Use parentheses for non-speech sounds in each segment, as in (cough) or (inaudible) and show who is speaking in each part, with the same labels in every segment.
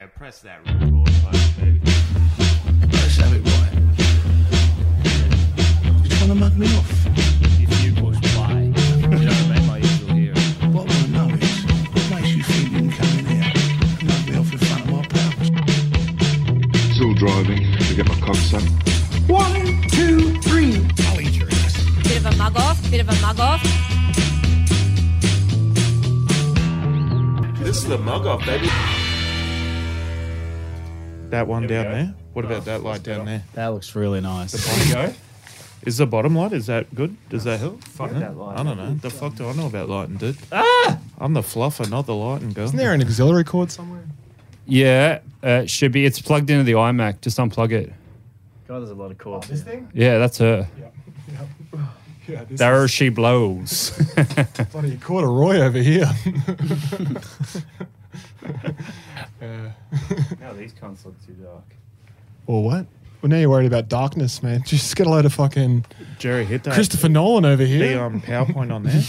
Speaker 1: Yeah, press that record button, baby.
Speaker 2: Let's have it right. You're trying to mug me off.
Speaker 3: If you was by, you know what I mean? Like usual here.
Speaker 2: What I want to know is what makes you think you can come in here and mug me off in front of my pals?
Speaker 4: Still driving to get my cocks up.
Speaker 5: One, two, three.
Speaker 2: I'll eat your ass.
Speaker 6: Bit of a mug off, bit of a mug off.
Speaker 7: This is the mug off, baby.
Speaker 8: That one down there. What about that light down there?
Speaker 3: That looks really nice.
Speaker 8: Is the bottom light? Is that good? Does that help? Fuck that light. I don't know. The fuck do I know about lighting, dude? Ah! I'm the fluffer, not the lighting girl.
Speaker 9: Isn't there an auxiliary cord somewhere?
Speaker 10: Yeah, uh, it should be. It's plugged into the iMac. Just unplug it.
Speaker 3: God, there's a lot of cords.
Speaker 9: This thing?
Speaker 10: Yeah, that's her.
Speaker 9: Yeah, this
Speaker 10: There
Speaker 9: is
Speaker 10: she
Speaker 9: (laughs)
Speaker 10: blows.
Speaker 9: bloody corduroy over here. (laughs) yeah.
Speaker 3: No, these cunts look too dark.
Speaker 9: Or what? Well, now you're worried about darkness, man. (laughs) Just get a load of fucking
Speaker 8: Jerry, hit that.
Speaker 9: Christopher Nolan over
Speaker 8: The
Speaker 9: here.
Speaker 8: um, PowerPoint
Speaker 9: (laughs)
Speaker 8: on there.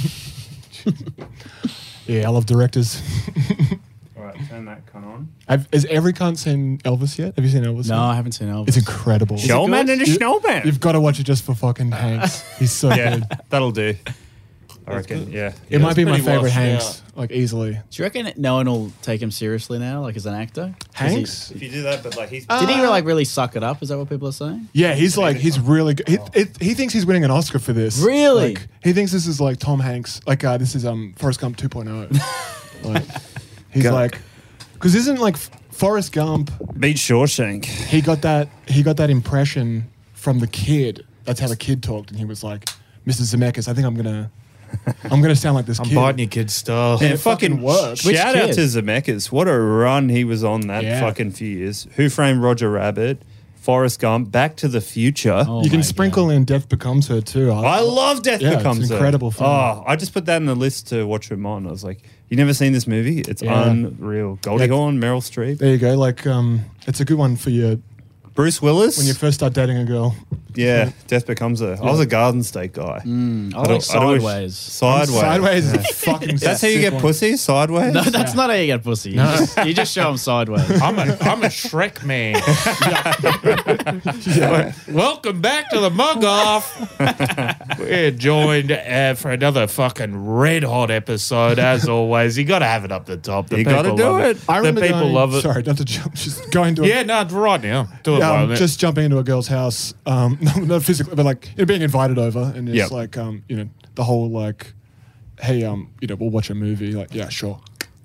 Speaker 9: Yeah, I love directors. (laughs)
Speaker 3: All right, turn that cunt on.
Speaker 9: Have, has every cunt seen Elvis yet? Have you seen Elvis?
Speaker 3: No,
Speaker 9: yet?
Speaker 3: I haven't seen Elvis.
Speaker 9: It's incredible.
Speaker 10: Snowman and a
Speaker 9: You-
Speaker 10: snowman.
Speaker 9: You've got to watch it just for fucking Hanks. He's so
Speaker 10: Yeah,
Speaker 9: good.
Speaker 10: that'll do. I reckon. Yeah.
Speaker 9: It might be my
Speaker 7: pretty well
Speaker 9: favorite
Speaker 7: shot.
Speaker 9: Hanks, like easily.
Speaker 3: Do you reckon no one will take him seriously now, like as an actor? 'Cause he-
Speaker 9: Hanks?
Speaker 10: If you do that, but like he's
Speaker 3: did he like really suck it up? Is that what people are saying?
Speaker 9: Yeah, he's like he's really good. He, it, he thinks he's winning an Oscar for this.
Speaker 3: Really?
Speaker 9: Like, he thinks this is like Tom Hanks. Like uh, this is um Forrest Gump 2.0. like he's
Speaker 8: Gump.
Speaker 9: like because isn't like F- Forrest Gump?
Speaker 10: beat Shawshank.
Speaker 9: He got that he got that impression from the kid. That's how the kid talked, and he was like, "Mr. Zemeckis, I think I'm gonna I'm gonna sound like this
Speaker 8: I'm
Speaker 9: kid."
Speaker 8: biting your kid's stuff.
Speaker 10: And
Speaker 9: it fucking worked.
Speaker 3: Which
Speaker 10: Shout out
Speaker 3: kid?
Speaker 10: to Zemeckis. What a run he was on that
Speaker 9: Yeah.
Speaker 10: fucking few years. Who framed Roger Rabbit? Forrest Gump. Back to the Future.
Speaker 3: Oh
Speaker 9: you can
Speaker 3: my
Speaker 9: sprinkle in Death Becomes Her too.
Speaker 10: I love Death
Speaker 9: Yeah, it's
Speaker 10: Becomes Her.
Speaker 9: incredible film.
Speaker 10: Oh, I just put that in the list to watch him on. I was like, you never seen this movie? It's
Speaker 9: Yeah.
Speaker 10: unreal. Goldie
Speaker 9: Yeah.
Speaker 10: Hawn, Meryl Streep,
Speaker 9: There you go. Like um, it's a good one for you
Speaker 10: Bruce Willis.
Speaker 9: when you first start dating a girl.
Speaker 10: yeah, Death Becomes Her. I was a Garden State guy.
Speaker 3: God. I like Mm.
Speaker 10: always-
Speaker 3: sideways. (laughs)
Speaker 10: sideways. (laughs)
Speaker 9: Sideways is a fucking.
Speaker 10: That's how you
Speaker 9: sick
Speaker 10: get
Speaker 9: one.
Speaker 10: pussy. Sideways.
Speaker 3: No, that's not how you get pussy. You, just, you just show him sideways.
Speaker 8: I'm a I'm a Shrek
Speaker 10: (laughs)
Speaker 8: man. (laughs) Welcome back to the mug off. (laughs) We're joined uh, for another fucking red hot episode as always. You got to have it up the top. The
Speaker 10: You gotta
Speaker 8: people
Speaker 10: do
Speaker 8: love
Speaker 10: it.
Speaker 9: I
Speaker 8: The
Speaker 9: remember
Speaker 8: people
Speaker 9: going-
Speaker 8: love it.
Speaker 9: Sorry, not to jump. Just going to a,
Speaker 8: Yeah, no, right now. Do it
Speaker 9: um,
Speaker 8: by the-
Speaker 9: just jumping into a girl's house. Um, (laughs) no, not physically, but like you're being invited over, and it's
Speaker 10: Yep.
Speaker 9: like um, you know, the whole like, hey, um, you know, we'll watch a movie. Like, yeah, sure,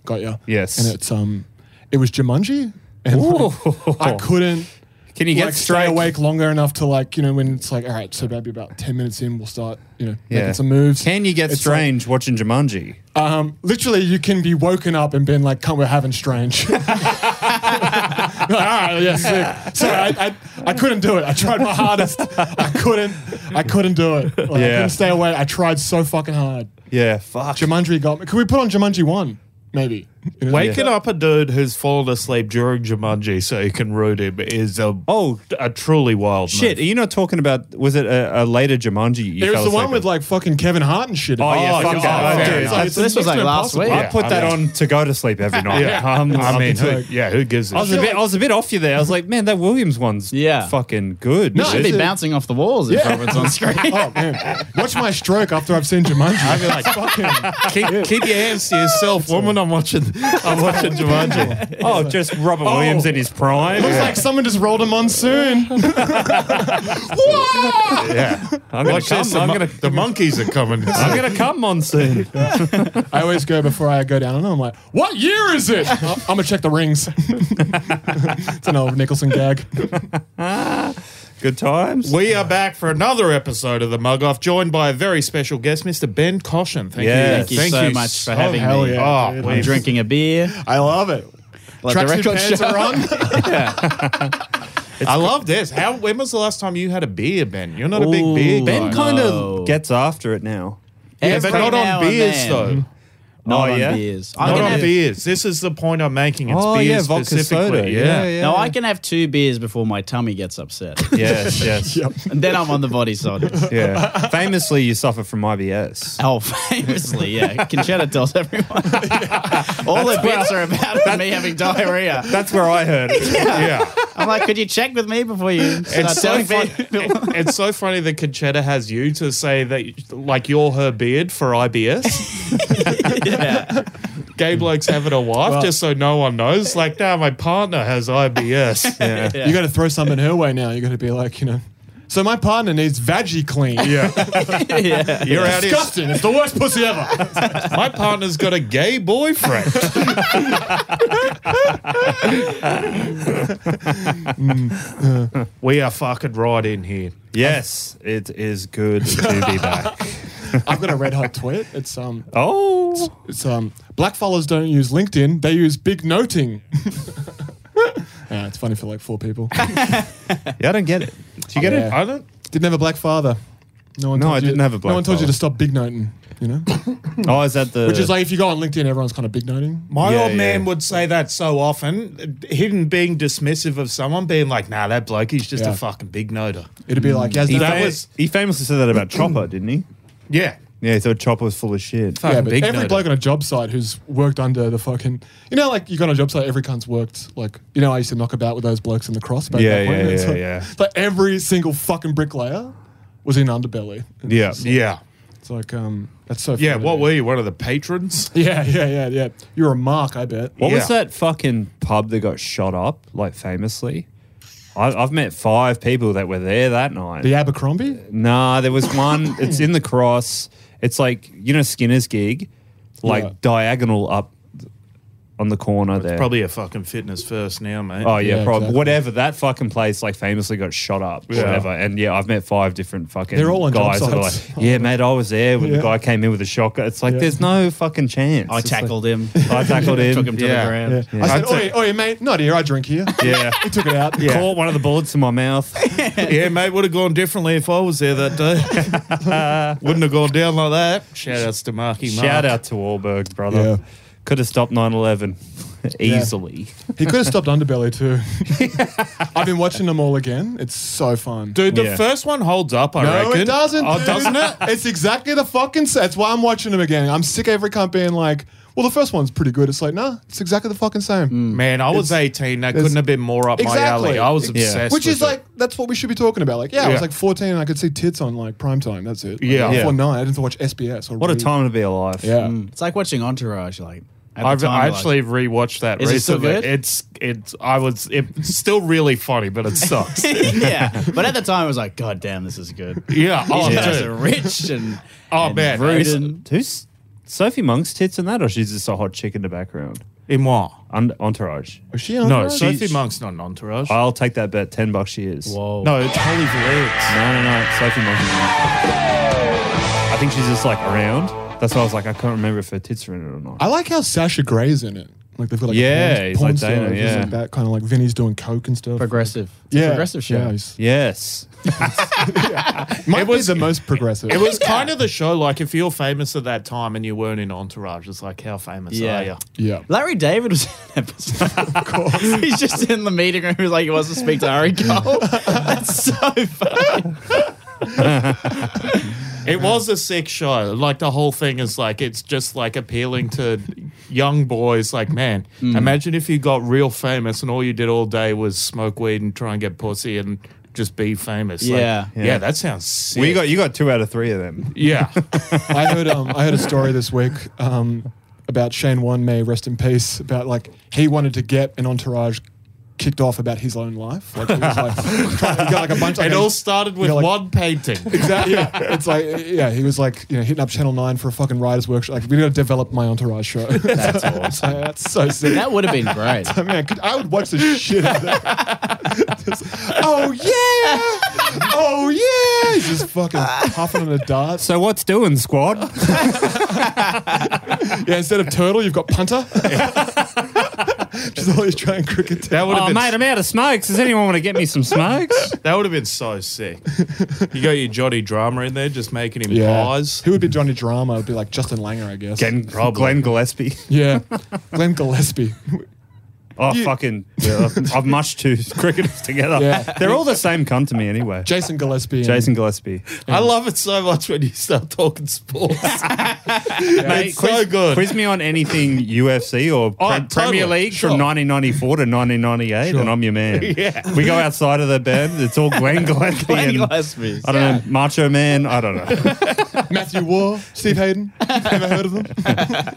Speaker 9: got ya.
Speaker 10: Yes.
Speaker 9: And it's um, it was Jumanji, and
Speaker 10: Ooh.
Speaker 9: like, I couldn't.
Speaker 10: Can you get
Speaker 9: like
Speaker 10: straight
Speaker 9: stay awake longer enough to like you know when it's like all right so maybe about 10 minutes in we'll start you know making some moves
Speaker 10: Can you get
Speaker 9: It's like-
Speaker 10: strange watching Jumanji?
Speaker 9: Um, literally, you can be woken up and been like, "Come, we're having strange." (laughs) like, All right, yeah, sick. So I, I, I couldn't do it. I tried my hardest. I couldn't. I couldn't do it. Like, I
Speaker 10: Yeah.
Speaker 9: couldn't stay away. I tried so fucking hard.
Speaker 10: Yeah, fuck.
Speaker 9: Jumanji got me. Can we put on Jumanji one? Maybe. You know?
Speaker 8: Waking up a dude who's fallen asleep during Jumanji so you can root him is a
Speaker 10: Oh.
Speaker 8: a truly wild
Speaker 10: Shit, are
Speaker 8: move.
Speaker 10: you not talking about? Was it a, a later Jumanji? You
Speaker 9: It was
Speaker 10: fell
Speaker 9: the one
Speaker 10: asleep
Speaker 9: with
Speaker 10: on?
Speaker 9: like fucking Kevin Hart and shit.
Speaker 10: Oh, yeah,
Speaker 8: Oh,
Speaker 10: fuck
Speaker 8: yeah,
Speaker 10: that.
Speaker 8: oh,
Speaker 10: Oh,
Speaker 8: fair
Speaker 10: dude,
Speaker 8: enough.
Speaker 10: I-
Speaker 9: it's
Speaker 3: this was
Speaker 9: next
Speaker 3: like
Speaker 9: to
Speaker 3: last
Speaker 9: impossible.
Speaker 3: week.
Speaker 10: I put that on to go to
Speaker 8: (laughs)
Speaker 10: sleep every night.
Speaker 8: Yeah, I
Speaker 10: Um, (laughs) I'm
Speaker 8: mean, who,
Speaker 9: like-
Speaker 8: yeah, who gives a
Speaker 10: I was,
Speaker 8: shit?
Speaker 10: a bit, I was a bit off you there. I was like, man, that Williams one's
Speaker 3: Yeah.
Speaker 10: fucking good.
Speaker 3: You should
Speaker 10: dude.
Speaker 3: be bouncing off the walls if Robert's on screen.
Speaker 9: (laughs) Oh man, watch my stroke after I've
Speaker 10: (laughs)
Speaker 9: seen Jumanji. I'd be like, fucking.
Speaker 8: keep, keep your hands to yourself, woman. I'm watching. (laughs) I'm watching
Speaker 10: (laughs)
Speaker 8: Jumanji.
Speaker 10: oh, just Robert Williams in his prime.
Speaker 9: Looks like someone just rolled a monsoon.
Speaker 8: (laughs) Yeah,
Speaker 10: I'm gonna
Speaker 8: Watch
Speaker 10: come.
Speaker 8: this, the
Speaker 10: I'm
Speaker 8: mon-
Speaker 10: gonna.
Speaker 8: the monkeys are coming.
Speaker 10: I'm gonna
Speaker 8: (laughs)
Speaker 10: come monsoon.
Speaker 9: I always go before I go down, and I'm like, "What year is
Speaker 10: (laughs)
Speaker 9: it?" I'm gonna check the rings. it's an old Nicholson gag.
Speaker 10: Good times.
Speaker 8: We are back for another episode of the Mug Off, joined by a very special guest, Mr. Ben Caution. Thank
Speaker 10: Yeah.
Speaker 8: you,
Speaker 3: Thank you so much for having
Speaker 9: hell
Speaker 3: me.
Speaker 9: yeah,
Speaker 8: Oh,
Speaker 9: dude.
Speaker 8: we-
Speaker 3: I'm drinking a beer.
Speaker 9: I love it.
Speaker 3: Let the
Speaker 9: Tracksuit
Speaker 3: record
Speaker 9: pants
Speaker 3: show.
Speaker 9: are
Speaker 8: (laughs)
Speaker 9: on.
Speaker 8: I love this. How? When was the last time you had a beer, Ben? You're not a big
Speaker 3: Ooh.
Speaker 8: beer.
Speaker 10: Ben
Speaker 8: guy.
Speaker 10: kind of
Speaker 3: No.
Speaker 10: gets after it now.
Speaker 8: yeah, but
Speaker 3: Every
Speaker 8: not
Speaker 3: now
Speaker 8: on
Speaker 3: and
Speaker 8: beers
Speaker 3: then.
Speaker 8: though.
Speaker 7: Not
Speaker 10: Oh,
Speaker 7: on
Speaker 10: yeah?
Speaker 7: beers. I
Speaker 8: Not
Speaker 7: can
Speaker 8: on
Speaker 7: have-
Speaker 8: beers. This is the point I'm making. It's
Speaker 10: Oh,
Speaker 8: beers
Speaker 10: yeah, vodka
Speaker 8: specifically.
Speaker 10: soda.
Speaker 8: Yeah.
Speaker 10: Yeah, yeah.
Speaker 7: No, I can have two beers before my tummy gets upset.
Speaker 10: Yes,
Speaker 9: (laughs)
Speaker 10: yes.
Speaker 7: and then I'm on the body
Speaker 8: (laughs)
Speaker 7: side.
Speaker 10: Yeah. Famously, you suffer from IBS.
Speaker 7: Oh, famously, yeah. Conchetta tells
Speaker 8: (laughs)
Speaker 7: everyone. All the bits are about me having diarrhea.
Speaker 10: That's where I heard
Speaker 9: (laughs)
Speaker 10: it.
Speaker 8: Yeah.
Speaker 7: I'm like, could you check with me before you start
Speaker 8: It's so,
Speaker 7: telling
Speaker 8: fun-
Speaker 9: (laughs)
Speaker 7: people?
Speaker 8: it- it's so funny that Conchetta has you to say that, like, you're her beard for IBS.
Speaker 7: yeah.
Speaker 8: (laughs) Gay blokes having a wife, just so no one knows. Like, now my partner has
Speaker 9: (laughs)
Speaker 8: IBS.
Speaker 10: Yeah.
Speaker 7: Yeah.
Speaker 9: You got to throw something her way now. You got to be like, you know. So my partner needs veggie clean. Yeah,
Speaker 7: yeah.
Speaker 8: You're out here.
Speaker 9: disgusting. It's the worst pussy ever.
Speaker 8: (laughs) My partner's got a gay
Speaker 9: (laughs)
Speaker 8: boyfriend. (laughs) Mm. we are fucking right in here.
Speaker 10: Yes, it is good to be back.
Speaker 9: (laughs) I've got a red hot tweet. It's um,
Speaker 10: Oh,
Speaker 9: it's um, black fellas don't use LinkedIn. They use big noting. (laughs) yeah, it's funny for like four people.
Speaker 10: yeah, I don't get it. Do you get
Speaker 9: Yeah.
Speaker 10: it? I don't.
Speaker 9: Didn't have a black father. No one.
Speaker 10: No,
Speaker 9: told
Speaker 10: I
Speaker 9: you-
Speaker 10: didn't have a black
Speaker 9: No one told you
Speaker 10: father.
Speaker 9: to stop big noting.
Speaker 10: (laughs)
Speaker 9: You know,
Speaker 10: Oh, is that the?
Speaker 9: which is like if you go on LinkedIn, everyone's kind of big noting.
Speaker 8: My
Speaker 10: Yeah,
Speaker 8: old man
Speaker 10: yeah.
Speaker 8: would say that so often, him being dismissive of someone, being like, nah, that bloke, he's just
Speaker 9: Yeah.
Speaker 8: a fucking big noter.
Speaker 9: It'd
Speaker 10: Mm.
Speaker 9: be like, yeah,
Speaker 10: he,
Speaker 8: that
Speaker 10: fa-
Speaker 8: was-
Speaker 10: he famously said that about Chopper, didn't he?
Speaker 8: Yeah.
Speaker 10: Yeah, he thought Chopper was full of shit.
Speaker 9: Yeah,
Speaker 8: Fucking
Speaker 9: but
Speaker 8: big
Speaker 9: every
Speaker 8: noter.
Speaker 9: bloke on a job site who's worked under the fucking, you know, like you go on a job site, every cunt's worked. Like, you know, I used to knock about with those blokes in the cross. back at
Speaker 10: Yeah,
Speaker 9: that point.
Speaker 10: yeah,
Speaker 9: It's
Speaker 10: yeah,
Speaker 9: like,
Speaker 10: yeah.
Speaker 9: it's like every single fucking bricklayer was in underbelly.
Speaker 10: Yeah,
Speaker 8: yeah.
Speaker 9: It's like, um, that's so.
Speaker 8: Yeah.
Speaker 9: funny to
Speaker 8: What
Speaker 9: me.
Speaker 8: were you? One of the patrons?
Speaker 9: Yeah, yeah, yeah, yeah. You're a mark, I bet.
Speaker 10: What was
Speaker 8: Yeah.
Speaker 10: that fucking pub that got shot up, like famously? I, I've met five people that were there that night.
Speaker 9: The Abercrombie?
Speaker 10: Nah, there was one. it's in the cross. It's like you know Skinner's gig, like
Speaker 9: Yeah.
Speaker 10: diagonal up on the corner there.
Speaker 8: Probably a fucking fitness first now, mate.
Speaker 10: Oh yeah,
Speaker 9: Yeah,
Speaker 10: probably
Speaker 9: exactly.
Speaker 10: whatever that fucking place like famously got shot up,
Speaker 8: Yeah.
Speaker 10: whatever. And yeah, I've met five different fucking
Speaker 9: They're all on job
Speaker 10: guys that are
Speaker 9: sites.
Speaker 10: like, yeah, mate, I was there when
Speaker 9: Yeah.
Speaker 10: the guy came in with a shotgun. It's like
Speaker 9: Yeah.
Speaker 10: there's no fucking chance.
Speaker 7: I
Speaker 10: It's like-
Speaker 7: tackled him.
Speaker 10: (laughs) I tackled him.
Speaker 7: Took him to
Speaker 8: Yeah.
Speaker 7: the ground.
Speaker 9: Yeah. I said, oi, oi, mate, not here. I
Speaker 8: (laughs)
Speaker 9: drink here.
Speaker 10: yeah,
Speaker 9: he took it out.
Speaker 10: yeah. Caught one of the bullets in my (laughs) mouth.
Speaker 8: yeah, mate, would have gone differently if I was there that day. Wouldn't have gone down like that. (laughs) Shout outs to Marky Mark.
Speaker 10: Shout out to Wahlberg, brother.
Speaker 9: Yeah.
Speaker 10: Could have stopped (laughs) 9/11 easily.
Speaker 9: He could have stopped underbelly too. (laughs) I've been watching them all again. It's so fun.
Speaker 8: Dude, the
Speaker 10: Yeah.
Speaker 8: first one holds up, I
Speaker 9: No,
Speaker 8: reckon.
Speaker 9: it doesn't.
Speaker 8: Oh,
Speaker 9: dude.
Speaker 8: doesn't it?
Speaker 9: (laughs) It's exactly the fucking. Same. That's why I'm watching them again. I'm sick of every cunt being like, "Well, the first one's pretty good." It's like, nah, it's exactly the fucking same.
Speaker 8: Man, I was 18. That couldn't have been more up Mm. my alley. I was
Speaker 9: Yeah.
Speaker 8: obsessed.
Speaker 9: Which
Speaker 8: with
Speaker 9: is
Speaker 8: it.
Speaker 9: like that's what we should be talking about. Like, yeah, I
Speaker 8: Yeah.
Speaker 9: was like 14 and I could see tits on like prime time. That's it. Like,
Speaker 8: Yeah.
Speaker 9: before
Speaker 10: Yeah.
Speaker 9: nine, I didn't watch SBS. Or
Speaker 10: What a
Speaker 9: Reed.
Speaker 10: time to be alive.
Speaker 9: Yeah,
Speaker 8: Mm.
Speaker 7: Mm. It's like watching Entourage. Like at the
Speaker 8: I've
Speaker 7: time,
Speaker 8: I
Speaker 7: you're
Speaker 8: actually rewatched that
Speaker 7: Is it still
Speaker 8: recently.
Speaker 7: good?
Speaker 8: It's it's I was it's still really funny, but it sucks.
Speaker 7: like, (laughs) yeah. But at the time, I was like, God damn, this is good. These
Speaker 8: yeah. Oh,
Speaker 7: guys
Speaker 8: dude.
Speaker 7: are rich and
Speaker 8: Oh,
Speaker 7: and
Speaker 8: man.
Speaker 7: rude
Speaker 8: It's-
Speaker 7: and-
Speaker 10: Who's Sophie Monk's tits in that, or she's just a hot chick in the background?
Speaker 8: In what?
Speaker 10: Und- entourage.
Speaker 9: was she on?
Speaker 8: No,
Speaker 9: that?
Speaker 8: Sophie Monk's not an entourage.
Speaker 10: I'll take that bet. Ten bucks she is.
Speaker 7: Whoa.
Speaker 8: no, it's Holly Valance.
Speaker 10: No, no, no. Sophie Monkey. I think she's just like around. That's why I was like, I can't remember if her tits are in it or not.
Speaker 9: I like how Sasha Gray's in it. Like they've got like
Speaker 10: Yeah,
Speaker 9: porn,
Speaker 10: he's
Speaker 9: porn
Speaker 10: like
Speaker 9: stars,
Speaker 10: Dana,
Speaker 9: he's
Speaker 10: yeah.
Speaker 9: like that kind of like Vinny's doing coke and stuff.
Speaker 7: progressive. It's a
Speaker 9: yeah,
Speaker 7: progressive show.
Speaker 9: Yeah, he's-
Speaker 10: yes.
Speaker 9: might was the most progressive.
Speaker 8: It was kind of the show. Like, if you're famous at that time and you weren't in Entourage, it's like, how famous
Speaker 7: Yeah.
Speaker 8: are you?
Speaker 9: yeah.
Speaker 7: Larry David was in an episode. of course. (laughs) He's just in the meeting room like he wants to speak to Ari Cole. That's so funny.
Speaker 8: It was a sick show. Like the whole thing is like it's just like appealing to young boys. Like, man, imagine if you got real famous and all you did all day was smoke weed and try and get pussy and just be famous. Like,
Speaker 7: Yeah.
Speaker 8: yeah,
Speaker 10: Yeah.
Speaker 8: that sounds sick.
Speaker 10: Well, you got you got two out of three of them.
Speaker 8: yeah,
Speaker 9: I heard um, I heard a story this week um, about Shane One May rest in peace about like he wanted to get an entourage kicked off about his own life. Like, he was, like trying, he got like a bunch. Like,
Speaker 8: it all started with
Speaker 9: you know, like-
Speaker 8: one painting.
Speaker 9: Exactly. Yeah. It's like yeah, he was like you know hitting up Channel Nine for a fucking writers workshop. Like we got to develop my entourage show. (laughs) That's awesome. That's so sick.
Speaker 7: That would have been great.
Speaker 9: I mean, I, could, I would watch the shit out of that. (laughs) Just, oh yeah, oh yeah. He's just fucking puffing on a dart.
Speaker 10: So what's doing, (laughs) squad?
Speaker 9: Yeah, instead of turtle, you've got punter. She's all Australian cricket.
Speaker 8: That would have
Speaker 10: Oh,
Speaker 8: been
Speaker 10: mate, I'm out of smokes. Does anyone want to get me some smokes?
Speaker 8: that would have been so sick. You got your Johnny Drama in there, just making him pause.
Speaker 9: Who would be Johnny Drama? It would be like Justin Langer, I guess.
Speaker 10: Glenn, Glenn Gillespie.
Speaker 9: yeah. Glenn Gillespie.
Speaker 10: Oh, fucking. Yeah, I've- I've mushed two (laughs) cricketers together.
Speaker 9: Yeah.
Speaker 10: They're all the same cunt to me anyway.
Speaker 9: Jason Gillespie. and-
Speaker 10: Jason Gillespie.
Speaker 8: I love it so much when you start talking sports. It's so good.
Speaker 10: Quiz me on anything UFC or
Speaker 8: Oh,
Speaker 10: pre-
Speaker 8: totally.
Speaker 10: Premier League
Speaker 8: Sure.
Speaker 10: from 1994 to 1998, and I'm your man.
Speaker 8: (laughs) Yeah.
Speaker 10: We go outside of the bed, it's
Speaker 8: (laughs)
Speaker 10: all Glenn Gillespie
Speaker 7: Glenn
Speaker 10: and
Speaker 7: Gillespie.
Speaker 10: I don't know, Macho Man. I don't know. (laughs)
Speaker 9: Matthew War. Steve Hayden. Ever heard of them?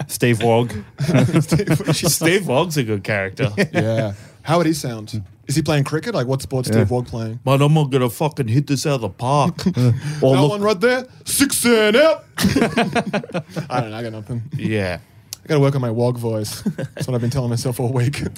Speaker 10: Steve Wog.
Speaker 8: (laughs) Steve Wogg's a good character.
Speaker 9: (laughs) yeah. How would he sound? Is he playing cricket? Like, what sport's Steve Wog playing?
Speaker 8: But I'm not gonna fucking hit this out of the park. Oh,
Speaker 9: that one right there, six and out. (laughs) I don't know. I got nothing.
Speaker 8: yeah.
Speaker 9: I got to work on my wog voice. That's what I've been telling myself all week. (laughs)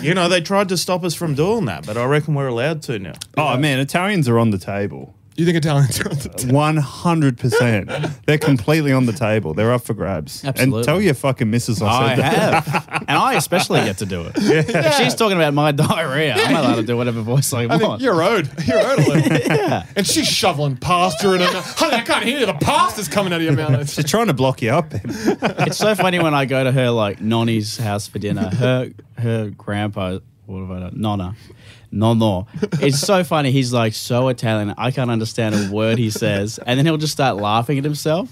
Speaker 8: You know, they tried to stop us from doing that, but I reckon we're allowed to now.
Speaker 10: Oh, man, Italians are on the table.
Speaker 9: you think Italians are on the t-
Speaker 10: 100%. They're completely on the table. They're up for grabs.
Speaker 7: Absolutely.
Speaker 10: And tell your fucking missus I
Speaker 7: I
Speaker 10: said that.
Speaker 7: have, and I especially get to do it. If she's talking about my diarrhea, I'm allowed to do whatever voice I
Speaker 9: I
Speaker 7: want.
Speaker 9: think you're owed. (laughs) You're owed a little. And she's shoveling pasta in her mouth. Honey, I can't hear you. The pasta's coming out of your mouth.
Speaker 10: She's trying to block you up.
Speaker 7: it's so funny when I go to her like nonny's house for dinner. Her her grandpa, what have I done? Nonna. Nonno. It's so funny. He's like so Italian. I can't understand a word he says. And then he'll just start laughing at himself.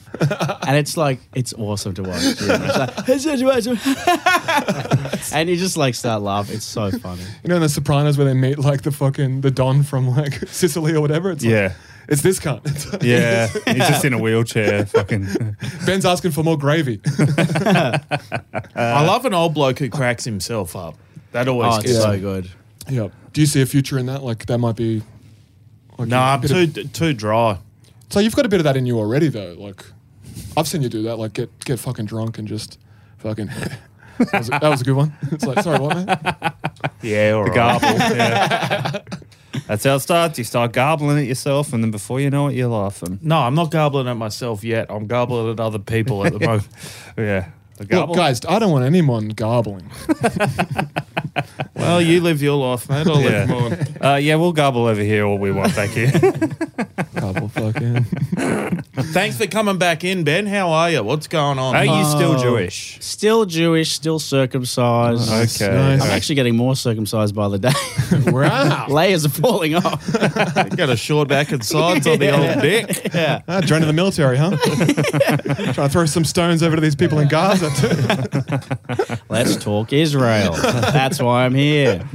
Speaker 7: And it's like, it's awesome to watch. you know. (laughs) It's like, (laughs) and you just like start laughing. It's so funny.
Speaker 9: You know, in The Sopranos where they meet like the fucking the Don from like (laughs) Sicily or whatever. It's like,
Speaker 10: Yeah.
Speaker 9: it's this cunt. It's like,
Speaker 10: Yeah. He's just in a (laughs) wheelchair. Fucking.
Speaker 9: Ben's asking for more gravy. (laughs)
Speaker 8: I love an old bloke who cracks himself up. That always
Speaker 7: Oh, it's
Speaker 8: gets me.
Speaker 7: so good.
Speaker 9: yep. Do you see a future in that? Like that might be. Like,
Speaker 8: No,
Speaker 9: a
Speaker 8: I'm
Speaker 9: bit
Speaker 8: too
Speaker 9: of-
Speaker 8: too dry.
Speaker 9: So you've got a bit of that in you already, though. Like, I've seen you do that. Like, get get fucking drunk and just fucking. (laughs) that, was, that was a good one. It's like, sorry, what, man?
Speaker 8: Yeah, all right.
Speaker 10: Garble. yeah. (laughs) That's how it starts. You start garbling at yourself, and then before you know it, you're laughing.
Speaker 8: No, I'm not garbling at myself yet. I'm garbling at other people at the moment.
Speaker 10: Yeah. The
Speaker 9: Look,
Speaker 10: garble.
Speaker 9: guys, I don't want anyone garbling.
Speaker 8: well, you live your life, mate. I'll live mine.
Speaker 10: yeah. Uh, yeah, we'll garble over here all we want back here. (laughs)
Speaker 9: Garble, fucking.
Speaker 8: (laughs) Thanks for coming back in, Ben. How are you? What's going on?
Speaker 10: Are you still Jewish?
Speaker 7: Still Jewish, still circumcised.
Speaker 10: Okay.
Speaker 9: nice.
Speaker 7: I'm actually getting more circumcised by the day. (laughs)
Speaker 9: wow.
Speaker 7: Layers are falling off.
Speaker 8: got a short back and sides on the old dick.
Speaker 7: Yeah.
Speaker 9: Ah, joined in the military,
Speaker 7: (laughs)
Speaker 9: huh? Trying to throw some stones over to these people in Gaza. Too.
Speaker 7: Let's talk Israel. That's why I'm here.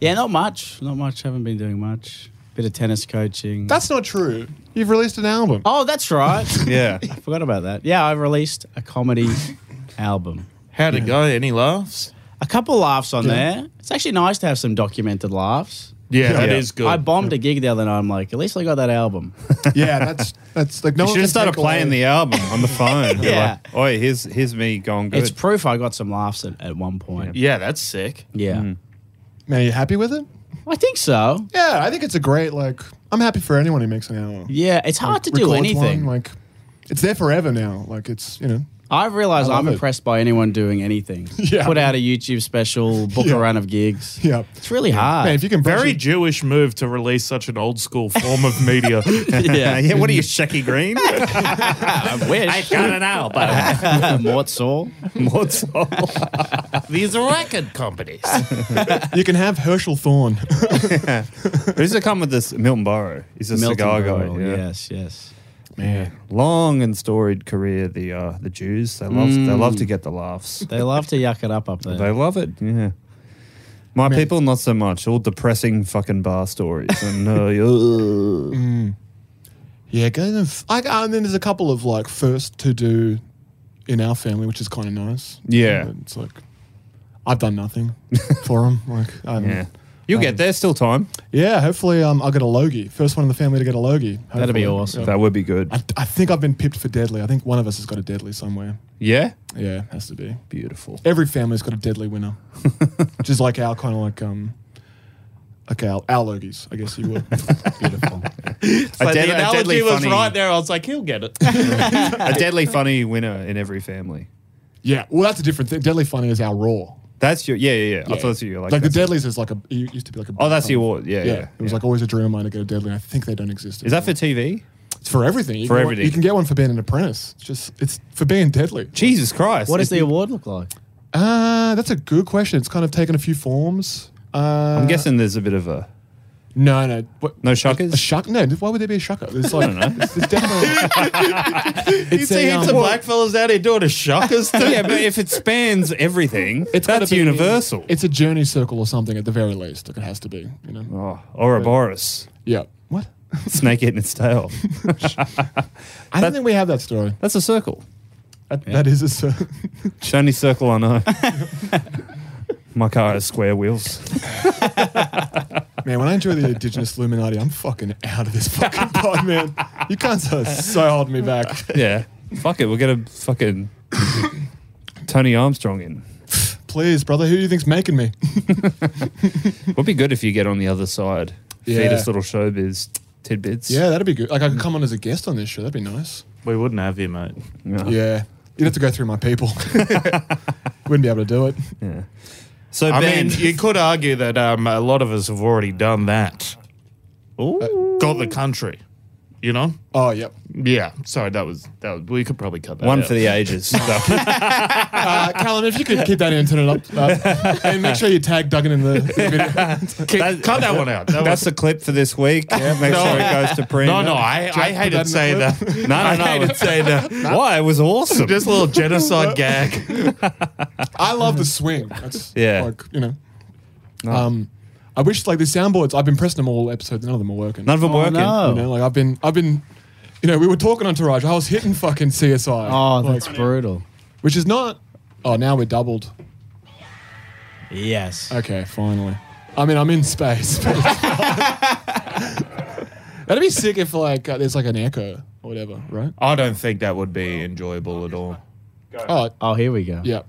Speaker 7: Yeah, not much. Not much. Haven't been doing much. Bit of tennis coaching.
Speaker 9: (laughs) That's not true. You've released an album.
Speaker 7: (laughs) oh, that's right.
Speaker 10: Yeah.
Speaker 7: I forgot about that. Yeah, I released a comedy album.
Speaker 8: How'd it go? Any laughs?
Speaker 7: A couple laughs on there. It's actually nice to have some documented laughs.
Speaker 8: Yeah, that is
Speaker 10: Yeah.
Speaker 8: good.
Speaker 7: I bombed a gig the other night. I'm like, at least I got that album.
Speaker 9: Yeah, that's that's like no.
Speaker 10: You
Speaker 9: one
Speaker 10: should have
Speaker 9: can
Speaker 10: started
Speaker 9: take away-
Speaker 10: playing the album on the (laughs) phone. You're
Speaker 7: Yeah.
Speaker 10: Like, Oi, here's here's me going good.
Speaker 7: It's proof I got some laughs at, at one point. Yeah.
Speaker 8: yeah, that's sick.
Speaker 9: Man, are you happy with it?
Speaker 7: I think so.
Speaker 9: Yeah, I think it's a great like. I'm happy for anyone who makes an album.
Speaker 7: Yeah, it's hard to do
Speaker 9: records
Speaker 7: anything.
Speaker 9: one, like it's there forever now. Like it's you know.
Speaker 7: I've realized
Speaker 9: I love
Speaker 7: I'm
Speaker 9: it.
Speaker 7: impressed by anyone doing anything.
Speaker 9: (laughs) Yeah.
Speaker 7: Put out a YouTube special, book
Speaker 9: Yeah.
Speaker 7: a run of gigs.
Speaker 9: Yeah.
Speaker 7: It's really hard.
Speaker 9: Man, if you can brush
Speaker 8: Very
Speaker 9: it-
Speaker 8: Jewish move to release such an old school form of media.
Speaker 10: (laughs) yeah. yeah, what are you, Shecky Green?
Speaker 7: (laughs)
Speaker 10: (laughs)
Speaker 7: I wish.
Speaker 10: got an
Speaker 7: (laughs)
Speaker 10: album.
Speaker 7: Mort Saul.
Speaker 10: What's up?
Speaker 8: These are record companies.
Speaker 9: you can have Herschel Thorne.
Speaker 10: Who's to come with this? Milton Burrow. He's a
Speaker 7: Milton
Speaker 10: cigar
Speaker 7: Berle,
Speaker 10: guy. Yeah.
Speaker 7: Yes, yes.
Speaker 10: Long and storied career. The uh, the Jews they love they love to get the laughs.
Speaker 7: They love to yuck it up up there.
Speaker 10: They love it. Yeah. My people, not so much. All depressing fucking bar stories. And uh, ugh.
Speaker 9: yeah, go and, f- I, and then there's a couple of like first to do in our family, which is kind of nice.
Speaker 10: Yeah.
Speaker 9: But it's like I've done nothing for them. Like
Speaker 10: (laughs)
Speaker 9: I
Speaker 10: yeah,
Speaker 9: yeah,
Speaker 10: you'll get there. Still time.
Speaker 9: yeah. Hopefully, um, I'll get a logie. First one in the family to get a logie.
Speaker 7: That'd be
Speaker 9: hopefully.
Speaker 7: awesome.
Speaker 10: That would be good.
Speaker 9: I, I think I've been pipped for deadly. I think one of us has got a deadly somewhere.
Speaker 10: Yeah,
Speaker 9: Yeah, has to be.
Speaker 10: beautiful.
Speaker 9: every family's got a deadly winner, which is like our kind of like um, like our, our logies, I guess you would. Beautiful.
Speaker 10: a,
Speaker 8: But
Speaker 10: dead-
Speaker 8: the
Speaker 10: a
Speaker 8: analogy
Speaker 10: deadly
Speaker 8: was
Speaker 10: funny,
Speaker 8: right there. I was like, he'll get
Speaker 10: (laughs)
Speaker 8: it.
Speaker 10: a deadly funny winner in every family.
Speaker 9: Yeah, well, that's a different thing. Deadly funny is our raw.
Speaker 10: That's your yeah yeah yeah. I
Speaker 6: Yeah.
Speaker 10: thought that's what you were like.
Speaker 9: Like the
Speaker 10: that's-
Speaker 9: Deadlies is like a it used to be like a
Speaker 10: Oh, that's the award. Yeah, yeah.
Speaker 9: Yeah, it was
Speaker 10: yeah.
Speaker 9: like always a dream of mine to get a Deadly. and I think they don't exist.
Speaker 10: Is that for
Speaker 9: anymore.
Speaker 10: TV?
Speaker 9: It's for everything? You
Speaker 10: For
Speaker 9: can get one-
Speaker 10: everything.
Speaker 9: you can get one for being an apprentice. It's just it's for being Deadly.
Speaker 10: Jesus Christ!
Speaker 7: What does the
Speaker 10: It-
Speaker 7: award look like?
Speaker 9: Uh, that's a good question. It's kind of taken a few forms. Uh,
Speaker 10: I'm guessing there's a bit of a
Speaker 9: no, no, what,
Speaker 10: no
Speaker 9: a
Speaker 10: shockers.
Speaker 9: shuck? No, why would there be a shucker? There's like,
Speaker 10: don't know.
Speaker 9: It's,
Speaker 10: (laughs)
Speaker 9: it's definitely.
Speaker 8: You
Speaker 9: it's
Speaker 8: see
Speaker 9: a,
Speaker 8: heaps
Speaker 9: um,
Speaker 8: of black fellas out here doing a
Speaker 10: (laughs)
Speaker 8: shockers too.
Speaker 10: yeah, but if it spans everything,
Speaker 9: it's gotta
Speaker 10: that's
Speaker 9: be-
Speaker 10: universal.
Speaker 9: It's a journey circle or something at the very least. Like it has to be, you know.
Speaker 10: oh, Ouroboros,
Speaker 9: Yeah. What?
Speaker 10: snake hitting its tail.
Speaker 9: I don't think we have that story.
Speaker 10: (laughs) That's a circle.
Speaker 9: That, that is a circle.
Speaker 10: It's the only circle I know. (laughs) My car has square wheels.
Speaker 9: Man, when I enjoy the indigenous Illuminati, I'm fucking out of this fucking (laughs) pod, man. You cunts are so holding me back.
Speaker 10: Yeah. Fuck it. We'll get a fucking Tony Armstrong in.
Speaker 9: Please, brother, who do you think's making me?
Speaker 10: Would be good if you get on the other side. Feed
Speaker 9: Yeah.
Speaker 10: us little showbiz tidbits.
Speaker 9: Yeah, that'd be good. Like, I could come on as a guest on this show. That'd be nice.
Speaker 8: We wouldn't have you, mate.
Speaker 10: Yeah.
Speaker 9: Yeah. You'd have to go through my people. (laughs) Wouldn't be able to do it.
Speaker 10: So
Speaker 8: I
Speaker 10: Ben,
Speaker 8: mean, you could argue that um, a lot of us have already done that. Uh, Got the country, you know?
Speaker 9: Oh, yep.
Speaker 8: Yeah. Sorry, that was that. Was, we could probably cut that.
Speaker 10: one
Speaker 8: out.
Speaker 10: for the (laughs) ages.
Speaker 9: Uh, Callum, if you could keep that in, turn it up. Uh, and make sure you tag Duggan in
Speaker 10: (laughs)
Speaker 9: the video.
Speaker 8: Cut- cut that one out. That
Speaker 10: That's the clip for this week. Make
Speaker 8: No.
Speaker 10: sure it goes to print.
Speaker 8: no, no.
Speaker 10: (laughs)
Speaker 8: I, I
Speaker 9: that in
Speaker 8: hated
Speaker 9: the
Speaker 8: saying
Speaker 9: clip?
Speaker 8: that. (laughs)
Speaker 10: no, no, no.
Speaker 8: I hated saying that.
Speaker 10: Why? It was awesome.
Speaker 8: Just a little genocide gag.
Speaker 9: I love the swing. That's,
Speaker 10: Yeah.
Speaker 9: Like, you know. Um, I wish, like, the soundboards, I've been pressing them all episodes. None of them are working.
Speaker 10: None of them
Speaker 7: Oh,
Speaker 10: working.
Speaker 7: no.
Speaker 9: You know, like I've been, I've been, you know, we were talking on Taraj. I was hitting fucking CSI.
Speaker 7: Oh,
Speaker 9: like,
Speaker 7: that's brutal.
Speaker 9: which is not. Oh, now we're doubled.
Speaker 7: Yes.
Speaker 9: Okay, finally. I mean, I'm in space. (laughs) but it's fine. That'd be sick if like uh, there's like an echo or whatever, right?
Speaker 8: I don't think that would be enjoyable at all.
Speaker 9: Oh,
Speaker 7: Oh, here we go.
Speaker 9: yeah.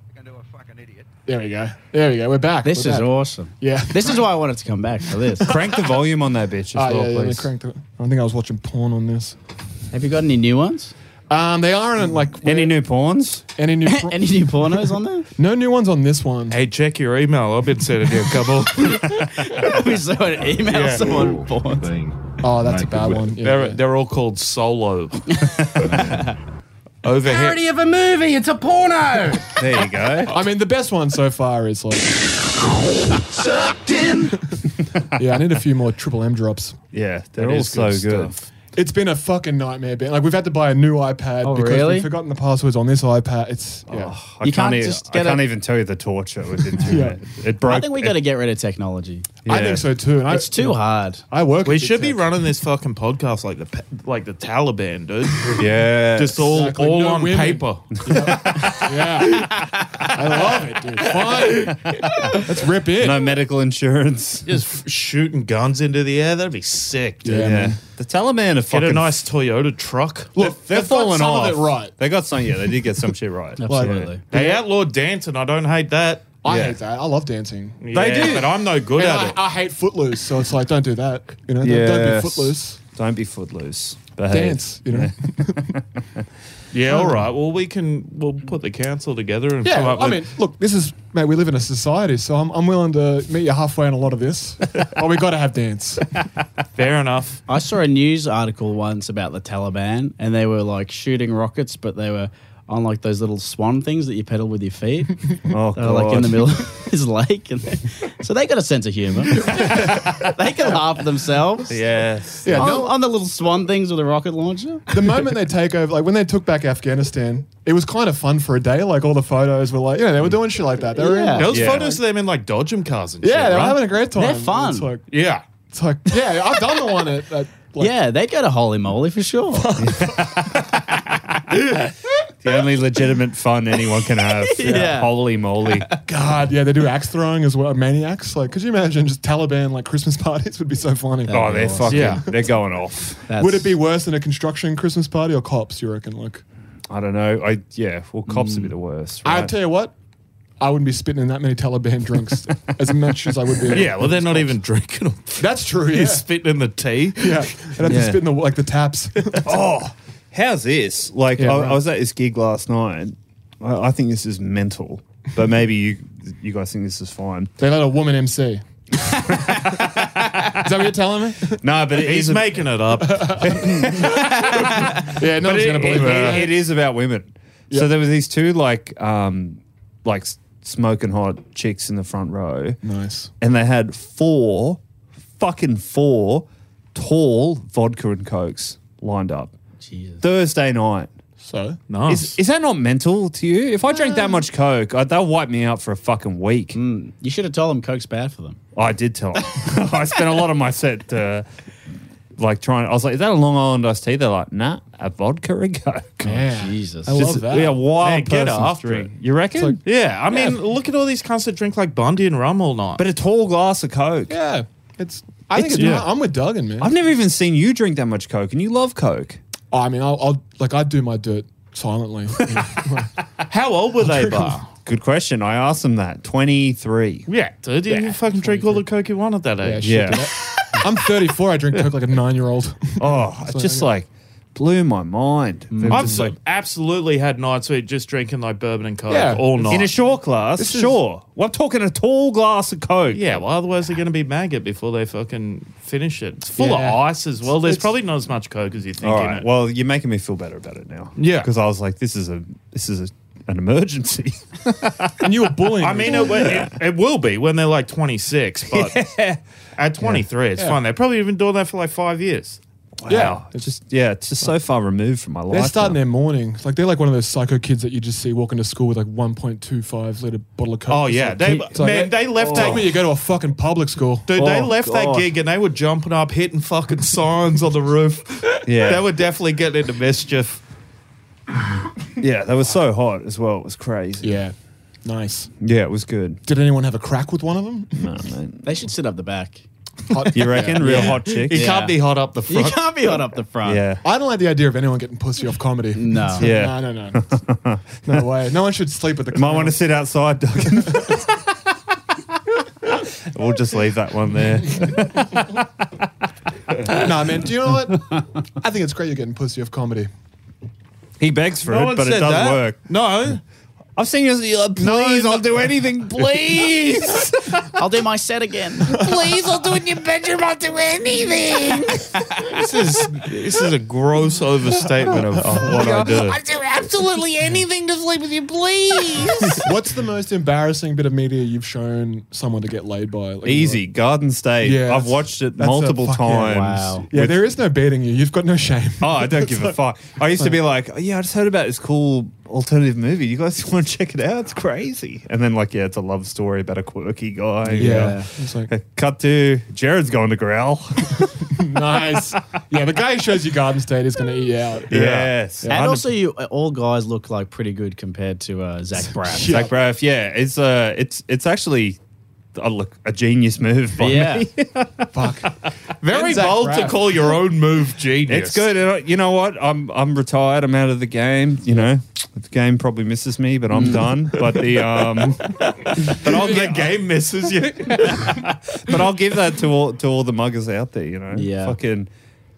Speaker 9: There we go. There we go. We're back.
Speaker 7: This
Speaker 9: We're
Speaker 7: is
Speaker 9: back.
Speaker 7: awesome.
Speaker 9: Yeah.
Speaker 7: This is why I wanted to come back for
Speaker 9: (laughs)
Speaker 7: this.
Speaker 10: Crank the volume on that bitch as
Speaker 9: Ah,
Speaker 8: Oh,
Speaker 10: well,
Speaker 9: yeah, yeah, they
Speaker 10: please.
Speaker 9: cranked it. I think I was watching porn on this.
Speaker 7: Have you got any new ones?
Speaker 9: Um, they aren't like
Speaker 10: Any new pawns?
Speaker 7: (coughs)
Speaker 9: any new pro-
Speaker 7: Any new pornos on there? (laughs)
Speaker 9: no new ones on this one.
Speaker 8: Hey, check your email. I've been sending you a
Speaker 9: (laughs)
Speaker 8: couple.
Speaker 7: we saw an email someone porn.
Speaker 9: Oh, that's a bad one. Yeah,
Speaker 8: they're
Speaker 9: yeah.
Speaker 8: they're all called
Speaker 9: (laughs)
Speaker 8: solo. Over here.
Speaker 5: of a movie. It's a porno.
Speaker 10: There you
Speaker 9: (laughs)
Speaker 10: go.
Speaker 9: I mean, the best one so far is like. (laughs) yeah, I need a few more Triple M drops.
Speaker 10: Yeah, they're
Speaker 8: That
Speaker 10: all
Speaker 8: is
Speaker 10: so
Speaker 8: good
Speaker 10: good.
Speaker 8: stuff.
Speaker 9: It's been a fucking nightmare. Ben. Like we've had to buy a new iPad
Speaker 7: Oh,
Speaker 9: because
Speaker 7: really?
Speaker 9: we've forgotten the passwords on this iPad. It's yeah.
Speaker 10: Oh, I
Speaker 7: You
Speaker 10: can't,
Speaker 7: can't
Speaker 10: even,
Speaker 7: just get
Speaker 10: I can't
Speaker 7: a-
Speaker 10: even tell you the torture with the internet. It broke.
Speaker 7: I think we got to
Speaker 10: it-
Speaker 7: get rid of technology.
Speaker 9: I
Speaker 10: yeah.
Speaker 9: think so too. And I,
Speaker 7: It's too hard.
Speaker 9: I work.
Speaker 8: We
Speaker 9: at big
Speaker 8: should be
Speaker 9: tech.
Speaker 8: running this fucking podcast like the pa- like the Taliban,
Speaker 9: (laughs)
Speaker 8: dude.
Speaker 10: Yeah.
Speaker 8: Just all
Speaker 9: Exactly.
Speaker 8: all
Speaker 9: No
Speaker 8: on
Speaker 9: women.
Speaker 8: paper.
Speaker 9: (laughs) Yeah, I love it, dude. Fine, let's rip in.
Speaker 10: no medical insurance.
Speaker 8: Just f- shooting guns into the air. That'd be sick, dude.
Speaker 9: Yeah,
Speaker 10: Yeah.
Speaker 9: man.
Speaker 10: The Taliban are
Speaker 8: Get
Speaker 10: fucking
Speaker 8: a nice Toyota truck.
Speaker 9: Look,
Speaker 10: They're
Speaker 9: they've got
Speaker 10: falling
Speaker 9: some
Speaker 10: off.
Speaker 9: of it right.
Speaker 10: They got some. Yeah, they did get some shit right.
Speaker 7: Absolutely.
Speaker 8: They outlawed dancing. I don't hate that.
Speaker 9: I
Speaker 10: Yeah.
Speaker 9: hate that. I love dancing.
Speaker 8: They
Speaker 10: do.
Speaker 8: but I'm no good
Speaker 9: And
Speaker 8: at
Speaker 9: I,
Speaker 8: it.
Speaker 9: I hate footloose, so it's like don't do that. You know, Don't- don't
Speaker 10: Yes.
Speaker 9: be footloose.
Speaker 10: Don't be footloose. Behave.
Speaker 9: Dance. You know.
Speaker 8: yeah, all right. Well, we can. We'll put the council together and come
Speaker 9: Yeah,
Speaker 8: up
Speaker 9: I
Speaker 8: with.
Speaker 9: mean, look, this is, mate, we live in a society, so I'm, I'm willing to meet you halfway on a lot of this. oh, we got to have dance.
Speaker 8: fair enough.
Speaker 7: I saw a news article once about the Taliban, and they were like shooting rockets, but they were on like those little swan things that you pedal with your feet. they
Speaker 10: Oh,
Speaker 7: were
Speaker 10: God.
Speaker 7: Uh, like in the middle of (laughs) this lake, and they- so they got a sense of humor. they can laugh at themselves.
Speaker 10: Yes.
Speaker 9: Yeah,
Speaker 7: On,
Speaker 9: no,
Speaker 7: on the little swan things with a rocket launcher.
Speaker 9: Um, the moment they take over, like when they took back Afghanistan, it was kind of fun for a day. Like all the photos were like, you know, they were doing shit like that. They were in-
Speaker 7: Yeah.
Speaker 8: Those
Speaker 10: Yeah.
Speaker 8: photos of them in like Dodgem cars and
Speaker 9: yeah,
Speaker 8: shit,
Speaker 9: they were
Speaker 8: right?
Speaker 9: having a great time.
Speaker 7: They're fun.
Speaker 9: It's like,
Speaker 8: yeah.
Speaker 9: it's like yeah, I've done the one at, at like,
Speaker 7: yeah, they go to holy moly for sure.
Speaker 10: The only legitimate fun anyone can have.
Speaker 7: Yeah.
Speaker 10: Holy moly.
Speaker 9: God, yeah, they do axe throwing as well, maniacs. Like, could you imagine just Taliban like Christmas (laughs) parties would be so funny.
Speaker 10: Oh, they're fucking.
Speaker 8: Yeah.
Speaker 10: They're going off.
Speaker 7: That's-
Speaker 9: would it be worse than a construction Christmas party or cops? You reckon? Like,
Speaker 10: I don't know. I yeah. Well, cops would be the worst.
Speaker 9: I
Speaker 10: Right?
Speaker 9: tell you what, I wouldn't be spitting in that many Taliban drinks as much as I would be.
Speaker 8: Yeah, well, they're not even (laughs) drinking them.
Speaker 9: that's true. Yeah,
Speaker 8: He's spitting in the tea.
Speaker 9: yeah. I'd have
Speaker 10: Yeah.
Speaker 9: to spit in the like the taps.
Speaker 10: oh, how's this? Like,
Speaker 9: Yeah,
Speaker 10: I,
Speaker 9: right.
Speaker 10: I was at this gig last night. I, I think this is mental. But maybe you you guys think this is fine.
Speaker 9: (laughs) They let a woman MC. Is that what you're telling me?
Speaker 10: No, but it
Speaker 8: He's
Speaker 10: is a-
Speaker 8: making it
Speaker 10: (laughs)
Speaker 8: up.
Speaker 9: Yeah, no
Speaker 10: but
Speaker 9: one's gonna
Speaker 10: it,
Speaker 9: believe
Speaker 10: it-
Speaker 9: that.
Speaker 10: it is about women. So there were these two like um like s- smoking hot chicks in the front row,
Speaker 9: Nice.
Speaker 10: and they had four fucking four tall vodka and cokes lined up
Speaker 7: Jesus.
Speaker 10: Thursday night.
Speaker 9: So
Speaker 8: Nice.
Speaker 10: Is, is that not mental to you? If I drank that much coke, I, that'll wipe me out for a fucking week.
Speaker 8: Mm.
Speaker 7: You should have told them Coke's bad for them.
Speaker 10: I
Speaker 8: (laughs)
Speaker 10: did tell. 'em. (laughs) I spent a lot of my set, uh, like trying. I was like, "Is that a Long Island iced tea?" They're like, "Nah, a vodka and coke."
Speaker 9: yeah.
Speaker 7: Jesus.
Speaker 9: I love
Speaker 10: Just-
Speaker 9: that.
Speaker 10: Yeah, wild
Speaker 8: Man, get
Speaker 10: person's
Speaker 8: after
Speaker 10: drink.
Speaker 8: it.
Speaker 10: You reckon?
Speaker 9: It's
Speaker 8: yeah, I mean, look at all these cunts that drink like Bundy and rum all night.
Speaker 10: but a tall glass of coke.
Speaker 9: Yeah. It's. I think
Speaker 10: It's-
Speaker 9: it's.
Speaker 10: yeah.
Speaker 9: I'm with Duggan, man.
Speaker 10: I've never even seen you drink that much coke, and you love coke.
Speaker 9: Oh, I mean, I'll, I'll like I do my dirt silently.
Speaker 8: how old were they, Bar?
Speaker 10: Good question. I asked them that. Twenty three.
Speaker 8: Yeah, dude, you can fucking drink all the coke you want at that
Speaker 9: yeah,
Speaker 8: age.
Speaker 9: shit,
Speaker 10: Yeah.
Speaker 9: dude. I'm 34. I drink coke like a nine-year-old. (laughs)
Speaker 10: Oh, it just like blew my mind. They're
Speaker 8: I've
Speaker 10: just
Speaker 8: s-
Speaker 10: like-
Speaker 8: absolutely had nights where you're just drinking like bourbon and coke
Speaker 9: Yeah.
Speaker 8: all night.
Speaker 10: in a short glass, sure. Well, I'm talking a tall glass of coke.
Speaker 8: yeah, well, otherwise they're going to be maggot before they fucking finish it. It's full
Speaker 9: Yeah.
Speaker 8: of ice as well. There's
Speaker 9: It's-
Speaker 8: probably not as much coke as you think
Speaker 10: All
Speaker 8: in
Speaker 10: right.
Speaker 8: it.
Speaker 10: Well, you're making me feel better about it now.
Speaker 8: Yeah.
Speaker 10: Because I was like, this is a this is a, an emergency. (laughs)
Speaker 9: and you were bullying.
Speaker 8: I mean, it, will- it, it will be when they're like 26,
Speaker 10: (laughs)
Speaker 8: but at 23, it's
Speaker 9: Yeah.
Speaker 8: fine. They've probably been doing that for like five years.
Speaker 9: yeah,
Speaker 10: It's just yeah, it's just so far removed from my life.
Speaker 9: they're starting
Speaker 10: now.
Speaker 9: their morning. Like they're like one of those psycho kids that you just see walking to school with like 1.25 liter bottle of coke.
Speaker 8: Oh,
Speaker 9: It's
Speaker 8: yeah.
Speaker 9: like,
Speaker 8: They,
Speaker 9: it's like,
Speaker 8: man, they left
Speaker 9: Tell
Speaker 8: that.
Speaker 9: me you go to a fucking public school.
Speaker 8: Dude, they
Speaker 10: Oh,
Speaker 8: left that
Speaker 10: God.
Speaker 8: gig and they were jumping up, hitting fucking signs on the roof.
Speaker 10: (laughs) Yeah.
Speaker 8: They were definitely getting into mischief.
Speaker 10: yeah, they were so hot as well. It was crazy.
Speaker 9: Yeah, nice.
Speaker 10: Yeah, it was good.
Speaker 9: Did anyone have a crack with one of
Speaker 8: (laughs)
Speaker 9: them?
Speaker 10: No, man.
Speaker 7: They should sit up the back.
Speaker 9: Hot-
Speaker 10: You reckon? Real hot chicks.
Speaker 8: You
Speaker 10: Yeah.
Speaker 8: can't be hot up the
Speaker 7: You
Speaker 8: front.
Speaker 7: can't be hot up the front.
Speaker 10: Yeah.
Speaker 9: (laughs) I don't like the idea of anyone getting pussy off comedy.
Speaker 7: No.
Speaker 9: It's like,
Speaker 10: Yeah.
Speaker 9: No, no, no.
Speaker 10: (laughs)
Speaker 9: No way. No one should sleep with the.
Speaker 10: Might want to
Speaker 9: clown.
Speaker 10: sit outside, Duggan. (laughs) we'll just leave that one there.
Speaker 9: (laughs) Nah, man. Do you know what? I think it's great you're getting pussy off comedy.
Speaker 10: (laughs) He begs for it, but it doesn't work.
Speaker 8: No.
Speaker 10: I've seen you. you're like, Please, I'll (laughs)
Speaker 7: (laughs)
Speaker 10: do anything. Please.
Speaker 7: I'll do my set again.
Speaker 6: Please, I'll do it in your bedroom. I'll do (laughs) anything.
Speaker 8: This is this is a gross overstatement of
Speaker 10: Oh,
Speaker 8: what I do.
Speaker 6: I'll do absolutely anything to sleep with you, please.
Speaker 9: What's the most embarrassing bit of media you've shown someone to get laid by? Like,
Speaker 10: Easy garden state.
Speaker 9: Yeah,
Speaker 10: I've
Speaker 9: that's-
Speaker 10: watched it
Speaker 9: that's a
Speaker 10: multiple
Speaker 9: fucking-
Speaker 10: times.
Speaker 7: Wow.
Speaker 9: Yeah, there is no beating you. You've got no shame.
Speaker 10: Oh, I don't give a fuck. I used to be like, oh, yeah, I just heard about this cool alternative movie. You guys (laughs) want to check it out? It's crazy. And then, like, yeah, it's a love story about a quirky guy.
Speaker 9: Yeah. It's
Speaker 10: (laughs)
Speaker 9: like,
Speaker 10: Cut to Jared's going to (laughs) growl.
Speaker 9: (laughs) nice. Yeah, the guy who shows you Garden State is going to eat you out.
Speaker 10: yes.
Speaker 7: And also, you all guys look like pretty good compared to uh, Zach Braff.
Speaker 10: Zach Braff, yeah, it's uh, it's it's actually a look a genius move by
Speaker 7: (laughs) yeah.
Speaker 10: me.
Speaker 9: Fuck.
Speaker 8: Very
Speaker 9: And Zach
Speaker 8: bold to
Speaker 9: Braff.
Speaker 8: call your own move genius.
Speaker 10: It's good. And I- you know what? I'm I'm retired. I'm out of the game. You know, the game probably misses me,
Speaker 8: (laughs)
Speaker 10: but I'm done. But the um,
Speaker 8: But on the game misses you.
Speaker 10: (laughs) but I'll give that to all to all the muggers out there. You know,
Speaker 7: Yeah.
Speaker 10: fucking.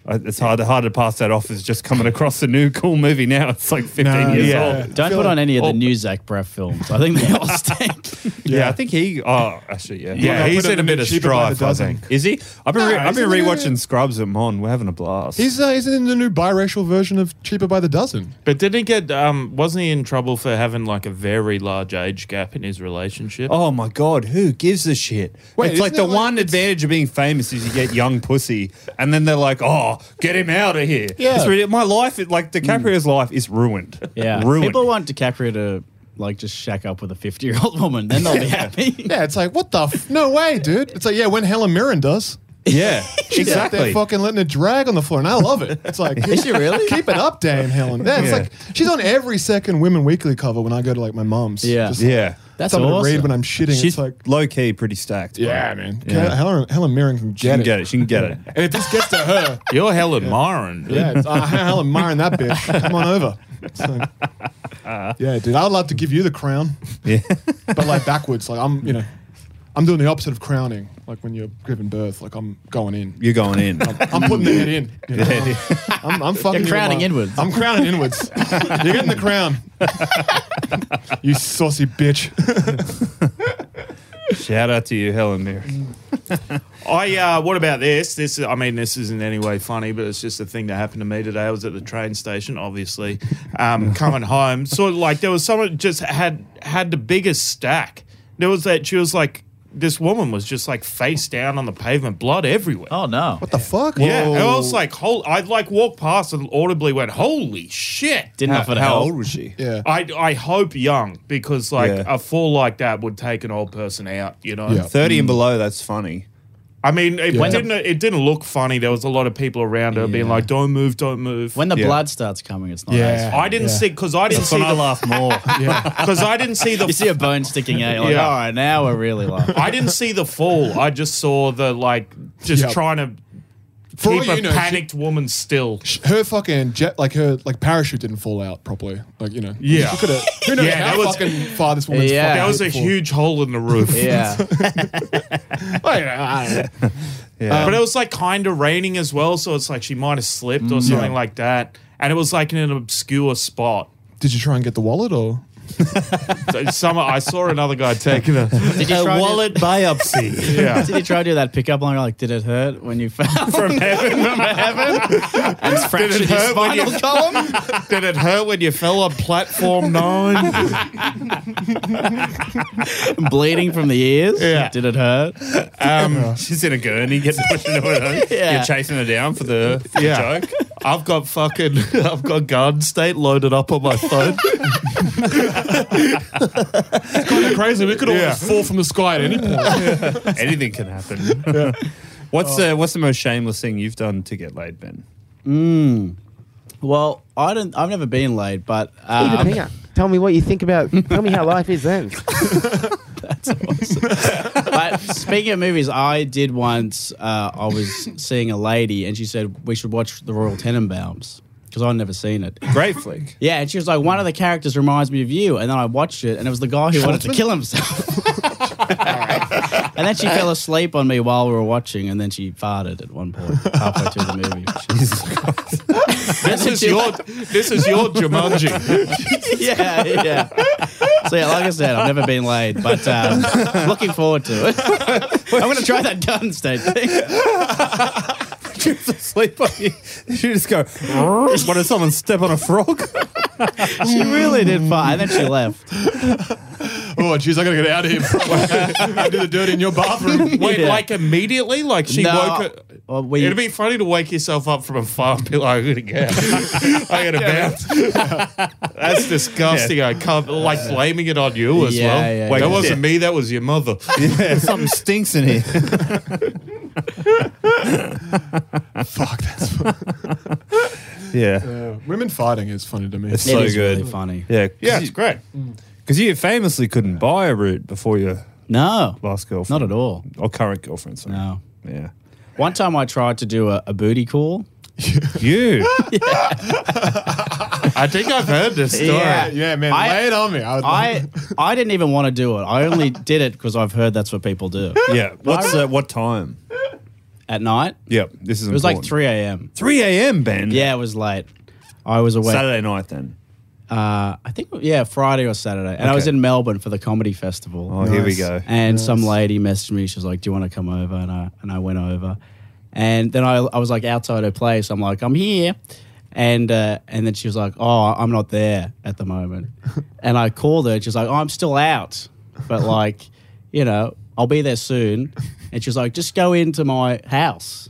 Speaker 10: I- It's hard, hard to pass that off as just coming across a new cool movie now. It's like 15
Speaker 9: No,
Speaker 10: years
Speaker 9: yeah.
Speaker 10: old.
Speaker 9: I
Speaker 7: Don't
Speaker 9: feel
Speaker 7: put
Speaker 9: like-
Speaker 7: on any of
Speaker 10: Oh.
Speaker 7: the new Zach Braff films. I think they all stink.
Speaker 10: Yeah. I think he. Oh, actually, yeah.
Speaker 8: Yeah,
Speaker 9: I'll
Speaker 8: he's
Speaker 9: put
Speaker 8: in
Speaker 9: him
Speaker 8: a
Speaker 9: in
Speaker 8: bit
Speaker 9: the
Speaker 8: of
Speaker 9: cheaper by the
Speaker 8: strife, I
Speaker 9: dozen.
Speaker 8: think.
Speaker 10: Is he? I've been, re-
Speaker 9: No,
Speaker 10: I've been
Speaker 9: isn't it-
Speaker 10: rewatching Scrubs at Mon. We're having a blast.
Speaker 9: He's, uh, he's in the new biracial version of Cheaper by the Dozen.
Speaker 8: But didn't he get um wasn't he in trouble for having like a very large age gap in his relationship?
Speaker 10: Oh my god, who gives a shit?
Speaker 9: Wait,
Speaker 10: it's like
Speaker 9: isn't
Speaker 10: the
Speaker 9: it like-
Speaker 10: one advantage of being famous is you get young pussy, and then they're like, "Oh, get him out of here."
Speaker 9: Yeah.
Speaker 10: it's really, my life, it, like DiCaprio's life, is ruined.
Speaker 7: Yeah.
Speaker 10: ruined.
Speaker 7: People want DiCaprio to like just shack up with a 50 year old woman. Then they'll be happy.
Speaker 9: Yeah, it's like, what the f? No way, dude. It's like, yeah, when Helen Mirren does.
Speaker 10: yeah,
Speaker 9: She's out there
Speaker 10: exactly.
Speaker 9: fucking letting it drag on the floor, and I love it. It's like, is she really? Keep it up, damn Helen. Yeah, it's
Speaker 10: Yeah.
Speaker 9: like she's on every second Women Weekly cover when I go to like my mom's.
Speaker 7: Yeah.
Speaker 9: Just, like,
Speaker 10: Yeah,
Speaker 7: That's
Speaker 9: something
Speaker 7: awesome.
Speaker 9: to read when I'm shitting.
Speaker 10: she's
Speaker 9: it's like,
Speaker 10: low key, pretty stacked. bro.
Speaker 9: yeah, man.
Speaker 10: Yeah.
Speaker 9: Helen, Helen Mirren can
Speaker 10: she
Speaker 9: get
Speaker 10: can
Speaker 9: it.
Speaker 10: get it. She can
Speaker 9: (laughs)
Speaker 10: get it.
Speaker 9: And if this gets to her,
Speaker 8: You're Helen Myron. dude.
Speaker 9: yeah, it's, (laughs) uh, Helen Mirren, that bitch, come on over. It's (laughs) like- yeah, dude, I'd love to give you the crown,
Speaker 10: Yeah,
Speaker 9: but like backwards, like I'm, you know, I'm doing the opposite of crowning. Like when you're giving birth, like I'm going in.
Speaker 10: You're going
Speaker 9: (laughs)
Speaker 10: in.
Speaker 9: I'm putting the head in. you know? I'm, I'm fucking
Speaker 7: You're crowning
Speaker 9: with
Speaker 7: inwards.
Speaker 9: I'm crowning inwards. you're getting the crown. you saucy bitch.
Speaker 10: Shout out to you, Helen Mirren.
Speaker 9: Mm.
Speaker 8: I uh, what about this? This I mean, this isn't in any way funny, but it's just a thing that happened to me today. I was at the train station, obviously, um, coming home. Sort of like there was someone just had had the biggest stack. There was that she was like this woman was just like face down on the pavement, blood everywhere.
Speaker 7: Oh no!
Speaker 9: What the fuck?
Speaker 8: Yeah, and I was like, hol I like walked past and audibly went, "Holy shit!"
Speaker 7: Didn't offer to
Speaker 10: How
Speaker 7: help.
Speaker 10: old was she?
Speaker 9: Yeah.
Speaker 8: I I hope young because like
Speaker 10: Yeah.
Speaker 8: a fall like that would take an old person out. You know,
Speaker 9: Yeah.
Speaker 10: 30 and below, that's funny.
Speaker 8: I mean, it
Speaker 9: When the-
Speaker 8: didn't it didn't look funny. There was a lot of people around her being
Speaker 7: Yeah.
Speaker 8: like, "Don't move, don't move."
Speaker 7: When the
Speaker 10: Yeah.
Speaker 7: blood starts coming, it's not.
Speaker 9: Yeah.
Speaker 7: as
Speaker 8: I didn't
Speaker 9: Yeah.
Speaker 8: see because I didn't see
Speaker 7: I
Speaker 8: the
Speaker 7: laugh
Speaker 8: (laughs)
Speaker 7: more.
Speaker 8: because I didn't see
Speaker 7: (laughs)
Speaker 8: the
Speaker 7: you see a bone sticking out. You're like,
Speaker 8: Yeah.
Speaker 7: all right, now we're really
Speaker 8: (laughs)
Speaker 7: laughing.
Speaker 8: I didn't see the fall. I just saw the like just
Speaker 9: Yeah.
Speaker 8: trying to
Speaker 9: For all
Speaker 8: keep a
Speaker 9: you know, she-
Speaker 8: panicked woman still.
Speaker 9: her fucking jet, like her like parachute didn't fall out properly. Like you know,
Speaker 8: Yeah.
Speaker 9: She could've- who knows
Speaker 8: Yeah, that
Speaker 9: how
Speaker 8: was-
Speaker 9: fucking far this woman's
Speaker 7: Yeah.
Speaker 9: fucking
Speaker 8: There was a
Speaker 9: hit before.
Speaker 8: huge hole in
Speaker 7: (laughs)
Speaker 8: the roof.
Speaker 7: Yeah.
Speaker 9: Like,
Speaker 8: (laughs)
Speaker 9: I don't know.
Speaker 10: Yeah.
Speaker 8: But it was like kind of raining as well, so it's like she might have slipped
Speaker 7: Mm.
Speaker 8: or something
Speaker 9: Yeah.
Speaker 8: like that. And it was like in an obscure spot.
Speaker 9: Did you try and get the wallet or?
Speaker 8: So some I saw
Speaker 7: (laughs)
Speaker 8: another guy taking a
Speaker 7: Did you try To,
Speaker 8: (laughs)
Speaker 10: biopsy.
Speaker 8: yeah.
Speaker 7: (laughs) did you try to do that pickup line? Like, did it hurt when you fell from heaven? From heaven? And fractured your
Speaker 8: hurt when
Speaker 7: spinal
Speaker 10: (laughs)
Speaker 7: column?
Speaker 8: Did it hurt when you fell on platform
Speaker 9: (laughs)
Speaker 8: nine?
Speaker 7: Bleeding from the ears?
Speaker 8: Yeah.
Speaker 7: Did it hurt?
Speaker 10: um, she's in a gurney, gets (laughs) pushed into her.
Speaker 7: Yeah.
Speaker 10: You're chasing her down for the, for
Speaker 8: Yeah.
Speaker 10: the joke.
Speaker 8: I've got fucking (laughs) I've got Garden State loaded up on my phone.
Speaker 9: Kinda crazy. We could all
Speaker 8: Yeah.
Speaker 9: just fall from the sky at any point.
Speaker 10: Anything can happen. What's
Speaker 8: Oh.
Speaker 10: the What's the most shameless thing you've done to get laid, Ben?
Speaker 7: Well, I don't. I've never been laid, but um,
Speaker 11: Peter, tell me what you think about. Tell me how life is
Speaker 7: (laughs)
Speaker 11: then.
Speaker 7: but speaking of movies, I did once. Uh, I was seeing a lady, and she said we should watch The Royal Tenenbaums because I'd never seen it.
Speaker 10: Great (laughs) flick.
Speaker 7: Yeah, and she was like, one of the characters reminds me of you, and then I watched it, and it was the guy who wanted to kill himself. (laughs) and then she fell asleep on me while we were watching, and then she farted at one point halfway through the
Speaker 8: (laughs)
Speaker 7: movie.
Speaker 8: this is your this is your
Speaker 9: (laughs)
Speaker 8: Jumanji.
Speaker 7: (laughs) yeah, yeah. So yeah, like I said, I've never been laid, but um, looking forward to it. (laughs) I'm going to try that gun state thing.
Speaker 10: she was asleep on you. She just go, (laughs) what did someone step on a frog?
Speaker 7: (laughs) She really did fart, and then she left.
Speaker 9: oh, jeez, I gotta get out of here. before (laughs) I I do the dirty in
Speaker 8: (laughs)
Speaker 9: your bathroom.
Speaker 8: Wait,
Speaker 7: Yeah.
Speaker 8: like immediately? Like she
Speaker 7: No,
Speaker 8: woke up.
Speaker 7: well, we-
Speaker 8: It'd be funny to wake yourself up from a farm pill. I gotta get out. (laughs) I gotta bounce. (laughs) That's disgusting. I can't like blaming it on you as
Speaker 7: Yeah,
Speaker 8: well.
Speaker 7: yeah,
Speaker 8: Wait,
Speaker 7: yeah.
Speaker 8: that wasn't me, that was your mother.
Speaker 7: (laughs)
Speaker 10: yeah, something stinks in (laughs) here.
Speaker 9: Fuck, that's
Speaker 10: (laughs) Yeah.
Speaker 9: uh, women fighting is funny to me.
Speaker 10: It's
Speaker 7: It
Speaker 10: so
Speaker 7: is
Speaker 10: good.
Speaker 7: really funny.
Speaker 10: Yeah. 'cause
Speaker 8: Yeah,
Speaker 10: you-
Speaker 8: it's great.
Speaker 10: Because you famously couldn't buy a root before your
Speaker 7: No,
Speaker 10: last girlfriend.
Speaker 7: not at all.
Speaker 10: Or current girlfriend, sorry.
Speaker 7: No.
Speaker 10: Yeah.
Speaker 7: One time I tried to do a, a booty call. (laughs)
Speaker 10: You.
Speaker 8: I think I've heard this story.
Speaker 7: Yeah.
Speaker 9: yeah, man,
Speaker 7: I-
Speaker 9: lay it on me. I, would,
Speaker 10: (laughs)
Speaker 7: I I didn't even want to do it. I only did it because I've heard that's what people do
Speaker 10: yeah. What's uh, what time?
Speaker 7: at night.
Speaker 10: Yep. This is
Speaker 7: It was like 3 a.m.
Speaker 10: 3 a.m., Ben.
Speaker 7: Yeah, it was late. I was awake.
Speaker 10: Saturday night then.
Speaker 7: Uh, I think yeah, Friday or Saturday, and I
Speaker 10: Okay.
Speaker 7: was in Melbourne for the comedy festival.
Speaker 10: Oh, here we go.
Speaker 7: And some lady messaged me. She was like, "Do you want to come over?" And I and I went over. And then I, I was like outside her place. I'm like, "I'm here," and uh, and then she was like, "Oh, I'm not there at the moment." and I called her. And she was like, "Oh, I'm still out, but like, you know, I'll be there soon." And she was like, "Just go into my house."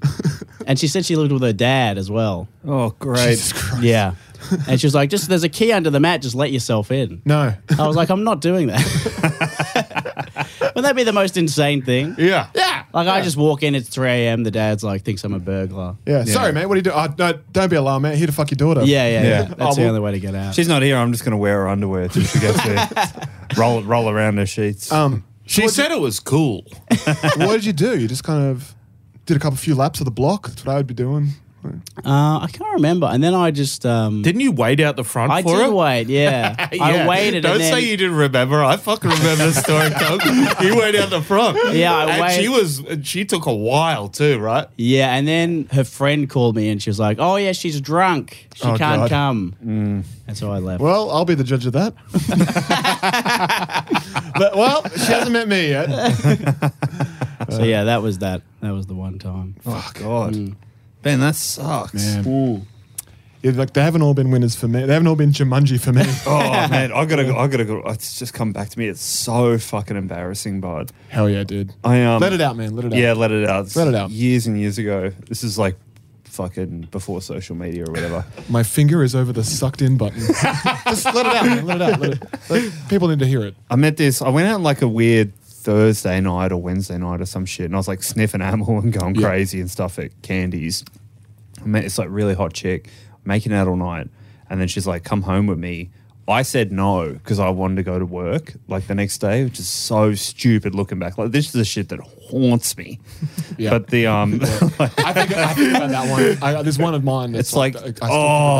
Speaker 7: and she said she lived with her dad as well.
Speaker 10: Oh, great.
Speaker 7: Yeah. And she was like, just there's a key under the mat, just let yourself in.
Speaker 9: no.
Speaker 7: I was like, I'm not doing that. Wouldn't that (laughs) be the most insane thing?
Speaker 8: (laughs) Yeah.
Speaker 7: Yeah. Like, I just walk in, it's 3 a.m. The dad's like, thinks I'm a burglar.
Speaker 9: Yeah, sorry, mate. What are you doing? Oh, no, don't be alarmed, man. Here to fuck your daughter.
Speaker 7: Yeah, yeah, yeah.
Speaker 10: Yeah.
Speaker 7: That's
Speaker 10: Oh,
Speaker 7: the
Speaker 10: well-
Speaker 7: only way to get out.
Speaker 10: She's not here. I'm just going to wear her underwear till she gets
Speaker 7: (laughs)
Speaker 10: there. roll, roll around her sheets.
Speaker 9: Um,
Speaker 8: She said it was cool.
Speaker 9: what did you do? You just kind of did a couple few laps of the block. That's what I would be doing.
Speaker 7: Uh, I can't remember. And then I just um,
Speaker 8: Didn't you wait out the front
Speaker 7: I
Speaker 8: for
Speaker 7: did
Speaker 8: it?
Speaker 7: wait. Yeah, I
Speaker 8: Yeah.
Speaker 7: waited.
Speaker 8: Don't
Speaker 7: and then,
Speaker 8: say you didn't remember. I fucking remember the story, (laughs) Doug. You went out the front.
Speaker 7: Yeah, I
Speaker 8: and
Speaker 7: waited-
Speaker 8: she was. and She took a while too, right?
Speaker 7: Yeah, and then her friend called me and she was like, "Oh yeah, she's drunk. She
Speaker 9: Oh,
Speaker 7: can't
Speaker 9: God.
Speaker 7: come." And so I left.
Speaker 9: Well, I'll be the judge of
Speaker 10: (laughs)
Speaker 9: that. but, well, she hasn't met me yet.
Speaker 7: so yeah, that was that. That was the one time.
Speaker 10: Oh, God. Ben, that sucks.
Speaker 9: Yeah, like they haven't all been winners for me. They haven't all been Jumanji for me.
Speaker 10: (laughs) Oh, man. I gotta go. I gotta go. It's just come back to me. It's so fucking embarrassing, bud.
Speaker 9: Hell yeah, dude.
Speaker 10: I um,
Speaker 9: Let it out, man. Let it out.
Speaker 10: Yeah, let it out. This
Speaker 9: Let it
Speaker 10: is
Speaker 9: out.
Speaker 10: Years and years ago. This is like fucking before social media or whatever.
Speaker 9: My finger is over the sucked
Speaker 10: (laughs)
Speaker 9: in button. Just let it out, man. Let it out. Let it, let- people need to hear it.
Speaker 10: I met this. I went out on like a weird Thursday night or Wednesday night or some shit, and I was like sniffing (laughs) animal and going
Speaker 9: Yeah.
Speaker 10: crazy and stuff at candies. I met this like really hot chick, making out all night, and then she's like, "Come home with me." I said no because I wanted to go to work like the next day, which is so stupid looking back. Like this is the shit that haunts me.
Speaker 9: (laughs) Yeah.
Speaker 10: But the
Speaker 9: (laughs)
Speaker 10: um,
Speaker 9: I think, I think about that one. I, uh, there's one of mine.
Speaker 10: (laughs)
Speaker 9: That's
Speaker 10: it's like,
Speaker 9: I- I still think
Speaker 10: oh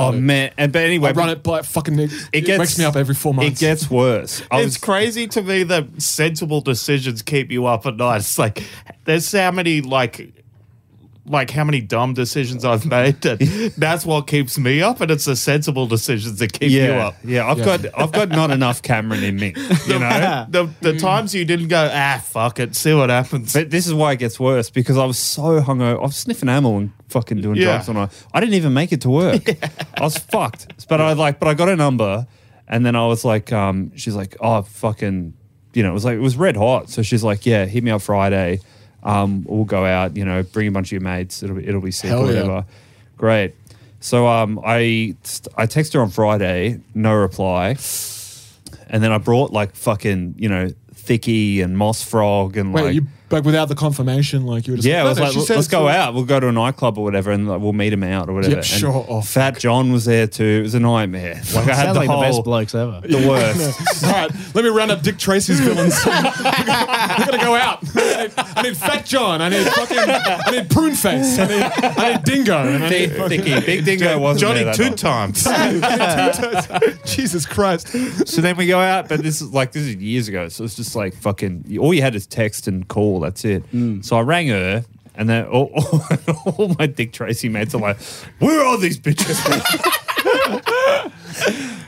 Speaker 9: about it.
Speaker 10: man. And but anyway,
Speaker 9: I run it by fucking. It,
Speaker 10: It gets
Speaker 9: wakes me up every four months.
Speaker 10: It gets worse. I
Speaker 8: it's
Speaker 10: was-
Speaker 8: crazy to me that sensible decisions keep you up at night. It's like there's how many like like how many dumb decisions I've made that
Speaker 10: (laughs)
Speaker 8: that's what keeps me up, and it's the sensible decisions that keep you
Speaker 10: Yeah,
Speaker 8: up.
Speaker 10: yeah. I've
Speaker 9: Yeah.
Speaker 10: got I've got not enough Cameron in
Speaker 8: (laughs)
Speaker 10: me. You know.
Speaker 8: The, the times you didn't go, ah, fuck it, see what happens.
Speaker 10: Mm. But this is why it gets worse because I was so hungover. I was sniffing amyl and fucking doing
Speaker 8: Yeah.
Speaker 10: drugs, and I I didn't even make it to
Speaker 9: (laughs)
Speaker 10: work. I was fucked. But I like, but I got a number, and then I was like, um, she's like, oh fucking, you know, it was like it was red hot. So she's like, yeah, hit me up Friday. Um, we'll go out. You know, bring a bunch of your mates. It'll be it'll be sick
Speaker 9: Hell
Speaker 10: or
Speaker 9: yeah.
Speaker 10: whatever. Great. So um, I I text her on Friday, no reply. And then I brought like fucking, you know, Thicky and Moss Frog and
Speaker 9: Wait,
Speaker 10: like
Speaker 9: you like without the confirmation? Like you were just
Speaker 10: yeah,
Speaker 9: no,
Speaker 10: I was
Speaker 9: no,
Speaker 10: like,
Speaker 9: she
Speaker 10: "Look,
Speaker 9: said
Speaker 10: let's
Speaker 9: it's
Speaker 10: go
Speaker 9: all-
Speaker 10: out. We'll go to a nightclub or whatever, and like, we'll meet him out or whatever. And
Speaker 9: sure. Oh,
Speaker 10: Fat John was there too. It was a nightmare. Like I had
Speaker 7: Sounds
Speaker 10: the
Speaker 7: like
Speaker 10: whole,
Speaker 7: the best blokes ever.
Speaker 10: the
Speaker 9: (laughs)
Speaker 10: worst.
Speaker 9: All right, let me round up Dick Tracy's villains. We're gonna go out. (laughs) I need, I need Fat John. I need fucking. I need Prune Face.
Speaker 10: (laughs)
Speaker 9: I need, I need Dingo. And I need
Speaker 10: Big Thicky, Big Dingo wasn't
Speaker 8: Johnny
Speaker 10: there that
Speaker 8: two
Speaker 10: night.
Speaker 9: (laughs)
Speaker 8: times.
Speaker 9: Jesus Christ.
Speaker 10: So then we go out, but this is like this is years ago. So it's just like fucking. All you had is text and call. That's it.
Speaker 8: Mm.
Speaker 10: So I rang her, and then all, (laughs) all, all my Dick Tracy mates are like, "Where are these bitches?"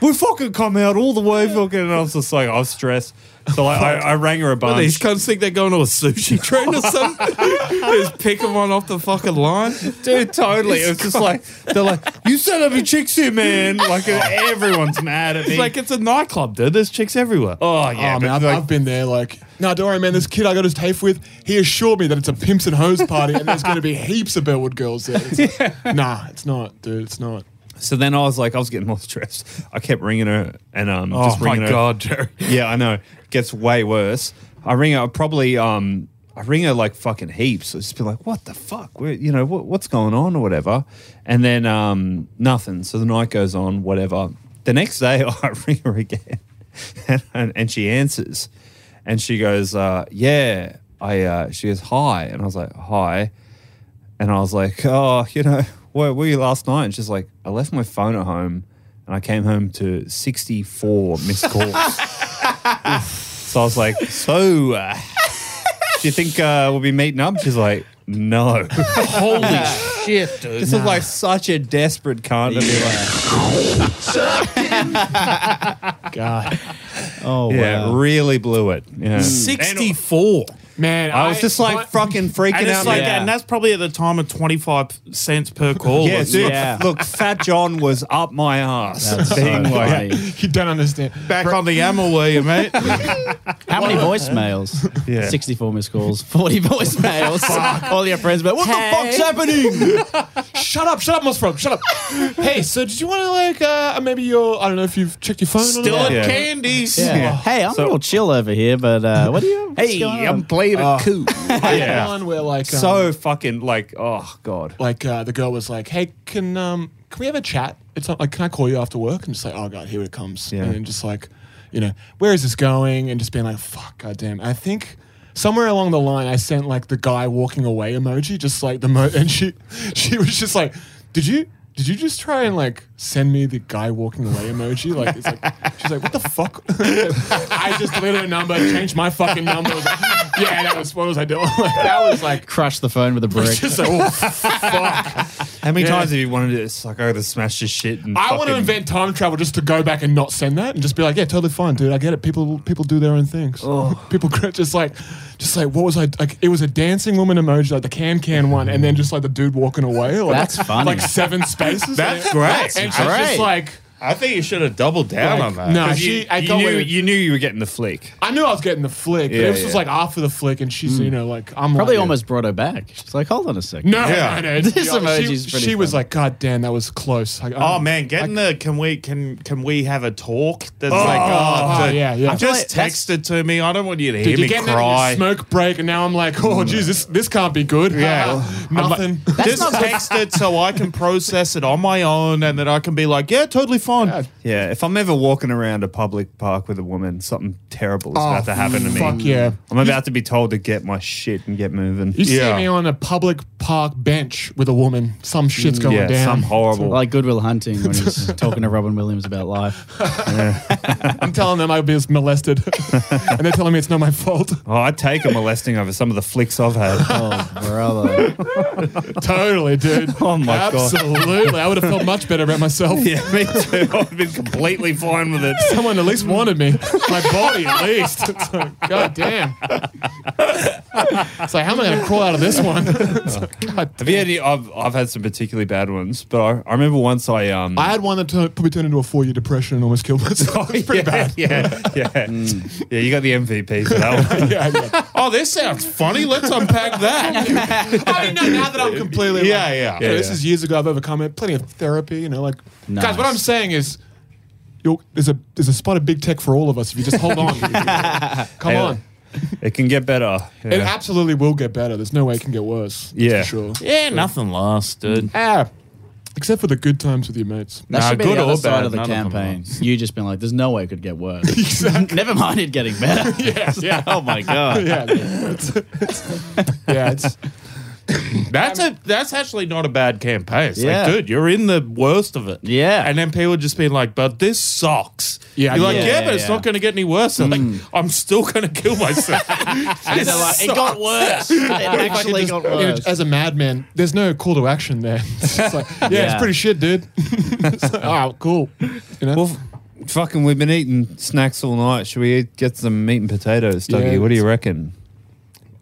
Speaker 10: (laughs) we fucking come out all the way fucking. And I was just like, I was stressed. So like, I, I rang her a bunch. (laughs)
Speaker 8: These cunts think they're going to a sushi train or something. Just pick them one off the fucking line.
Speaker 10: Dude, totally. It was just like they're like, "You set up your chicks here, man!" Like everyone's mad at me.
Speaker 8: It's like it's a nightclub, dude. There's chicks everywhere. Oh
Speaker 9: oh, man, I've, I've been there. Like, no, don't worry, man. This kid I got his TAFE with, he assured me that it's a pimps and hoes party, and there's going to be heaps of Bellwood girls there. It's like, nah, it's not, dude. It's not.
Speaker 10: so then I was like, I was getting more stressed. I kept ringing her and um, just
Speaker 8: Oh my
Speaker 10: ringing her.
Speaker 8: god, Jerry.
Speaker 10: (laughs) Yeah, I know. It gets way worse. I ring her probably. Um, I ring her like fucking heaps. I just be like, "What the fuck? Where, you know what, what's going on or whatever?" And then um, nothing. So the night goes on, whatever. The next day, (laughs) I ring her again, (laughs) and, and, and she answers, and she goes, uh, "Yeah." I uh, she goes, "Hi," and I was like, "Hi." And I was like, oh, you know, where were you last night? And she's like, I left my phone at home and I came home to 64 missed
Speaker 8: (laughs)
Speaker 10: calls. so I was like, so uh, do you think uh, we'll be meeting up? She's like, no. (laughs)
Speaker 8: Holy shit, dude.
Speaker 10: this is like such a desperate cunt. to be like,
Speaker 9: God.
Speaker 7: Oh
Speaker 10: yeah,
Speaker 7: wow.
Speaker 10: really blew it. Yeah.
Speaker 8: Mm. 64.
Speaker 9: Man,
Speaker 10: I was just like fucking freaking
Speaker 8: And
Speaker 10: out.
Speaker 8: it's like,
Speaker 7: Yeah.
Speaker 8: and that's probably at the time of 25 cents per call.
Speaker 10: yeah, dude,
Speaker 7: Yeah.
Speaker 10: look, Fat John was up my ass.
Speaker 7: That's so
Speaker 10: being like,
Speaker 7: funny.
Speaker 9: (laughs) You don't understand.
Speaker 8: Back on the ammo were you, mate?
Speaker 7: How many voicemails?
Speaker 10: Yeah.
Speaker 7: 64 missed calls, 40 (laughs)
Speaker 10: (laughs)
Speaker 7: voicemails. All your friends, but what the fuck's happening?
Speaker 9: Shut up, shut up, Mosfrog, shut up. hey, so did you want to, like, uh, maybe your, I don't know if you've checked your phone or
Speaker 8: Still
Speaker 9: not.
Speaker 8: at
Speaker 10: Yeah.
Speaker 8: candies.
Speaker 7: Yeah.
Speaker 10: Yeah.
Speaker 7: Hey, I'm
Speaker 10: So-
Speaker 7: real chill over here, but uh, what are you? what's going on?
Speaker 10: playing it cool.
Speaker 9: I had
Speaker 10: Oh. (laughs) yeah.
Speaker 9: one where, like, um,
Speaker 10: so fucking like, oh god.
Speaker 9: like uh, the girl was like, "Hey, can um can we have a chat? It's not, like, can I call you after work?" And just like, "Oh god, here it comes."
Speaker 10: Yeah.
Speaker 9: And then just like, you know, where is this going? And just being like, "Fuck, goddamn." I think somewhere along (laughs) the line, I sent like the guy walking away emoji, just like the mo, and she she was just like. Did you? Did you just try and like send me the guy walking away emoji? Like, it's like she's like, what the fuck? (laughs) I just deleted her number, changed my fucking number. I was like, (laughs) yeah, that was what was I doing? (laughs) that was like, (laughs)
Speaker 7: Crush the phone with a brick.
Speaker 9: just like, oh, fuck.
Speaker 10: How many
Speaker 9: Yeah.
Speaker 10: times have you wanted to? It's like, I gotta smash this shit. And
Speaker 9: I want to
Speaker 10: fucking-
Speaker 9: invent time travel just to go back and not send that and just be like, yeah, totally fine, dude. I get it. People people do their own things. (laughs) People cr- just like, just like, what was I? Like, it was a dancing woman emoji, like the can can one, and then just like the dude walking away. Like,
Speaker 7: That's funny.
Speaker 9: Like seven spaces.
Speaker 8: That's
Speaker 9: And-
Speaker 8: great.
Speaker 9: And she's
Speaker 7: great.
Speaker 9: just like,
Speaker 8: I think you should have doubled down
Speaker 9: Like,
Speaker 8: on that.
Speaker 9: no,
Speaker 8: 'Cause
Speaker 9: she-
Speaker 8: you,
Speaker 9: I
Speaker 8: you
Speaker 9: got
Speaker 8: knew-
Speaker 9: away with-
Speaker 10: You knew you were getting the flick.
Speaker 9: I knew I was getting the flick, but
Speaker 10: Yeah,
Speaker 9: it was just
Speaker 10: yeah.
Speaker 9: like after the flick, and she's, you know, like, I'm
Speaker 7: Probably
Speaker 9: like,
Speaker 7: almost brought her back. She's like, hold on a second.
Speaker 9: No,
Speaker 8: Yeah.
Speaker 9: no, no.
Speaker 7: This emoji's
Speaker 9: she,
Speaker 7: pretty
Speaker 9: she was
Speaker 7: funny.
Speaker 9: like, God damn, that was close. Like,
Speaker 8: Oh
Speaker 9: um,
Speaker 8: man, getting the can we can can we have a talk? That's like oh,
Speaker 9: oh,
Speaker 8: dude,
Speaker 9: yeah, yeah. I feel
Speaker 8: Just
Speaker 7: like
Speaker 8: text it to me. I don't want you to hear
Speaker 9: Did you
Speaker 8: me
Speaker 9: get that in
Speaker 8: cry.
Speaker 9: your smoke break? And now I'm like,
Speaker 10: Mm.
Speaker 9: oh, geez, this, this can't be good. Uh,
Speaker 8: Yeah.
Speaker 10: (laughs)
Speaker 9: nothing.
Speaker 8: Just text it so I can process it on my own, and then I can be like, yeah, totally fine.
Speaker 9: Yeah.
Speaker 10: Yeah, if I'm ever walking around a public park with a woman, something terrible is about to happen to me.
Speaker 9: Oh, Fuck yeah.
Speaker 10: I'm about to be told to get my shit and get moving.
Speaker 9: You
Speaker 8: Yeah.
Speaker 9: see me on a public park bench with a woman. Some shit's going
Speaker 10: Mm, yeah,
Speaker 9: down.
Speaker 10: some horrible.
Speaker 7: Like Goodwill Hunting when he's talking to Robin Williams about life.
Speaker 9: I'm telling them I
Speaker 10: (laughs)
Speaker 9: was molested. (laughs) and they're telling me it's not my fault.
Speaker 10: oh, I'd take a molesting over some of the flicks I've had.
Speaker 7: Oh, brother.
Speaker 9: totally, dude.
Speaker 10: Oh my God.
Speaker 9: Absolutely. I would have felt much better about myself.
Speaker 10: (laughs) yeah, me too. I've been completely fine with it.
Speaker 9: Someone at least wanted me. My body, at least. (laughs) It's like, God damn. It's like, how am I going to crawl out of this one? (laughs) It's like, God
Speaker 10: Have you had any? I've, I've had some particularly bad ones, but I, I remember once I um (laughs) Oh,
Speaker 9: I had one that turned, probably turned into a four year depression and almost killed myself. It's
Speaker 10: yeah,
Speaker 9: pretty bad.
Speaker 10: (laughs)
Speaker 9: Mm.
Speaker 10: Yeah, yeah, yeah. You got the MVP for that
Speaker 9: (laughs)
Speaker 10: one.
Speaker 9: Yeah, yeah.
Speaker 8: Oh, this sounds funny. Let's unpack that.
Speaker 9: (laughs) I mean, no, now that I'm completely.
Speaker 8: Yeah,
Speaker 9: like-
Speaker 8: yeah.
Speaker 9: You know,
Speaker 10: Yeah,
Speaker 9: This
Speaker 10: yeah.
Speaker 9: is years ago. I've overcome it. Plenty of therapy, you know. Like, guys, what
Speaker 7: Nice.
Speaker 9: I'm saying is, you'll, there's a there's a spot of big tech for all of us if you just hold on. Come
Speaker 10: Hey,
Speaker 9: on,
Speaker 10: It can get better.
Speaker 9: it
Speaker 10: Yeah.
Speaker 9: absolutely will get better. There's no way it can get worse. that's
Speaker 10: Yeah.
Speaker 9: for sure.
Speaker 8: yeah, nothing lasts,
Speaker 9: (laughs)
Speaker 8: dude.
Speaker 9: Ah, except for the good times with your mates.
Speaker 7: That
Speaker 8: Nah,
Speaker 7: should be
Speaker 8: good
Speaker 7: the
Speaker 8: or
Speaker 7: other side
Speaker 8: bad,
Speaker 7: of the
Speaker 8: none of them
Speaker 7: campaign. you just been like, there's no way it could get worse. Never mind it getting better.
Speaker 9: yeah.
Speaker 7: (laughs) oh my god.
Speaker 9: Yeah, it's, it's- yeah, it's
Speaker 8: That's a that's actually not a bad campaign. It's
Speaker 7: Yeah.
Speaker 8: like, dude, you're in the worst of it.
Speaker 7: Yeah.
Speaker 8: And then people just being like, but this sucks.
Speaker 9: Yeah,
Speaker 8: You're like,
Speaker 9: yeah,
Speaker 8: yeah,
Speaker 7: yeah,
Speaker 8: but it's
Speaker 7: yeah.
Speaker 8: not gonna get any worse. I'm like, I'm still gonna
Speaker 7: (laughs)
Speaker 8: kill myself.
Speaker 7: And they're like, it got worse. It actually
Speaker 9: just-
Speaker 7: got
Speaker 9: you know,
Speaker 7: worse.
Speaker 9: as a madman, there's no call to action there. (laughs) It's just like, yeah, it's
Speaker 7: Yeah.
Speaker 9: pretty shit, dude. (laughs) it's like, oh, cool. You know,
Speaker 10: Well, f- fucking, we've been eating snacks all night. Should we eat- get some meat and potatoes, Dougie?
Speaker 9: Yeah.
Speaker 10: what do you reckon?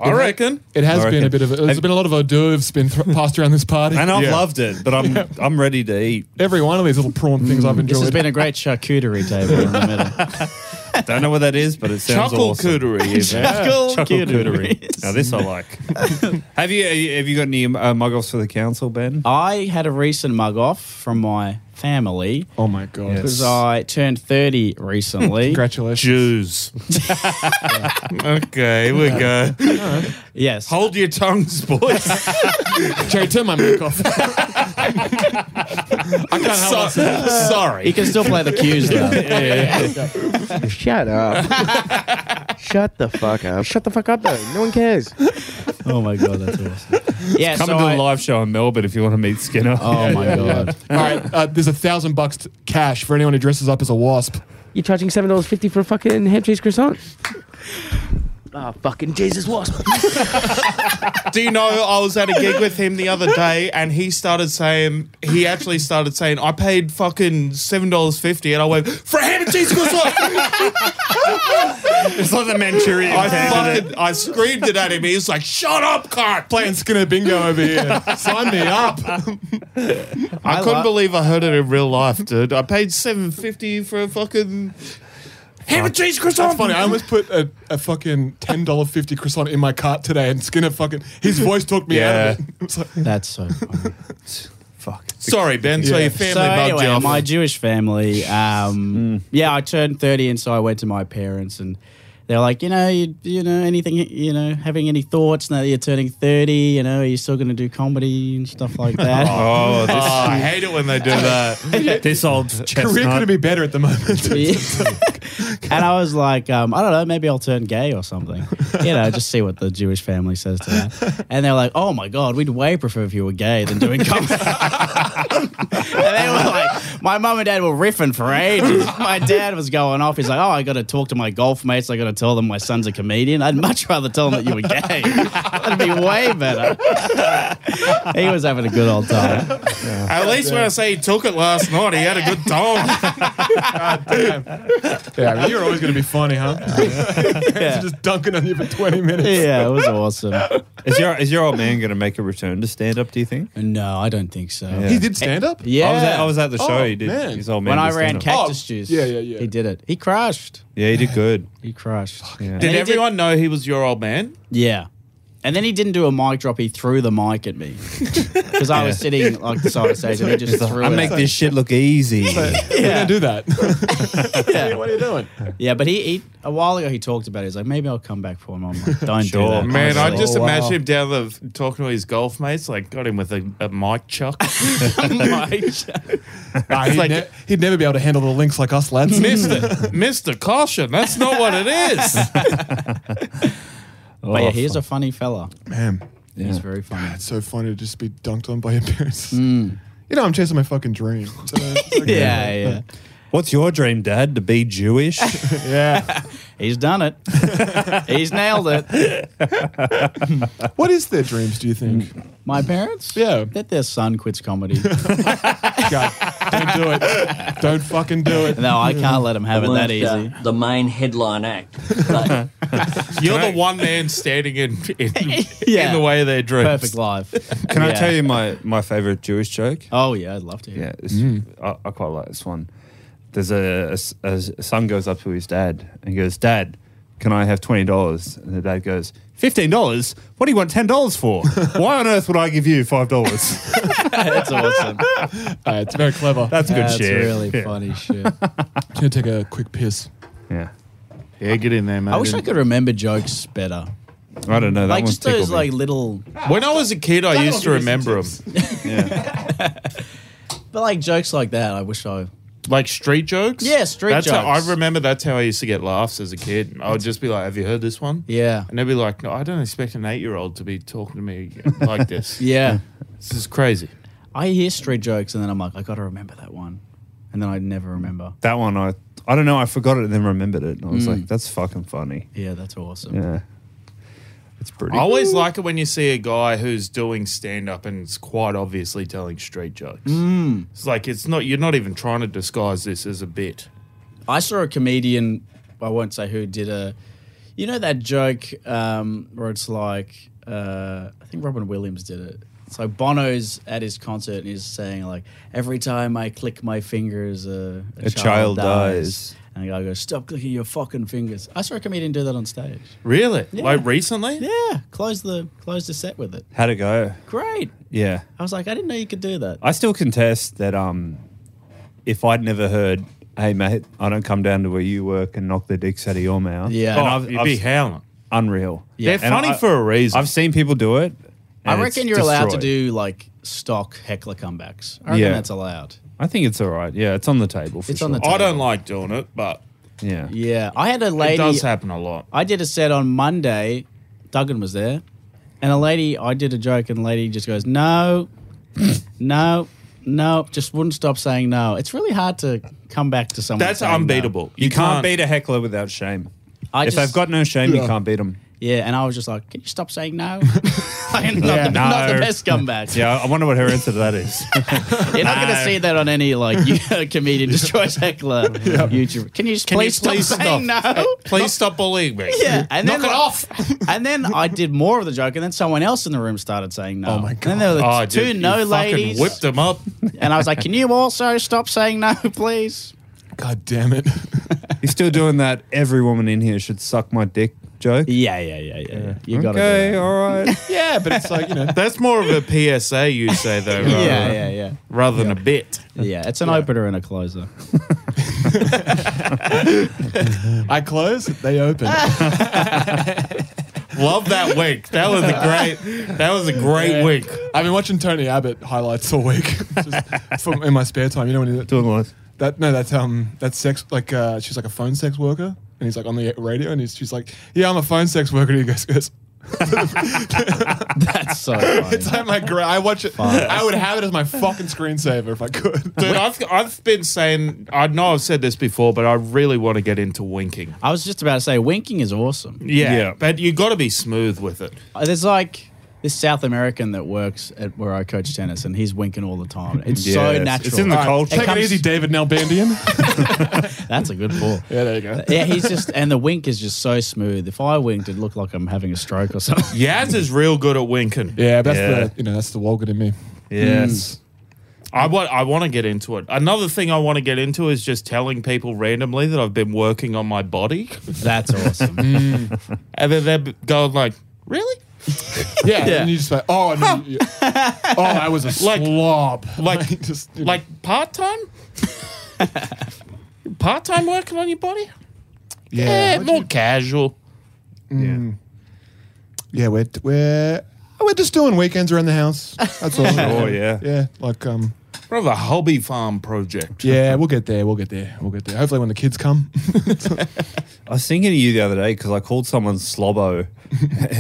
Speaker 8: I reckon.
Speaker 9: it has
Speaker 10: I
Speaker 9: been a
Speaker 10: reckon-
Speaker 9: bit of a, there's
Speaker 10: Have-
Speaker 9: been a lot of hors d'oeuvres been th- passed around this party.
Speaker 10: And I've loved it, but
Speaker 9: (laughs)
Speaker 10: I'm I'm ready to eat.
Speaker 9: Every one of these little prawn things I've
Speaker 7: Mm. this has
Speaker 9: enjoyed.
Speaker 7: been a great charcuterie table in the middle.
Speaker 10: Don't know what that is, but it sounds
Speaker 8: Chuckle
Speaker 10: awesome.
Speaker 8: cootery is
Speaker 10: (laughs)
Speaker 8: it?
Speaker 10: Now this I like.
Speaker 9: (laughs)
Speaker 10: have you have you got any uh, mug offs for the council, Ben?
Speaker 7: I had a recent mug off from my family
Speaker 9: oh my god!
Speaker 10: Yes.
Speaker 7: because I turned 30
Speaker 10: (laughs)
Speaker 7: recently.
Speaker 9: Congratulations.
Speaker 8: Jews. okay, we
Speaker 7: (laughs)
Speaker 8: go.
Speaker 7: yes.
Speaker 8: Hold your tongues, boys.
Speaker 9: (laughs) Jerry, turn my mic
Speaker 7: (laughs)
Speaker 9: off. I can't help myself.
Speaker 8: sorry.
Speaker 7: you can still play the cues
Speaker 10: (laughs)
Speaker 7: though.
Speaker 11: Shut up. Shut the fuck up. Shut the fuck up, though. No one cares.
Speaker 7: Oh my god, that's awesome. Yeah,
Speaker 10: Come
Speaker 7: so
Speaker 10: to
Speaker 7: I-
Speaker 10: the live show in Melbourne if you want to meet Skinner.
Speaker 7: Oh my god.
Speaker 9: All right, uh, there's a thousand bucks t- cash for anyone who dresses up as a wasp.
Speaker 11: You're charging seven dollars fifty for a fucking ham cheese croissant. Ah, fucking Jesus wasp.
Speaker 8: Do you know I was at a gig with him the other day and he started saying he actually started saying I paid fucking seven dollars fifty and I went for a ham and cheese croissant."
Speaker 10: It's like the Manchurian
Speaker 8: I fucking I screamed it at him. He was like, "Shut up, cunt!"
Speaker 9: Playing Skinner Bingo over here. (laughs) Sign me up.
Speaker 8: I, couldn't
Speaker 7: lo-
Speaker 8: believe I heard it in real life, dude. I paid seven fifty for a fucking ham and cheese croissant.
Speaker 9: That's funny. I almost put a, a fucking ten dollar fifty croissant in my cart today, and Skinner fucking his voice talked me out of it. (laughs) It was like,
Speaker 7: That's
Speaker 10: (laughs)
Speaker 7: so funny.
Speaker 10: Fuck.
Speaker 8: Sorry, Ben. So
Speaker 9: Yeah.
Speaker 8: your family
Speaker 7: so
Speaker 8: bugged you
Speaker 7: anyway,
Speaker 8: off.
Speaker 7: my Jewish
Speaker 10: (laughs)
Speaker 7: family,
Speaker 10: Mm.
Speaker 7: um, yeah, I turned 30 and so I went to my parents and they're like, you know, you, you know, anything, you know, having any thoughts now that you're turning 30, you know, are you still going to do comedy and stuff like
Speaker 10: (laughs)
Speaker 7: that?
Speaker 10: Oh,
Speaker 8: Oh,
Speaker 10: this, (laughs)
Speaker 8: I hate it when they do that.
Speaker 10: this old
Speaker 9: career
Speaker 10: chestnut.
Speaker 9: couldn't be better at the
Speaker 7: (laughs)
Speaker 9: moment.
Speaker 7: Yeah. And I was like, um, I don't know, maybe I'll turn gay or something. You know, just see what the Jewish family says to that. And they're like, oh my God, we'd way prefer if you were gay than doing comedy. (laughs) and they were like, my mum and dad were riffing for ages. My dad was going off. He's like, oh, I got to talk to my golf mates. I got to tell them my son's a comedian. I'd much rather tell them that you were gay. That'd be way better. he was having a good old time.
Speaker 10: (laughs)
Speaker 8: At least when I say he took it last night, he had a good
Speaker 7: (laughs)
Speaker 8: time.
Speaker 9: Yeah, I mean, you're always going to be
Speaker 7: (laughs)
Speaker 9: funny, huh? Just dunking on you for 20 minutes.
Speaker 7: Yeah, it was awesome.
Speaker 10: Is your is your old man going to make a return to stand up? Do you think?
Speaker 7: No, I don't think so.
Speaker 10: Yeah.
Speaker 9: He did stand up?
Speaker 7: Yeah.
Speaker 10: I was at, I was at the show.
Speaker 9: Oh,
Speaker 10: he did.
Speaker 9: man.
Speaker 10: His old man
Speaker 7: when I
Speaker 10: did
Speaker 7: ran
Speaker 10: stand-up.
Speaker 7: Cactus
Speaker 9: Oh,
Speaker 7: Juice.
Speaker 9: yeah, yeah, yeah.
Speaker 7: He did it. He crashed.
Speaker 10: Yeah, he did good.
Speaker 7: He crashed.
Speaker 10: Yeah.
Speaker 8: Did
Speaker 7: he
Speaker 8: everyone know he was your old man?
Speaker 7: Yeah. And then he didn't do a mic drop. He threw the mic at
Speaker 9: (laughs)
Speaker 7: me because I was sitting like the side of stage, and he just threw
Speaker 10: I
Speaker 7: it.
Speaker 10: make
Speaker 7: at
Speaker 10: this shit
Speaker 7: (laughs)
Speaker 10: look easy.
Speaker 9: We're going to do that.
Speaker 7: me. Yeah.
Speaker 9: what are you doing?
Speaker 7: yeah, but he, he a while ago he talked about. it. He's like, maybe I'll come back for him. I'm like, don't do
Speaker 10: Sure.
Speaker 7: that,
Speaker 8: Man, I
Speaker 7: honestly.
Speaker 8: just
Speaker 9: Oh, wow.
Speaker 8: imagine him down the talking to his golf mates. Like, got him with a, a
Speaker 7: (laughs)
Speaker 8: mic chuck. (laughs)
Speaker 9: Nah, he'd,
Speaker 8: like-
Speaker 9: ne- he'd never be able to handle the links like us lads.
Speaker 7: (laughs)
Speaker 8: Mister, Mister Caution. That's not what it
Speaker 9: (laughs)
Speaker 8: is.
Speaker 7: But yeah, he's a funny fella.
Speaker 9: Man,
Speaker 7: He's very funny.
Speaker 9: it's so funny to just be dunked on by your parents. You know, I'm chasing my
Speaker 7: (laughs)
Speaker 9: fucking dream.
Speaker 7: (laughs)
Speaker 9: So,
Speaker 7: Hmm. Yeah, yeah.
Speaker 10: What's your dream, Dad? To be Jewish?
Speaker 9: (laughs) yeah.
Speaker 7: He's done it. he's nailed it.
Speaker 9: What is their dreams, do you
Speaker 7: (laughs)
Speaker 9: think?
Speaker 7: My parents?
Speaker 9: Yeah.
Speaker 7: That their son quits comedy.
Speaker 9: God, don't do it. Don't fucking do it.
Speaker 7: no, I can't let him have it that easy.
Speaker 12: The, the main headline act. But
Speaker 8: You're the one man standing in
Speaker 7: (laughs)
Speaker 8: in,
Speaker 7: Yeah.
Speaker 8: in the way of their dreams.
Speaker 10: (laughs)
Speaker 7: Perfect life.
Speaker 10: Can I
Speaker 7: Yeah.
Speaker 10: tell you my my favorite Jewish joke?
Speaker 7: Oh yeah, I'd love to. Hear.
Speaker 10: Yeah, it's,
Speaker 8: Mm.
Speaker 10: I, I quite like this one. There's a, a s- a s- a son goes up to his dad and goes, "Dad, can I have twenty dollars?" And the dad goes, 15 dollars? What do you want ten dollars
Speaker 8: (laughs)
Speaker 10: for? Why on earth would I give you five dollars?"
Speaker 7: that's
Speaker 10: (laughs)
Speaker 7: awesome.
Speaker 9: Uh, it's very clever.
Speaker 10: That's good
Speaker 7: that's
Speaker 10: shit.
Speaker 7: really
Speaker 10: yeah.
Speaker 7: funny
Speaker 10: (laughs)
Speaker 7: shit.
Speaker 9: I'm going to take a quick piss.
Speaker 10: Yeah,
Speaker 8: Yeah, get in there, man.
Speaker 7: I wish I could remember jokes better.
Speaker 10: I don't know. That
Speaker 7: Like
Speaker 10: one's
Speaker 7: just those
Speaker 10: tickled me.
Speaker 7: like little,
Speaker 8: When I was a kid, I used to remember them,
Speaker 7: but like jokes like that. I wish I.
Speaker 8: like street jokes.
Speaker 7: Yeah, street
Speaker 8: that's How,
Speaker 7: jokes.
Speaker 8: I remember that's how I used to get laughs as a kid. I would just be like, "Have you heard this one?"
Speaker 7: Yeah.
Speaker 8: and they'd be like, "No, I don't expect an eight-year-old to be talking to me
Speaker 7: (laughs)
Speaker 8: like this.
Speaker 7: Yeah.
Speaker 8: This is crazy."
Speaker 7: I hear street jokes and then I'm like, I gotta remember that one, and then I never remember.
Speaker 10: that one. I I don't know. I forgot it and then remembered it, and I was like, "That's fucking funny."
Speaker 7: Yeah, that's awesome.
Speaker 10: Yeah, it's pretty.
Speaker 8: I always like it when you see a guy who's doing stand-up and it's quite obviously telling street jokes.
Speaker 7: Hmm.
Speaker 8: It's like it's not you're not even trying to disguise this as a bit.
Speaker 7: I saw a comedian, I won't say who, did a, you know that joke um, where it's like, uh, I think Robin Williams did it. So Bono's at his concert and he's saying like, every time I click my fingers, uh, a,
Speaker 10: child dies.
Speaker 7: And the guy goes, stop clicking your fucking fingers. I saw a comedian do that on stage.
Speaker 8: Really? Like recently?
Speaker 7: Yeah, close the close the set with it.
Speaker 10: How'd it go?
Speaker 7: Great.
Speaker 10: Yeah.
Speaker 7: I was like, I didn't know you could do that.
Speaker 10: I still contest that um, if I'd never heard, hey mate, I don't come down to where you work and knock the dicks out of your mouth.
Speaker 7: Yeah.
Speaker 10: and
Speaker 7: Oh,
Speaker 10: I've,
Speaker 8: You'd
Speaker 10: I've,
Speaker 8: be howling.
Speaker 10: unreal.
Speaker 7: Yeah.
Speaker 8: They're
Speaker 10: And
Speaker 8: funny
Speaker 10: I-
Speaker 8: for a reason.
Speaker 10: I've seen people do it.
Speaker 7: I
Speaker 10: and
Speaker 7: reckon
Speaker 10: it's
Speaker 7: you're allowed to
Speaker 10: destroyed.
Speaker 7: do like stock heckler comebacks. I reckon
Speaker 10: Yeah.
Speaker 7: that's allowed.
Speaker 10: I think it's all right. Yeah, it's on the table. For
Speaker 7: It's on the
Speaker 10: sure.
Speaker 8: I don't like doing it, but
Speaker 10: Yeah.
Speaker 7: Yeah, I had a
Speaker 8: it
Speaker 7: lady.
Speaker 8: does happen a lot.
Speaker 7: I did a set on Monday. Duggan was there, and a lady. I did a joke, and the lady just goes, "No, (sniffs) no, no," just wouldn't stop saying no. It's really hard to come back to someone.
Speaker 8: That's
Speaker 7: saying no.
Speaker 8: unbeatable.
Speaker 10: You, can't, beat a heckler without shame.
Speaker 7: I
Speaker 10: if
Speaker 7: just-
Speaker 10: they've got no shame,
Speaker 9: Yeah.
Speaker 10: you can't beat them.
Speaker 7: Yeah, and I was just like, "Can you stop saying no?" Like, not, the, not the
Speaker 10: No.
Speaker 7: best comeback.
Speaker 10: Yeah, I wonder what her answer to that (laughs) is.
Speaker 7: You're not going to see that on any like (laughs) you- comedian destroys heckler YouTube. Can you just
Speaker 8: Can
Speaker 7: please,
Speaker 8: you please
Speaker 7: stop saying
Speaker 8: stop?
Speaker 7: no?
Speaker 8: (laughs) Please stop bullying me.
Speaker 7: Yeah, and
Speaker 8: knock
Speaker 7: then
Speaker 8: it
Speaker 7: like-
Speaker 8: off.
Speaker 7: (laughs) and then I did more of the joke, and then someone else in the room started saying no.
Speaker 9: Oh, my
Speaker 7: And then there were the
Speaker 8: Oh,
Speaker 7: two
Speaker 8: dude, you
Speaker 7: no
Speaker 8: fucking
Speaker 7: ladies,
Speaker 8: Whipped
Speaker 7: (laughs)
Speaker 8: them up.
Speaker 7: and I was like, "Can you also stop saying no, (laughs) please?"
Speaker 9: God damn
Speaker 7: (laughs)
Speaker 9: it.
Speaker 10: You're still doing that. Every woman in here should suck my dick joke.
Speaker 7: Yeah, yeah, yeah, yeah. yeah. You got to
Speaker 10: Okay,
Speaker 7: do that.
Speaker 10: all
Speaker 7: (laughs)
Speaker 10: right.
Speaker 9: yeah, but it's like, you know,
Speaker 8: That's more of a PSA you say though, rather,
Speaker 7: (laughs) Yeah, yeah, yeah,
Speaker 8: rather than a bit.
Speaker 7: yeah. It's an opener and a closer. (laughs)
Speaker 9: I close, they open.
Speaker 7: (laughs)
Speaker 8: Love that wink. That was a great. That was a great
Speaker 9: Yeah.
Speaker 8: wink.
Speaker 9: (laughs) I've been watching Tony Abbott highlights all week, just from, in my spare time. You know when he,
Speaker 10: Doing what?
Speaker 9: that no, that's um, that's sex. Like uh, she's like a phone sex worker, and he's like on the radio, and he's, she's like, "Yeah, I'm a phone sex worker." And he goes, goes
Speaker 7: That's so funny.
Speaker 9: "It's like my gra- I watch it.
Speaker 7: Fine.
Speaker 9: I would have it as my fucking screensaver if I could." (laughs)
Speaker 8: Dude, I've, I've been saying, I know I've said this before, but I really want to get into winking.
Speaker 7: I was just about to say, winking is awesome.
Speaker 8: Yeah.
Speaker 10: Yeah.
Speaker 8: But you got to be smooth with it.
Speaker 7: Uh, There's like this South American that works at where I coach tennis, and he's winking all the time. It's
Speaker 10: Yeah,
Speaker 7: so
Speaker 10: it's-
Speaker 7: natural.
Speaker 10: it's in the culture.
Speaker 9: Take it easy, David Nalbandian.
Speaker 7: That's a good ball.
Speaker 9: yeah, there you go.
Speaker 7: (laughs) yeah, he's just, and the wink is just so smooth. If I winked, it'd look like I'm having a stroke or something. (laughs)
Speaker 8: Yaz is real good at winking.
Speaker 9: Yeah, but that's
Speaker 10: Yeah.
Speaker 9: the you know that's the Walgett in me.
Speaker 10: Yes.
Speaker 8: I want I want to get into it. Another thing I want to get into is just telling people randomly that I've been working on my body,
Speaker 7: That's awesome.
Speaker 8: and then they're going like, "Really?"
Speaker 9: Yeah, and you just like, oh, and then you- oh, that was a
Speaker 8: Like-
Speaker 9: slob.
Speaker 8: Like
Speaker 9: (laughs) just you know.
Speaker 8: like part (laughs) time, part time working on your body. Yeah,
Speaker 9: What'd
Speaker 8: more
Speaker 9: you-
Speaker 8: casual.
Speaker 7: Mm.
Speaker 10: Mm.
Speaker 9: yeah, we're we're oh, we're just doing weekends around the house.
Speaker 10: (laughs)
Speaker 9: That's all.
Speaker 10: Oh, yeah.
Speaker 9: yeah, like um,
Speaker 8: More of a hobby farm project.
Speaker 9: yeah, we'll get there. We'll get there. We'll get there. Hopefully, when the kids come. (laughs)
Speaker 10: I was thinking of you the other day because I called
Speaker 7: (laughs)
Speaker 10: someone slobbo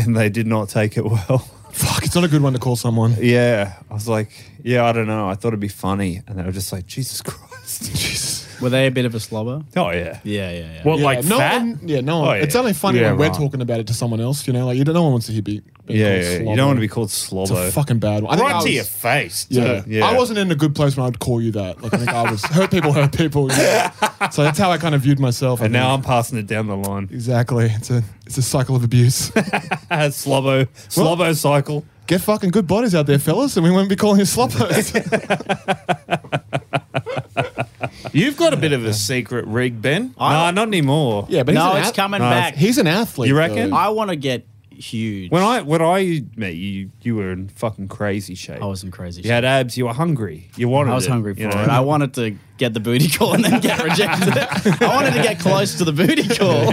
Speaker 10: and they did not take it well.
Speaker 9: Fuck, it's not a good one to call someone.
Speaker 10: (laughs) Yeah. I was like, yeah, I don't know. I thought it'd be funny. And they were just like, Jesus Christ. Jesus.
Speaker 7: Were they a bit of a slobber?
Speaker 10: Oh, yeah.
Speaker 7: Yeah, yeah, yeah.
Speaker 8: What like
Speaker 9: no
Speaker 8: fat?
Speaker 9: one. Yeah, no one.
Speaker 10: Oh, yeah.
Speaker 9: It's only funny
Speaker 8: Yeah,
Speaker 9: when
Speaker 8: right.
Speaker 9: we're talking about it to someone else. You know, like you don't. No one wants to hear be. being
Speaker 10: Yeah.
Speaker 9: called
Speaker 10: yeah. You
Speaker 9: slobber.
Speaker 10: don't want to be called
Speaker 9: It's a
Speaker 10: slobbo.
Speaker 9: fucking bad one. I think I
Speaker 8: right to
Speaker 9: was-
Speaker 8: your face. too.
Speaker 9: Yeah.
Speaker 10: Yeah.
Speaker 9: I wasn't in a good place when I'd call you that. Like I think I was hurt people, hurt people.
Speaker 10: (laughs)
Speaker 9: Yeah. So that's how I kind of viewed myself. I
Speaker 10: and now
Speaker 9: think.
Speaker 10: I'm passing it down the line.
Speaker 9: exactly. It's a it's a cycle of abuse.
Speaker 10: slobbo. Slobbo cycle.
Speaker 9: Get fucking good bodies out there, fellas, and we won't be calling you sloppers.
Speaker 8: You've got a bit of a secret rig, Ben.
Speaker 10: Nah, not anymore.
Speaker 9: yeah, but he's
Speaker 7: no,
Speaker 9: an
Speaker 7: it's
Speaker 9: ath-
Speaker 7: coming
Speaker 10: No,
Speaker 7: back.
Speaker 9: He's an athlete.
Speaker 10: You reckon?
Speaker 9: though.
Speaker 7: I want to get huge.
Speaker 10: When I when I met you, you were in fucking crazy shape.
Speaker 7: I was in crazy
Speaker 10: You
Speaker 7: shape.
Speaker 10: had abs. You were hungry. You wanted.
Speaker 7: I was
Speaker 10: it,
Speaker 7: hungry for
Speaker 10: you know?
Speaker 7: it. I wanted to get the booty call and then get rejected. I wanted to get close to the
Speaker 10: (laughs)
Speaker 7: booty call.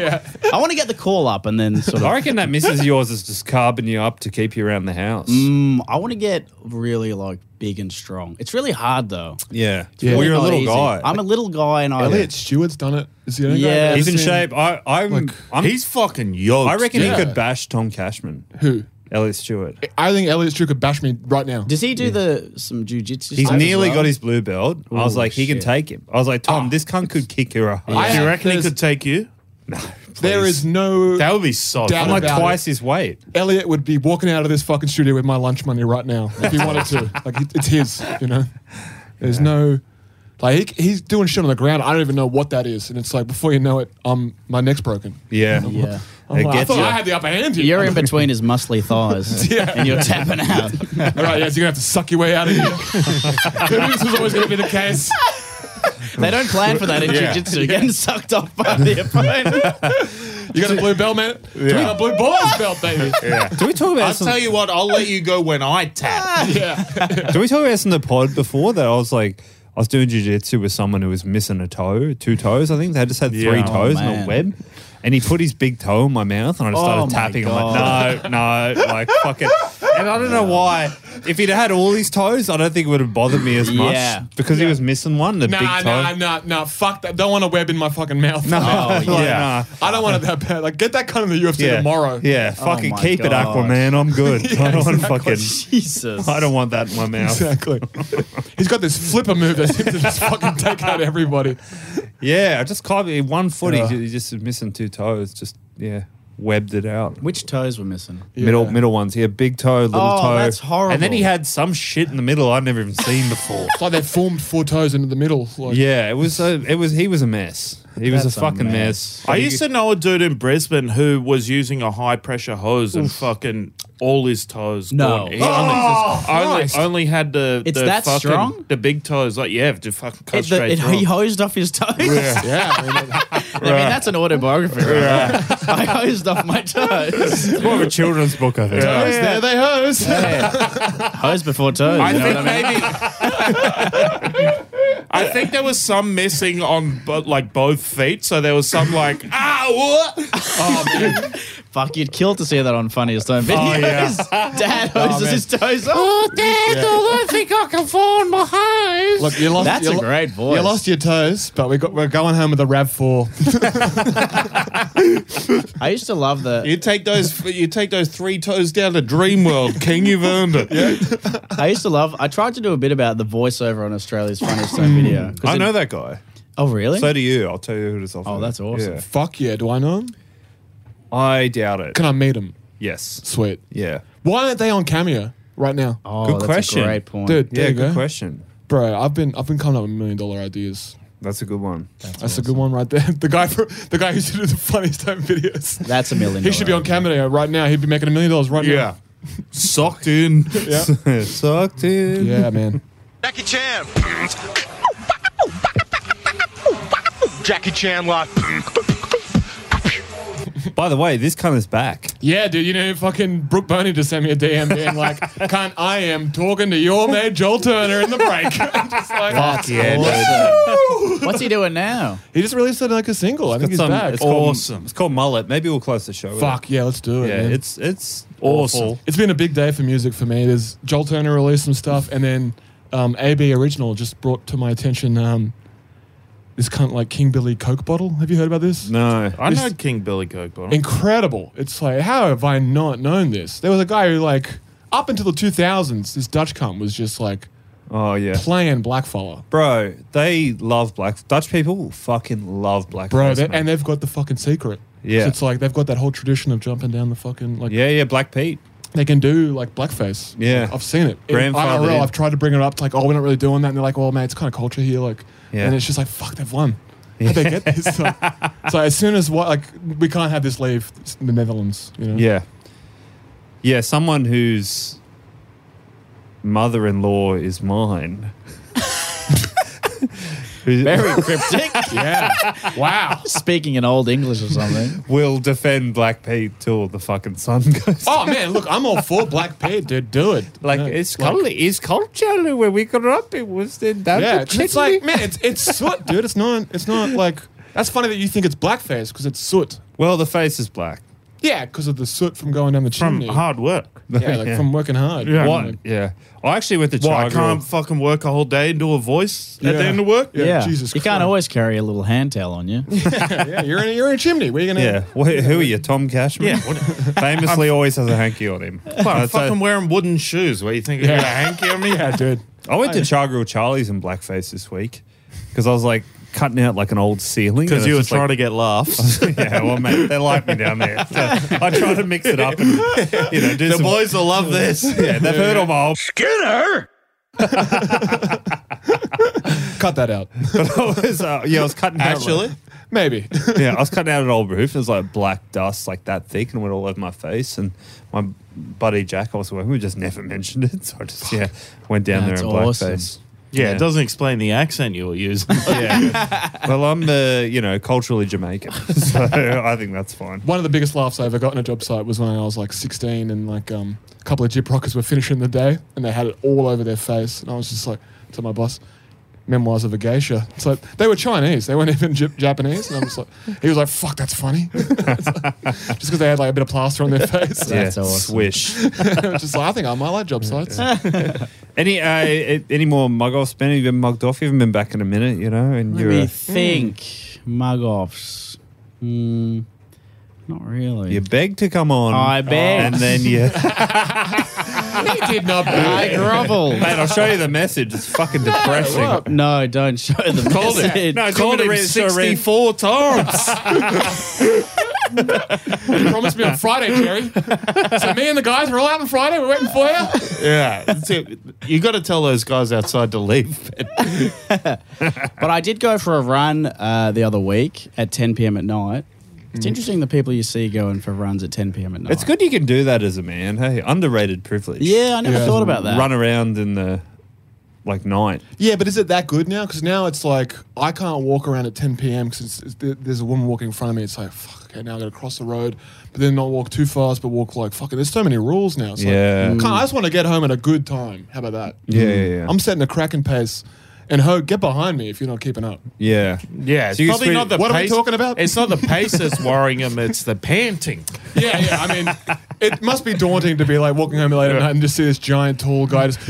Speaker 7: I want to get the call up and then sort
Speaker 10: I
Speaker 7: of.
Speaker 10: reckon that missus of yours is just carbon you up to keep you around the house.
Speaker 7: Mm, I want to get really like big and strong. It's really hard though.
Speaker 10: Yeah.
Speaker 9: Yeah.
Speaker 10: Well, you're a
Speaker 7: Not
Speaker 10: little
Speaker 7: easy.
Speaker 10: guy.
Speaker 7: I'm a little guy and I.
Speaker 9: Elliot Stewart's done it. Is the only guy I've
Speaker 7: Yeah.
Speaker 9: ever
Speaker 10: He's in
Speaker 9: seen-
Speaker 10: shape. I, I'm,
Speaker 9: Like,
Speaker 10: I'm,
Speaker 8: He's fucking yoked.
Speaker 10: I reckon
Speaker 9: Yeah.
Speaker 10: he could bash Tom Cashman.
Speaker 9: Who?
Speaker 10: Elliot Stewart.
Speaker 9: I think Elliot Stewart could bash me right now.
Speaker 7: Does he do the some jujitsu?
Speaker 10: He's
Speaker 7: stuff as
Speaker 10: nearly
Speaker 7: well?
Speaker 10: got his blue belt. I was
Speaker 7: Ooh,
Speaker 10: like, he can
Speaker 7: shit.
Speaker 10: take him. I was like, Tom, this cunt could kick your ass.
Speaker 8: Do
Speaker 9: I-
Speaker 8: you reckon he
Speaker 9: there's-
Speaker 8: could take you?
Speaker 9: there is no.
Speaker 8: That would be so.
Speaker 9: Doubt
Speaker 10: I'm
Speaker 8: fun.
Speaker 10: like
Speaker 9: about
Speaker 10: (laughs) twice his weight.
Speaker 9: Elliot would be walking out of this fucking studio with my lunch money right now if he wanted to. Like it- it's his, you know. There's no, like he, he's doing shit on the ground. I don't even know what that is, and it's like before you know it, um, my neck's broken.
Speaker 10: Yeah.
Speaker 7: Yeah.
Speaker 9: I'm
Speaker 10: It
Speaker 9: like, I
Speaker 10: gets
Speaker 9: thought
Speaker 10: you.
Speaker 9: I had the upper hand here.
Speaker 7: You're in between his muscly thighs and you're tapping out.
Speaker 9: All right, yeah, so you're gonna have to suck your way out of
Speaker 10: (laughs)
Speaker 9: here. Maybe this was always gonna be the case.
Speaker 7: They don't plan for that in
Speaker 10: Yeah.
Speaker 7: jiu-jitsu. Getting sucked off by the opponent.
Speaker 9: You got a blue belt, man. You got a blue boy's belt, baby. Yeah,
Speaker 10: Do we talk about
Speaker 8: I'll
Speaker 10: this on-
Speaker 8: tell you what, I'll let you go when I tap.
Speaker 9: yeah.
Speaker 10: Do we talk about this in the pod before that I was like I was doing jujitsu with someone who was missing a toe, two toes. I think they just had three
Speaker 8: Yeah. Oh,
Speaker 10: toes and a
Speaker 7: man.
Speaker 10: web. And he put his big toe in my mouth and I just
Speaker 7: Oh,
Speaker 10: started
Speaker 7: my
Speaker 10: tapping. I'm like, no, no, like fuck it. And I don't know why. If he'd had all his toes, I don't think it would have bothered me as much.
Speaker 7: Yeah.
Speaker 10: Because he was missing one, the
Speaker 9: Nah,
Speaker 10: big toe.
Speaker 9: nah, nah, nah. Fuck that. Don't want a web in my fucking mouth. No,
Speaker 10: (laughs) Like,
Speaker 7: Oh,
Speaker 8: yeah.
Speaker 10: nah.
Speaker 9: I don't want it that bad. Like, get that kind of the UFC
Speaker 10: Yeah.
Speaker 9: tomorrow.
Speaker 10: Yeah. Fucking
Speaker 7: Oh, my
Speaker 10: keep it,
Speaker 7: God.
Speaker 10: Aquaman. I'm good.
Speaker 7: (laughs)
Speaker 10: I don't want
Speaker 7: "Oh,
Speaker 10: fucking
Speaker 7: Jesus.
Speaker 10: I don't want that in my mouth.
Speaker 9: (laughs) Exactly. He's got this flipper move that seems to just fucking take out everybody.
Speaker 10: Yeah, I just climbed it one foot.
Speaker 9: Yeah.
Speaker 10: He, ju- he just was missing two toes. Just yeah, webbed it out.
Speaker 7: Which toes were missing?
Speaker 10: Middle middle ones. He had big toe, little
Speaker 7: Oh,
Speaker 10: toe.
Speaker 7: that's horrible.
Speaker 10: And then he had some shit in the middle I'd never even seen before.
Speaker 9: It's like they formed four toes into the middle. Like,
Speaker 10: yeah, it was a, it was he was a mess. He was
Speaker 7: That's
Speaker 10: a
Speaker 7: a
Speaker 10: fucking mess.
Speaker 7: mess.
Speaker 8: I used to know a dude in Brisbane who was using a high pressure hose and fucking all his toes.
Speaker 7: No.
Speaker 8: gone. He only,
Speaker 9: Christ.
Speaker 8: only, only had the
Speaker 7: It's
Speaker 8: the
Speaker 7: that
Speaker 8: fucking,
Speaker 7: strong?
Speaker 8: the big toes. Like yeah, just fucking cut
Speaker 7: It, the,
Speaker 8: straight
Speaker 7: it,
Speaker 8: through.
Speaker 7: he hosed off his toes.
Speaker 9: Yeah. I mean, that-
Speaker 7: (laughs) I mean, that's an autobiography. Right? (laughs) I hosed off my toes.
Speaker 10: (laughs) more of a children's book, I think.
Speaker 9: Toes, there they hose.
Speaker 7: Hose before toes.
Speaker 8: I
Speaker 7: you know
Speaker 8: think
Speaker 7: what I mean?
Speaker 8: maybe. (laughs) I think there was some (laughs) missing on, but like both feet. So there was some like ah, what?
Speaker 9: Oh, man.
Speaker 7: Fuck, you'd kill to see that on Funniest Home
Speaker 6: Oh, yeah.
Speaker 7: Videos. (laughs) Dad
Speaker 6: Oh,
Speaker 7: hoses
Speaker 6: man.
Speaker 7: his toes up.
Speaker 6: (laughs) Oh, Dad, I don't think I can find my hose.
Speaker 9: Look, (laughs) you lost.
Speaker 7: That's a
Speaker 9: you lo-
Speaker 7: great voice.
Speaker 9: You lost your toes, but we got, we're going home with a Rav Four.
Speaker 7: I used to love the.
Speaker 8: You take those. You take those three toes down to Dream World, King. You've earned (laughs) it.
Speaker 7: I used to love. I tried to do a bit about the voiceover on Australia's Funniest Home Video. 'cause
Speaker 10: Hmm. I
Speaker 7: it-
Speaker 10: know that guy.
Speaker 7: Oh, really?
Speaker 10: So do you. I'll tell you who it is. Oh,
Speaker 7: that's awesome.
Speaker 9: Fuck yeah! Do I know him?
Speaker 10: I doubt it.
Speaker 9: Can I meet him?
Speaker 10: Yes.
Speaker 9: Sweet.
Speaker 10: Yeah.
Speaker 9: Why aren't they on Cameo right now,
Speaker 7: oh,
Speaker 10: good
Speaker 7: that's
Speaker 10: question.
Speaker 7: A great point.
Speaker 9: dude? there
Speaker 10: yeah,
Speaker 9: you
Speaker 10: good
Speaker 9: go.
Speaker 10: question.
Speaker 9: bro. I've been I've been coming up with million dollar ideas.
Speaker 10: That's a good one. (laughs)
Speaker 9: That's, a good one right there. (laughs) The guy for the guy who used to do the funniest home videos.
Speaker 7: That's a million.
Speaker 9: He should be
Speaker 7: dollar
Speaker 9: on Cameo right now. He'd be making a million dollars right
Speaker 8: Yeah. Socked in.
Speaker 9: now.
Speaker 10: Sucked in.
Speaker 9: Yeah. Yeah, man.
Speaker 13: Jackie Chan. Jackie Chan like.
Speaker 10: By the way, this cunt is back.
Speaker 9: Yeah, dude. You know, fucking Brooke Burney just sent me a DM being like, "Can't I am talking to your mate Joel Turner in the break." (laughs) I'm just like,
Speaker 8: Fuck yeah,
Speaker 10: Oh,
Speaker 8: dude.
Speaker 7: idea. What's he doing
Speaker 10: (laughs)
Speaker 7: now?
Speaker 9: He just released it like a single. I
Speaker 10: It's
Speaker 9: think he's
Speaker 10: some-
Speaker 9: back.
Speaker 10: It's called,
Speaker 8: Awesome.
Speaker 10: It's called Mullet. Maybe we'll close the show. with
Speaker 9: Fuck yeah, let's do
Speaker 10: it.
Speaker 9: it.
Speaker 10: Yeah,
Speaker 9: man.
Speaker 10: it's it's awesome.
Speaker 9: It's been a big day for music for me. There's Joel Turner released some stuff, and then um, AB Original just brought to my attention um, this kind of like King Billy Coke bottle. Have you heard about this?
Speaker 10: No.
Speaker 8: I know
Speaker 9: This-
Speaker 8: King Billy Coke Bottom.
Speaker 9: Incredible. It's like, how have I not known this? There was a guy who, like, up until the 2000s, this Dutch cunt was just like
Speaker 10: Oh yeah.
Speaker 9: playing Blackfella.
Speaker 10: Bro, they love black Dutch people fucking love black.
Speaker 9: Bro, they, and they've got the fucking secret.
Speaker 10: Yeah.
Speaker 9: So it's like they've got that whole tradition of jumping down the fucking, like,
Speaker 10: yeah, yeah, Black Pete.
Speaker 9: they can do like blackface.
Speaker 10: Yeah.
Speaker 9: I've seen it. In
Speaker 10: Grandfathered
Speaker 9: IRL,
Speaker 10: in.
Speaker 9: I've tried to bring it up. It's like, oh, we're not really doing that. And they're like, well, man, it's kind of culture here. Like,
Speaker 10: Yeah.
Speaker 9: and it's just like, fuck, they've won. How'd they
Speaker 10: (laughs)
Speaker 9: get this? so, so as soon as what, like, we can't have this leave s- the Netherlands. You know?
Speaker 10: Yeah. Yeah, someone whose mother in law is
Speaker 9: (laughs)
Speaker 10: mine.
Speaker 7: (laughs)
Speaker 10: Who
Speaker 7: Very cryptic.
Speaker 9: Yeah. wow.
Speaker 7: Speaking in old English or
Speaker 10: (laughs)
Speaker 7: something.
Speaker 10: will defend Black Pete till the fucking sun (laughs) goes.
Speaker 9: Oh man, look, I'm all for black pit, dude. Do it.
Speaker 10: (laughs) Like
Speaker 9: Yeah.
Speaker 10: it's culture, it's culture. When we grew up, it was the down
Speaker 9: yeah,
Speaker 10: yeah,
Speaker 9: it's, it's like man, it's it's soot, dude. It's not. It's not like that's funny that you think it's blackface because it's soot.
Speaker 10: well, the face is black.
Speaker 9: Yeah, because of the soot from going down the
Speaker 8: From
Speaker 9: chimney.
Speaker 8: hard work. (laughs)
Speaker 9: Yeah, like from working hard. Yeah.
Speaker 10: What? Yeah, I actually went to
Speaker 8: Why I can't
Speaker 10: Chagrin.
Speaker 8: fucking work a whole day and do a voice at
Speaker 9: Yeah.
Speaker 8: the end of work?
Speaker 9: Yeah,
Speaker 7: Yeah.
Speaker 9: Jesus
Speaker 7: you
Speaker 9: Christ.
Speaker 7: can't always carry a little hand towel on
Speaker 10: (laughs)
Speaker 7: you.
Speaker 9: yeah, you're in a, you're in a chimney. Where you gonna?
Speaker 10: Yeah, Wh- who are you, Tom Cashman?
Speaker 8: Yeah.
Speaker 10: (laughs) famously always has a hanky on him. Uh,
Speaker 8: Well, I'm
Speaker 10: That's a-
Speaker 8: fucking wearing wooden shoes. What you think? You got a hanky (laughs) on me?
Speaker 9: Yeah, dude.
Speaker 10: I went to Chagrin Charlie's in blackface this week because I was like cutting out like an old ceiling
Speaker 8: Because you were trying
Speaker 10: to.
Speaker 8: to get laughs.
Speaker 10: (laughs) yeah, well, mate, they like me down there. So I try to mix it up and, you know, do
Speaker 8: the
Speaker 10: some.
Speaker 8: boys will love this.
Speaker 10: yeah, they've heard all my old. (laughs)
Speaker 9: Cut that out. (laughs)
Speaker 10: But I was, uh, yeah, I was cutting out.
Speaker 8: Actually,
Speaker 9: Maybe. (laughs)
Speaker 10: yeah, I was cutting out an old roof. It was like black dust, like that thick, and it went all over my face. And my buddy Jack, I was working with, just never (laughs) mentioned it. So I just, yeah, went down
Speaker 7: That's
Speaker 10: there in
Speaker 7: awesome.
Speaker 10: blackface.
Speaker 8: yeah,
Speaker 10: Yeah.
Speaker 8: it doesn't explain the accent you were (laughs) using.
Speaker 7: (laughs)
Speaker 10: Yeah. well, I'm, uh, you know, culturally Jamaican. (laughs) So I think that's fine.
Speaker 9: One of the biggest laughs I ever got in a job site was when I was like 16 and like um, a couple of jib rockers were finishing the day and they had it all over their face. And I was just like, to my boss, memoirs of a geisha. It's like, they were Chinese. They weren't even Jap- Japanese. And I was like, (laughs) he was like, fuck, that's funny. (laughs) It's like- just because they had like a bit of plaster on their (laughs) face.
Speaker 7: That's
Speaker 10: yeah,
Speaker 7: awesome.
Speaker 10: Swish.
Speaker 9: I was just like, I think I might like job sites.
Speaker 10: Any uh, a- any more mug offs, Ben? You've been mugged off. You haven't been back in a minute, you know. And
Speaker 7: Let
Speaker 10: you're
Speaker 7: me
Speaker 10: a-
Speaker 7: think. Mug offs. Hmm. not really.
Speaker 10: you beg to come on.
Speaker 7: I begged.
Speaker 10: And then you, (laughs)
Speaker 9: he did not
Speaker 7: I
Speaker 10: (laughs)
Speaker 7: grovel.
Speaker 10: mate. I'll show you the message. It's fucking depressing.
Speaker 7: No, don't show the
Speaker 8: Called it.
Speaker 7: message.
Speaker 10: No, do you want
Speaker 8: Called
Speaker 10: me to
Speaker 8: him
Speaker 10: read it? So I read-
Speaker 8: 64 times.
Speaker 10: (laughs)
Speaker 9: You promised me on Friday, Jerry. So me and the guys were all out on Friday. We're waiting for you.
Speaker 8: yeah. that's it. You got to tell those guys outside to leave.
Speaker 7: But I did go for a run uh, the other week at 10 p.m. at night. It's interesting the people you see going for runs at 10 p.m. at night.
Speaker 10: It's good you can do that as a man. Hey, underrated privilege.
Speaker 7: Yeah, I never
Speaker 9: Yeah.
Speaker 7: thought about that.
Speaker 10: Run around in the like night.
Speaker 9: Yeah, but is it that good now? Because now it's like I can't walk around at 10 p.m. because there's a woman walking in front of me. It's like fuck. Okay, now I got to cross the road, but then not walk too fast, but walk like fuck it. There's so many rules now. It's
Speaker 10: Yeah.
Speaker 9: like, can't, I just want to get home at a good time. How about that?
Speaker 10: Mm. Yeah, yeah, yeah.
Speaker 9: I'm setting a cracking pace. And Ho, get behind me if you're not keeping up.
Speaker 10: Yeah.
Speaker 8: Yeah,
Speaker 9: So you
Speaker 8: it's probably
Speaker 9: squeeze-
Speaker 8: not the
Speaker 9: What are we
Speaker 8: pace-
Speaker 9: talking about?
Speaker 8: It's not the pace that's worrying him, it's the panting.
Speaker 9: Yeah, yeah. I mean, (laughs) it must be daunting to be like walking home late at night and just see this giant, tall guy just,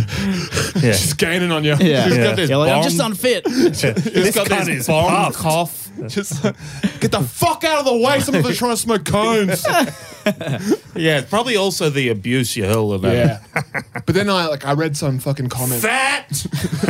Speaker 9: (laughs) just gaining on you.
Speaker 7: Yeah.
Speaker 9: He's
Speaker 7: Yeah.
Speaker 9: got this
Speaker 7: You're like, I'm
Speaker 9: bomb-
Speaker 7: just unfit.
Speaker 9: He's got
Speaker 8: cunt
Speaker 9: this
Speaker 8: is
Speaker 9: bomb
Speaker 8: puffed.
Speaker 9: cough. (laughs) Just uh, get the fuck out of the way. Some of us are trying to smoke cones.
Speaker 8: Yeah, it's probably also the abuse you hurl about.
Speaker 9: Yeah. But then I like I read some fucking comment.
Speaker 8: Fat!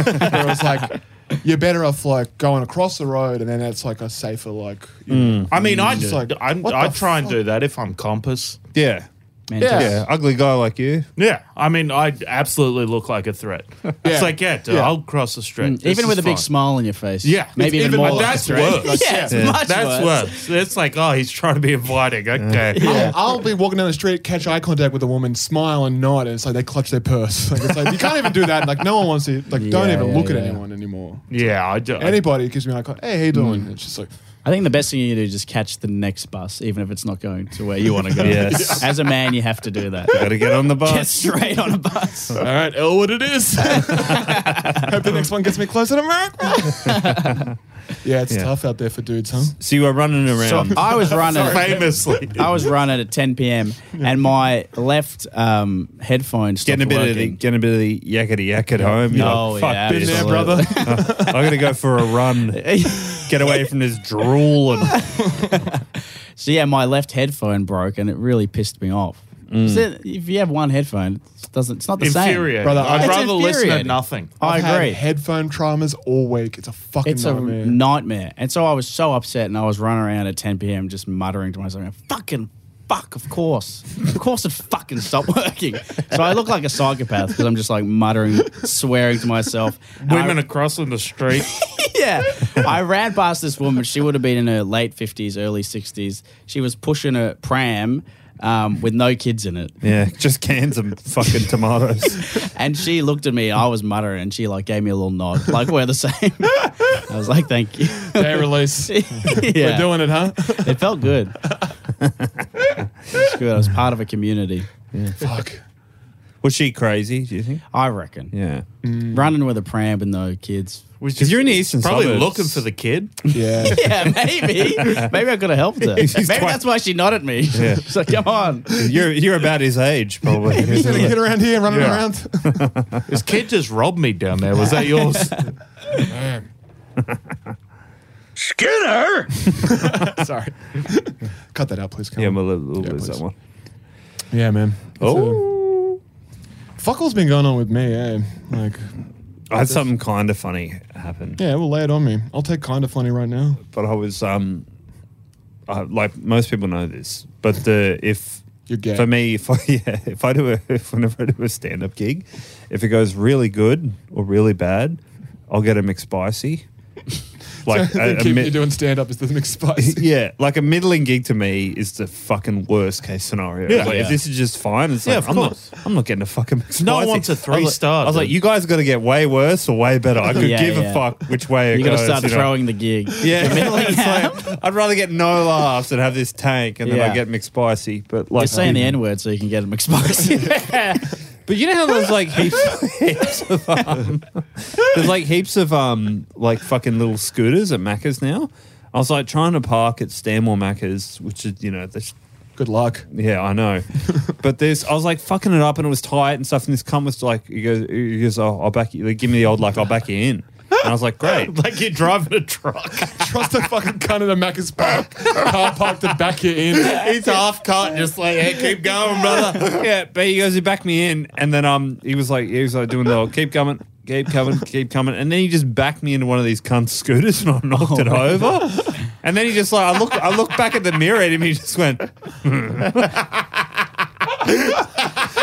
Speaker 9: where it was like, you're better off like going across the road, and then that's like a safer like. you know.
Speaker 8: I mean, I
Speaker 9: It's
Speaker 8: just
Speaker 9: like,
Speaker 8: I'm,
Speaker 9: what
Speaker 8: I
Speaker 9: the
Speaker 8: try and
Speaker 9: fuck?
Speaker 8: do that if I'm compass.
Speaker 10: Yeah.
Speaker 9: Yeah.
Speaker 10: Yeah. Ugly guy like you.
Speaker 8: Yeah, I mean, I absolutely look like a threat. It's like, yeah, dude,
Speaker 9: Yeah.
Speaker 8: I'll cross the street. This
Speaker 7: Mm, even
Speaker 8: is
Speaker 7: with a big
Speaker 8: fine.
Speaker 7: smile on your face.
Speaker 8: Yeah,
Speaker 7: Maybe
Speaker 8: It's
Speaker 7: even, more.
Speaker 8: but
Speaker 7: like
Speaker 8: that's
Speaker 7: a threat.
Speaker 8: worse.
Speaker 7: yeah, it's much
Speaker 8: that's
Speaker 7: worse.
Speaker 8: worse. It's like, oh, he's trying to be inviting. Okay,
Speaker 9: (laughs) I'll, I'll be walking down the street, catch eye contact with a woman, smile and nod, and it's like they clutch their purse. (laughs) Like it's like you can't even do that. Like no one wants to. Like don't
Speaker 7: Yeah,
Speaker 9: even
Speaker 7: yeah,
Speaker 9: look at
Speaker 7: yeah.
Speaker 9: anyone anymore.
Speaker 8: yeah, I do.
Speaker 9: Anybody gives me eye contact. Hey, how you doing? It's just like
Speaker 7: I think the best thing you do is just catch the next bus, even if it's not going to where you want to go.
Speaker 10: Yes.
Speaker 7: As a man, you have to do that.
Speaker 10: Got to get on the
Speaker 7: Get
Speaker 10: bus.
Speaker 7: straight on a bus.
Speaker 8: all right, oh, what it is?
Speaker 9: hope the next one gets me closer
Speaker 10: (laughs)
Speaker 9: to America. yeah, it's tough out there for dudes, huh?
Speaker 10: So you were running
Speaker 7: So
Speaker 10: (laughs) around.
Speaker 7: I was running.
Speaker 8: Famously,
Speaker 7: I was running at 10 p.m. and my left um, headphone stopped
Speaker 10: Getting a bit of the
Speaker 7: working.
Speaker 10: getting a bit of the yakety yak at home. You're
Speaker 7: Oh,
Speaker 10: like, fuck
Speaker 7: yeah,
Speaker 10: this.
Speaker 7: absolutely.
Speaker 10: I'm gonna go for a run. Get away from this drool and
Speaker 7: So yeah, my left headphone broke, and it really pissed me off.
Speaker 9: Mm.
Speaker 7: So if you have one headphone, it doesn't. It's not the
Speaker 8: infuriating.
Speaker 7: same.
Speaker 9: Brother,
Speaker 8: I'd
Speaker 9: It's
Speaker 8: rather listen to
Speaker 7: infuriating.
Speaker 8: nothing.
Speaker 7: I
Speaker 9: I've had
Speaker 7: agree.
Speaker 9: headphone traumas all week. It's a fucking
Speaker 7: It's
Speaker 9: nightmare.
Speaker 7: a nightmare. And so I was so upset, and I was running around at 10 p.m. just muttering to myself, "Fucking." Fuck, of course. Of course it fucking stopped working. So I look like a psychopath because I'm just like muttering, swearing to myself. And I-
Speaker 8: Women are crossing the street.
Speaker 7: (laughs) yeah. I ran past this woman. She would have been in her late 50s, early 60s. She was pushing a pram um, with no kids in it.
Speaker 10: yeah, just cans of fucking tomatoes.
Speaker 7: (laughs) And she looked at me, I was muttering, and she like gave me a little nod, like we're the same. (laughs) I was like, thank you. (laughs)
Speaker 9: Day release. We're
Speaker 7: yeah.
Speaker 9: doing it, huh?
Speaker 7: it felt good. It's good. I was part of a community.
Speaker 9: Fuck.
Speaker 10: Was she crazy? Do you think?
Speaker 7: I reckon.
Speaker 10: Yeah,
Speaker 7: Running with a pram with no kids.
Speaker 10: because you're in the eastern
Speaker 8: Probably
Speaker 10: suburbs.
Speaker 8: looking for the kid.
Speaker 7: (laughs)
Speaker 9: Yeah.
Speaker 7: Yeah, maybe. Maybe I could have helped
Speaker 10: (laughs)
Speaker 7: her. Maybe that's why she nodded at me. (laughs)
Speaker 10: Yeah.
Speaker 7: She's like, come on.
Speaker 10: You're you're about his age, probably.
Speaker 9: He's gonna get around here, running
Speaker 8: Yeah.
Speaker 9: around.
Speaker 10: (laughs)
Speaker 8: This kid just robbed me down there. Was that yours?
Speaker 13: Skinner!
Speaker 9: Sorry. Cut that out, please. Come
Speaker 10: yeah,
Speaker 9: on.
Speaker 10: I'm a little, little
Speaker 9: Yeah,
Speaker 10: bit
Speaker 9: please.
Speaker 10: that one.
Speaker 9: Yeah, man. uh,
Speaker 10: Oh,
Speaker 9: Fuck all's been going on with me, eh? Like,
Speaker 10: I had something kind of funny happen.
Speaker 9: yeah, well, lay it on me. I'll take kind of funny right now.
Speaker 10: but I was um, I, like most people know this, but the if
Speaker 9: You're gay.
Speaker 10: for me if I (laughs) yeah if I do a if whenever I do a stand up gig, if it goes really good or really bad, I'll get a
Speaker 9: (laughs)
Speaker 10: McSpicy. Like
Speaker 9: They
Speaker 10: a, a
Speaker 9: keep
Speaker 10: mi-
Speaker 9: you doing stand up is the mixed spice.
Speaker 10: (laughs) yeah, like a middling gig to me is the fucking worst case scenario.
Speaker 8: Yeah.
Speaker 10: Like,
Speaker 8: Yeah.
Speaker 10: if this is just fine, it's
Speaker 8: Yeah,
Speaker 10: like
Speaker 8: of
Speaker 10: I'm
Speaker 8: course.
Speaker 10: not I'm not getting a fucking McSpicy.
Speaker 8: No one's a three
Speaker 10: I was like-
Speaker 8: star,
Speaker 10: I was like,
Speaker 8: dude.
Speaker 10: you guys got to get way worse or way
Speaker 8: (laughs)
Speaker 10: better. I could
Speaker 7: Yeah,
Speaker 10: give a
Speaker 7: yeah.
Speaker 10: fuck which way it
Speaker 7: You got to
Speaker 10: goes.
Speaker 7: start
Speaker 10: you know?
Speaker 7: throwing the gig.
Speaker 10: Yeah, (laughs) it's like, I'd rather get no laughs than have this tank, and then I
Speaker 7: Yeah.
Speaker 10: get McSpicy. But
Speaker 7: You're
Speaker 10: like, (laughs)
Speaker 7: saying the N word so you can get them (laughs) exposed.
Speaker 10: but you know how there's like heaps, (laughs) heaps of um, there's like heaps of um like fucking little scooters at Macca's now. I was like trying to park at Stanmore Macca's, which is you know this.
Speaker 9: Good luck.
Speaker 10: Yeah, I (laughs) know, but there's I was like fucking it up, and it was tight and stuff. And this cum was like, he goes, he goes, oh, I'll back you. They give me the old like, I'll back you in. And I was (laughs) like, great.
Speaker 8: like you're driving a truck.
Speaker 9: Trust the fucking cunt in the
Speaker 10: (laughs)
Speaker 9: Macca's park. Car park to back you in.
Speaker 8: He's half cut, just like, hey, keep going, brother.
Speaker 10: yeah, but he goes, he backed me in, and then um, he was like, he was like doing the old, keep coming, keep coming, keep coming, and then he just backed me into one of these cunt scooters, and I knocked
Speaker 7: Oh
Speaker 10: it over, and then he just like, I look, I look back at the mirror at him, he just went, "Hmm."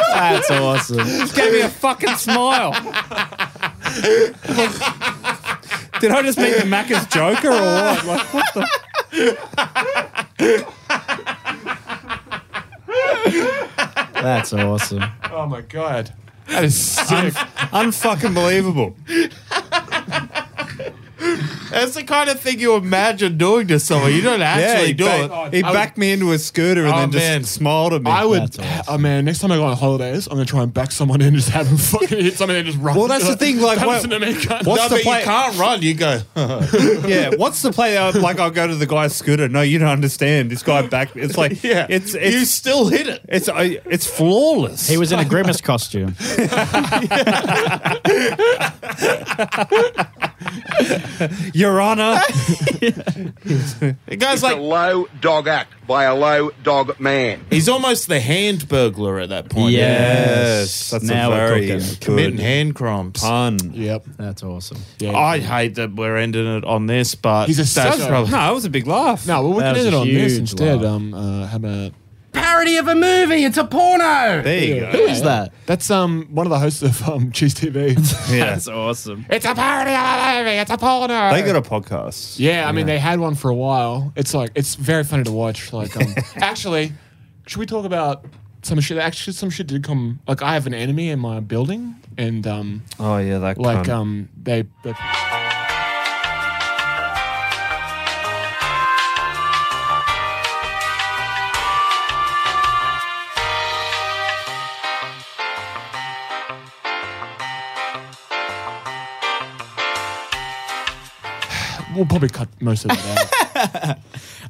Speaker 7: That's awesome.
Speaker 10: just gave me a fucking smile. Did I just make the Macca's Joker or what? Like, what the?
Speaker 7: That's awesome.
Speaker 9: Oh my god. That is sick.
Speaker 10: Unfucking believable.
Speaker 8: That's the kind of thing you imagine doing to someone. You don't actually
Speaker 10: he
Speaker 8: do
Speaker 10: back-
Speaker 7: Oh,
Speaker 8: it.
Speaker 10: he
Speaker 8: I would-
Speaker 10: backed me into a scooter and
Speaker 8: Oh,
Speaker 10: then just
Speaker 8: man.
Speaker 10: smiled at me.
Speaker 9: I would, oh man, next time I go on holidays, I'm gonna try and back someone in, just have them fucking hit someone and just run.
Speaker 10: Well,
Speaker 9: (laughs)
Speaker 10: that's the thing, like,
Speaker 9: Don't
Speaker 10: what-
Speaker 9: listen to me, cunt.
Speaker 10: what's
Speaker 9: No,
Speaker 10: the
Speaker 9: but
Speaker 10: play-
Speaker 8: can't run. You go.
Speaker 10: yeah, what's the play? Uh, Like I'll go to the guy's scooter. No, you don't understand. This guy back. It's
Speaker 8: (laughs)
Speaker 10: like
Speaker 8: Yeah.
Speaker 10: it's, it's
Speaker 8: You still hit it.
Speaker 10: It's I it's flawless.
Speaker 7: He was in a grimace (laughs) costume.
Speaker 10: Your Honor.
Speaker 8: The guy's
Speaker 13: like a low dog act by a low dog man.
Speaker 8: He's almost the hand burglar at that point.
Speaker 7: Yes.
Speaker 10: That's
Speaker 7: Now
Speaker 10: a
Speaker 7: we're
Speaker 10: very
Speaker 7: cooking.
Speaker 10: good
Speaker 8: Committing hand crimes.
Speaker 10: pun.
Speaker 9: Yep.
Speaker 7: That's awesome.
Speaker 8: I hate that we're ending it on this, but
Speaker 9: He's a
Speaker 8: that's
Speaker 9: psycho.
Speaker 8: probably-
Speaker 10: No, it was a big laugh.
Speaker 9: No, well, we
Speaker 7: That
Speaker 9: can
Speaker 7: was
Speaker 9: end it
Speaker 7: a
Speaker 9: on this
Speaker 7: huge
Speaker 9: instead.
Speaker 7: laugh.
Speaker 9: Um, uh, how about
Speaker 5: Parody of a movie. It's a porno.
Speaker 10: There you
Speaker 7: Who
Speaker 10: go.
Speaker 7: is that?
Speaker 9: that's um one of the hosts of um Cheese TV.
Speaker 10: (laughs) Yeah.
Speaker 7: awesome.
Speaker 9: it's a parody of a movie. It's a porno.
Speaker 10: They got a podcast.
Speaker 9: yeah, I mean they had one for a while. It's like it's very funny to watch. Like, um, actually, should we talk about some shit? Actually, some shit did come. Like, I have an enemy in my building, and um,
Speaker 10: Oh yeah, that
Speaker 9: like
Speaker 10: cunt.
Speaker 9: um they. they We'll probably cut most of that out.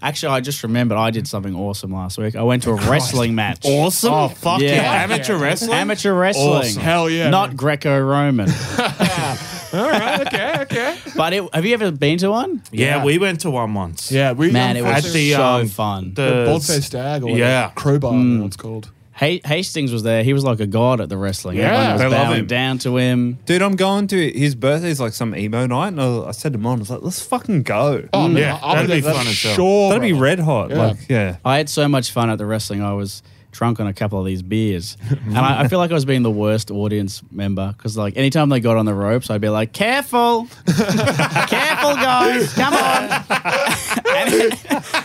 Speaker 7: Actually, I just remembered I did something awesome last week. I went
Speaker 8: (laughs)
Speaker 7: to a wrestling match.
Speaker 8: Awesome. Oh, fuck
Speaker 7: yeah. yeah.
Speaker 8: Amateur wrestling?
Speaker 7: Amateur wrestling.
Speaker 8: Awesome. Hell yeah.
Speaker 7: Not Greco
Speaker 8: (laughs)
Speaker 7: Roman.
Speaker 9: All right, okay, okay.
Speaker 7: but it, have you ever been to one?
Speaker 8: Yeah, we went to one once.
Speaker 9: Yeah, we
Speaker 7: Man, it was
Speaker 8: At the,
Speaker 7: so
Speaker 8: um,
Speaker 7: fun.
Speaker 8: The
Speaker 9: Baldface Stag or
Speaker 8: Yeah.
Speaker 9: yeah. Crowbar, I don't know what it's called.
Speaker 7: Ha- Hastings was there. He was like a god at the wrestling.
Speaker 9: Yeah.
Speaker 7: Everyone was
Speaker 10: They love
Speaker 7: bowing
Speaker 10: him.
Speaker 7: down to him.
Speaker 10: Dude, I'm going to his birthday's like some emo night, and I, I said to mom, I was like, "Let's fucking go."
Speaker 9: Oh, man,
Speaker 8: Mm. Yeah,
Speaker 9: I'll
Speaker 8: that'd
Speaker 9: there
Speaker 8: be
Speaker 9: for
Speaker 8: fun as hell.
Speaker 9: sure.
Speaker 10: That'd be
Speaker 9: brother.
Speaker 10: red hot.
Speaker 9: Yeah.
Speaker 10: Like, yeah.
Speaker 7: I had so much fun at the wrestling. I was drunk on a couple of these
Speaker 8: (laughs)
Speaker 7: beers, and I, I feel like I was being the worst audience member because, like, anytime they got on the ropes, I'd be like,
Speaker 8: (laughs)
Speaker 7: "Careful, careful, guys, come on!" (laughs)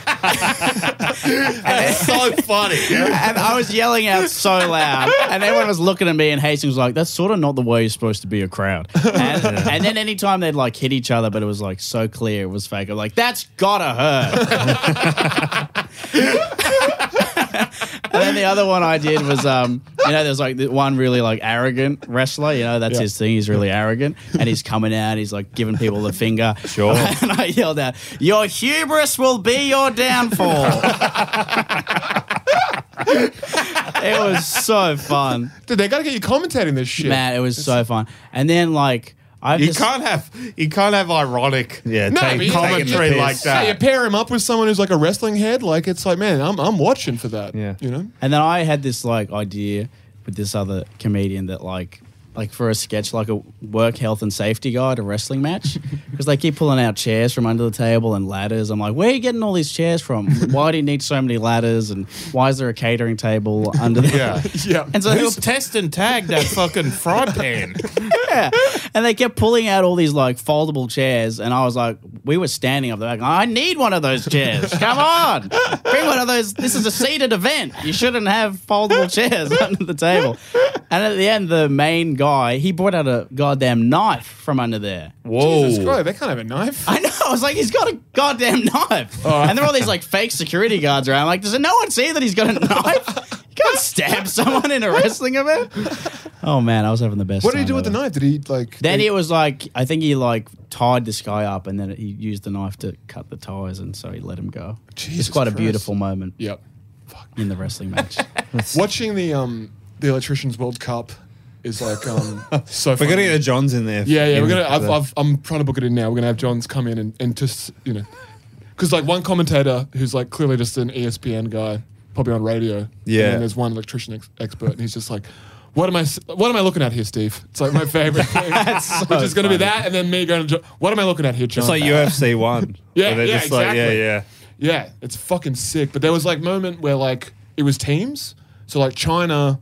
Speaker 8: That's (laughs) so funny.
Speaker 7: And I was yelling out so loud, and everyone was looking at me. And Hastings was like, "That's sort of not the way you're supposed to be a crowd." And, and then anytime they'd like hit each other, but it was like so clear it was fake. I'm like, "That's gotta hurt." and then the other one I did was, um, you know, there's like the one really like arrogant wrestler. You know, that's his thing. He's really arrogant, and he's coming out. He's like giving people the finger. Sure. (laughs) And I yelled out, "Your hubris will be your downfall." it was so fun.
Speaker 9: Dude, they gotta get you commentating this shit.
Speaker 7: Man, it was so fun. And then like I
Speaker 8: You
Speaker 7: just
Speaker 8: can't have you can't have ironic
Speaker 10: Yeah,
Speaker 9: No,
Speaker 10: take-
Speaker 9: but you-
Speaker 10: taking the
Speaker 8: commentary
Speaker 10: piss.
Speaker 8: like
Speaker 9: Yeah, you
Speaker 8: that.
Speaker 9: pair him up with someone who's like a wrestling head. Like it's like, man, I'm I'm watching for that.
Speaker 10: Yeah.
Speaker 9: you know.
Speaker 7: and then I had this like idea with this other comedian that like like for a sketch like a work health and safety guide a wrestling
Speaker 8: (laughs)
Speaker 7: match because they keep pulling out chairs from under the table and ladders i'm like where are you getting all these chairs from why do you need so many ladders and why is there a catering table under the
Speaker 8: Yeah.
Speaker 9: (laughs) Yeah,
Speaker 7: (laughs) and so they were
Speaker 8: Who's test and tag that fucking fry pan? (laughs)
Speaker 7: and they kept pulling out all these like foldable chairs, and I was like, we were standing up there. Like, I need one of those
Speaker 9: (laughs)
Speaker 7: chairs. Come on, bring one of those. This is a seated event. You shouldn't have foldable chairs (laughs) under the table. And at the end, the main guy he brought out a goddamn knife from under there.
Speaker 8: Whoa.
Speaker 9: Jesus Christ, they can't have a knife.
Speaker 7: I know. I was like, he's got a goddamn knife. And there are all these like fake security guards around. like, does no one see that he's got a knife? You can't stab someone in a wrestling
Speaker 9: (laughs)
Speaker 7: event. Oh man, I was having the best.
Speaker 9: (laughs) What did he
Speaker 7: time
Speaker 9: do with the
Speaker 7: ever.
Speaker 9: knife? Did he like?
Speaker 7: Then
Speaker 9: they-
Speaker 7: it was like I think he like tied this guy up, and then he used the knife to cut the tires, and so he let him go.
Speaker 9: Jesus
Speaker 7: it's quite
Speaker 9: Christ.
Speaker 7: a beautiful moment
Speaker 9: Yep.
Speaker 7: in the wrestling match.
Speaker 9: Watching the um the Electricians World Cup is like um (laughs) so.
Speaker 10: We're gonna
Speaker 9: funny.
Speaker 10: get the Johns in there.
Speaker 9: Yeah, yeah, we're gonna.
Speaker 10: In
Speaker 9: I've,
Speaker 10: the-
Speaker 9: I've, I'm trying to book it in now. We're gonna have Johns come in and, and just you know, because like one commentator who's like clearly just an E ESPN guy, probably on radio.
Speaker 10: Yeah.
Speaker 9: And then there's one electrician ex- expert, and he's just like, "What am I? s- What am I looking at here, Steve?" It's like
Speaker 10: (laughs)
Speaker 9: my favorite thing, which is gonna be that, and then me going, to, Jo- "What am I looking at here, John?"
Speaker 10: It's like UFC one.
Speaker 9: (laughs) Yeah,
Speaker 10: Where they're
Speaker 9: yeah,
Speaker 10: just like, yeah,
Speaker 9: exactly.
Speaker 10: yeah.
Speaker 9: Yeah, it's fucking sick. But there was like moment where like it was teams, so like China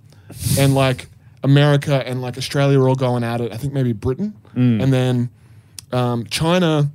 Speaker 9: and like America and like Australia were all going at it. I think maybe Britain,
Speaker 10: Mm.
Speaker 9: and then um, China,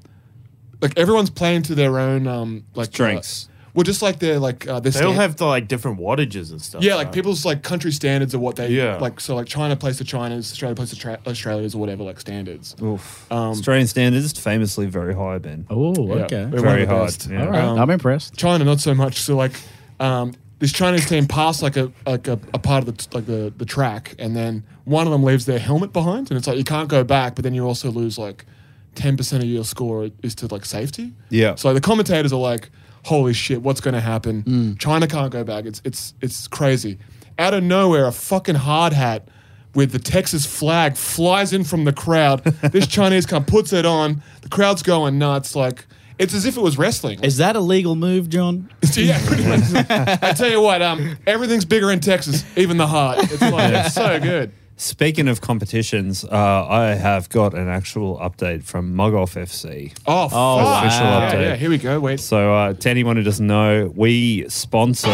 Speaker 9: like everyone's playing to their own um, like
Speaker 10: Strengths.
Speaker 9: uh, Well, just like they're like uh, they're
Speaker 8: They all
Speaker 9: stand-
Speaker 8: have like different wattages and stuff.
Speaker 9: yeah, like
Speaker 8: right?
Speaker 9: people's like country standards of what they
Speaker 8: Yeah.
Speaker 9: like. So like China plays to China's, Australia plays to tra- Australia's, or whatever like standards.
Speaker 10: Oof.
Speaker 9: Um,
Speaker 10: Australian standards famously very high, Ben.
Speaker 7: Oh,
Speaker 9: Yeah,
Speaker 7: okay.
Speaker 9: they're one of
Speaker 10: Very
Speaker 9: the
Speaker 10: hard.
Speaker 9: best.
Speaker 10: Yeah.
Speaker 9: Um,
Speaker 7: I'm impressed.
Speaker 9: China not so much. So like, um, this Chinese team passed like a like a, a part of the like the, the track, and then one of them leaves their helmet behind, and it's like you can't go back, but then you also lose like ten percent of your score is to like safety.
Speaker 10: Yeah.
Speaker 9: So the commentators are like, "Holy shit, what's going to happen? China can't go back. It's it's it's crazy." Out of nowhere, a fucking hard hat with the Texas flag flies in from the crowd. this Chinese cunt puts it on. The crowd's going nuts. Like it's as if it was wrestling.
Speaker 7: Is that a legal move, John?
Speaker 9: (laughs) yeah, pretty much. I tell you what, um, everything's bigger in Texas, even the heart. It's like it's so good.
Speaker 10: Speaking of competitions, uh, I have got an actual update from Mug Off FC.
Speaker 9: Oh,
Speaker 10: Oh,
Speaker 9: fuck.
Speaker 10: official
Speaker 9: Yeah,
Speaker 10: update.
Speaker 9: yeah, here we go. Wait.
Speaker 10: So, uh, to anyone who doesn't know, we sponsor.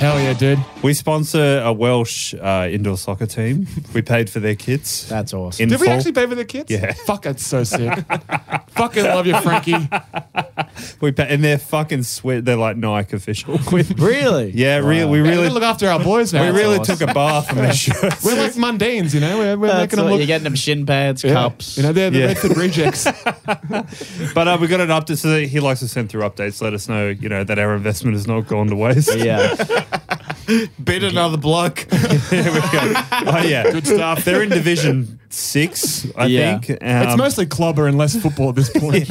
Speaker 9: Hell yeah, dude.
Speaker 10: We sponsor a Welsh uh, indoor soccer team. We paid for their kits.
Speaker 7: That's awesome.
Speaker 10: in
Speaker 9: Did we
Speaker 10: full.
Speaker 9: actually pay for the kids?
Speaker 10: Yeah.
Speaker 9: Fuck, that's so sick. Fucking love you,
Speaker 10: (laughs)
Speaker 9: Frankie.
Speaker 10: We pay, and they're fucking sweet. They're like Nike official. (laughs)
Speaker 7: Really?
Speaker 10: yeah, real. We
Speaker 9: Really
Speaker 10: really,
Speaker 9: look after our boys,
Speaker 10: we
Speaker 9: man.
Speaker 10: really took a bath on their (laughs) shirts.
Speaker 9: We're like mundanes, you know. We're, we're
Speaker 7: That's
Speaker 9: making them
Speaker 7: what-
Speaker 9: look.
Speaker 7: you're getting them shin pads,
Speaker 9: Yeah.
Speaker 7: cups.
Speaker 9: You know, they're the
Speaker 10: Yeah.
Speaker 9: Redford rejects.
Speaker 10: But uh, we got an update. So he likes to send through updates. Let us know, you know, that our investment has not gone to waste.
Speaker 7: (laughs)
Speaker 10: (laughs)
Speaker 7: yeah.
Speaker 10: (laughs) Beat another block. There we go. Oh yeah, good stuff. They're in Division Six, I
Speaker 7: Yeah.
Speaker 10: think.
Speaker 9: it's
Speaker 10: Um,
Speaker 9: mostly clubber and less football at
Speaker 10: (laughs)
Speaker 9: this point.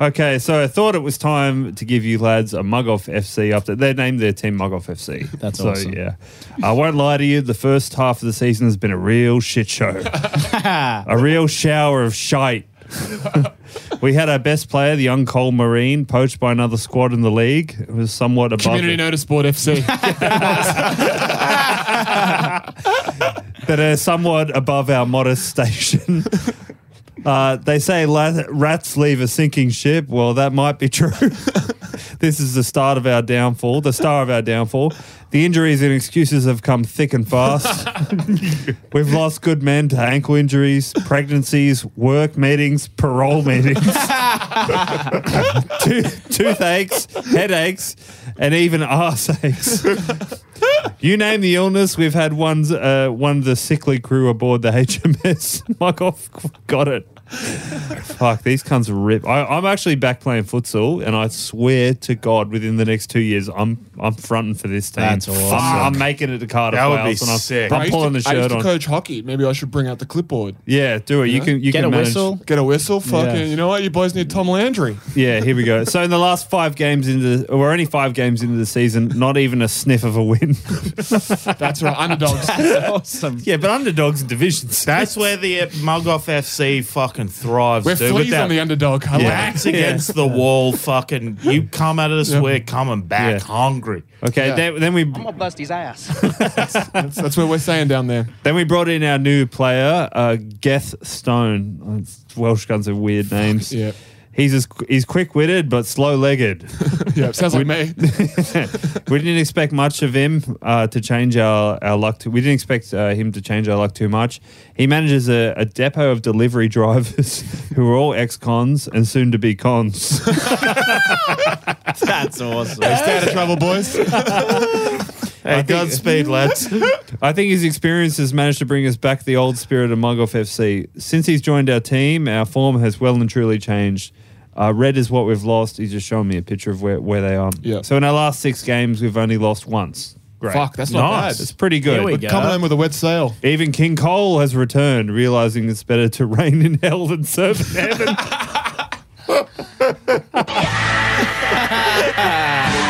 Speaker 10: okay, so I thought it was time to give you lads a Mug Off FC update. They named their team Mug Off FC.
Speaker 7: That's
Speaker 10: so,
Speaker 7: awesome.
Speaker 10: Yeah, I won't lie to you. The first half of the season has been a real
Speaker 7: (laughs)
Speaker 10: shit show, a real shower of shite. (laughs) we had our best player, the young Cole Marine, poached by another squad in the league. It was somewhat above.
Speaker 9: Community Notice
Speaker 10: (laughs)
Speaker 9: Sport FC.
Speaker 10: that are somewhat above our modest station. Uh, they say la- rats leave a sinking ship. Well, that might be true. (laughs) this is the start of our downfall, the star of our downfall. The injuries and excuses have come thick and fast. We've lost good men to ankle injuries, pregnancies, work meetings, parole meetings, Tooth- toothaches, headaches, and even arse aches. You name the illness, we've had one's uh, one of the sickly crew aboard the (laughs) HMS. Mug off, got it. Fuck, these cunts rip. I, I'm actually back playing futsal, and I swear to God, within the next two years, I'm I'm fronting for this team.
Speaker 7: That's awesome.
Speaker 10: Fuck, I'm making it to Cardiff.
Speaker 1: That would be
Speaker 10: Wales, and I'm,
Speaker 1: sick.
Speaker 10: I'm
Speaker 9: I used
Speaker 10: pulling
Speaker 9: to,
Speaker 10: the
Speaker 9: I used
Speaker 10: shirt
Speaker 9: to
Speaker 10: on.
Speaker 9: coach hockey. Maybe I should bring out the clipboard.
Speaker 10: Yeah, do it. You can you
Speaker 7: Get
Speaker 10: can
Speaker 7: a
Speaker 10: manage.
Speaker 7: whistle.
Speaker 9: Get a whistle. Fucking,
Speaker 7: Yeah.
Speaker 9: you know what? You boys need Tom Landry.
Speaker 10: (laughs) Yeah, here we go. So in the last five games into, the, we're only five games into the season, not even a sniff of a win. (laughs)
Speaker 9: That's right. Underdogs.
Speaker 7: awesome.
Speaker 10: yeah, but underdogs in divisions.
Speaker 8: That's where the uh, Mug Off FC fucking thrives,
Speaker 9: We're
Speaker 8: dude. with
Speaker 9: fleas
Speaker 8: that
Speaker 9: on the underdog. I like
Speaker 8: backs against the wall, fucking. You come out of this,
Speaker 9: Yeah.
Speaker 8: we're coming back
Speaker 10: Yeah.
Speaker 8: hungry.
Speaker 10: Okay,
Speaker 9: Yeah.
Speaker 10: then, then we
Speaker 12: gonna bust his ass.
Speaker 9: That's, that's what we're saying down there. (laughs)
Speaker 10: then we brought in our new player, uh, Geth Stone. Uh, Welsh guns have weird names.
Speaker 9: Yeah.
Speaker 10: He's as, he's quick witted but slow legged.
Speaker 9: Yeah, sounds like me.
Speaker 10: (laughs) we didn't expect much of him uh, to change our, our luck. To, we didn't expect uh, him to change our luck too much. He manages a, a depot of delivery drivers (laughs) who are all ex cons and soon to
Speaker 8: (laughs)
Speaker 10: be cons.
Speaker 7: That's awesome.
Speaker 9: Stay out of trouble, boys. (laughs)
Speaker 8: Hey, Godspeed, lads.
Speaker 10: I think his experience has managed to bring us back the old spirit of Mug Off FC. Since he's joined our team, our form has well and truly changed. Uh, red is what we've lost. He's just showing me a picture of where, where they are.
Speaker 9: Yeah.
Speaker 10: So in our last six games, we've only lost once. Great.
Speaker 9: Fuck, that's not
Speaker 10: nice.
Speaker 9: bad.
Speaker 10: It's pretty good.
Speaker 7: Here we
Speaker 10: But
Speaker 7: go.
Speaker 9: Coming home with a wet sail.
Speaker 10: Even King Cole has returned, realizing it's better to (laughs) reign in hell than serve in
Speaker 9: (laughs)
Speaker 10: heaven.
Speaker 9: Oh,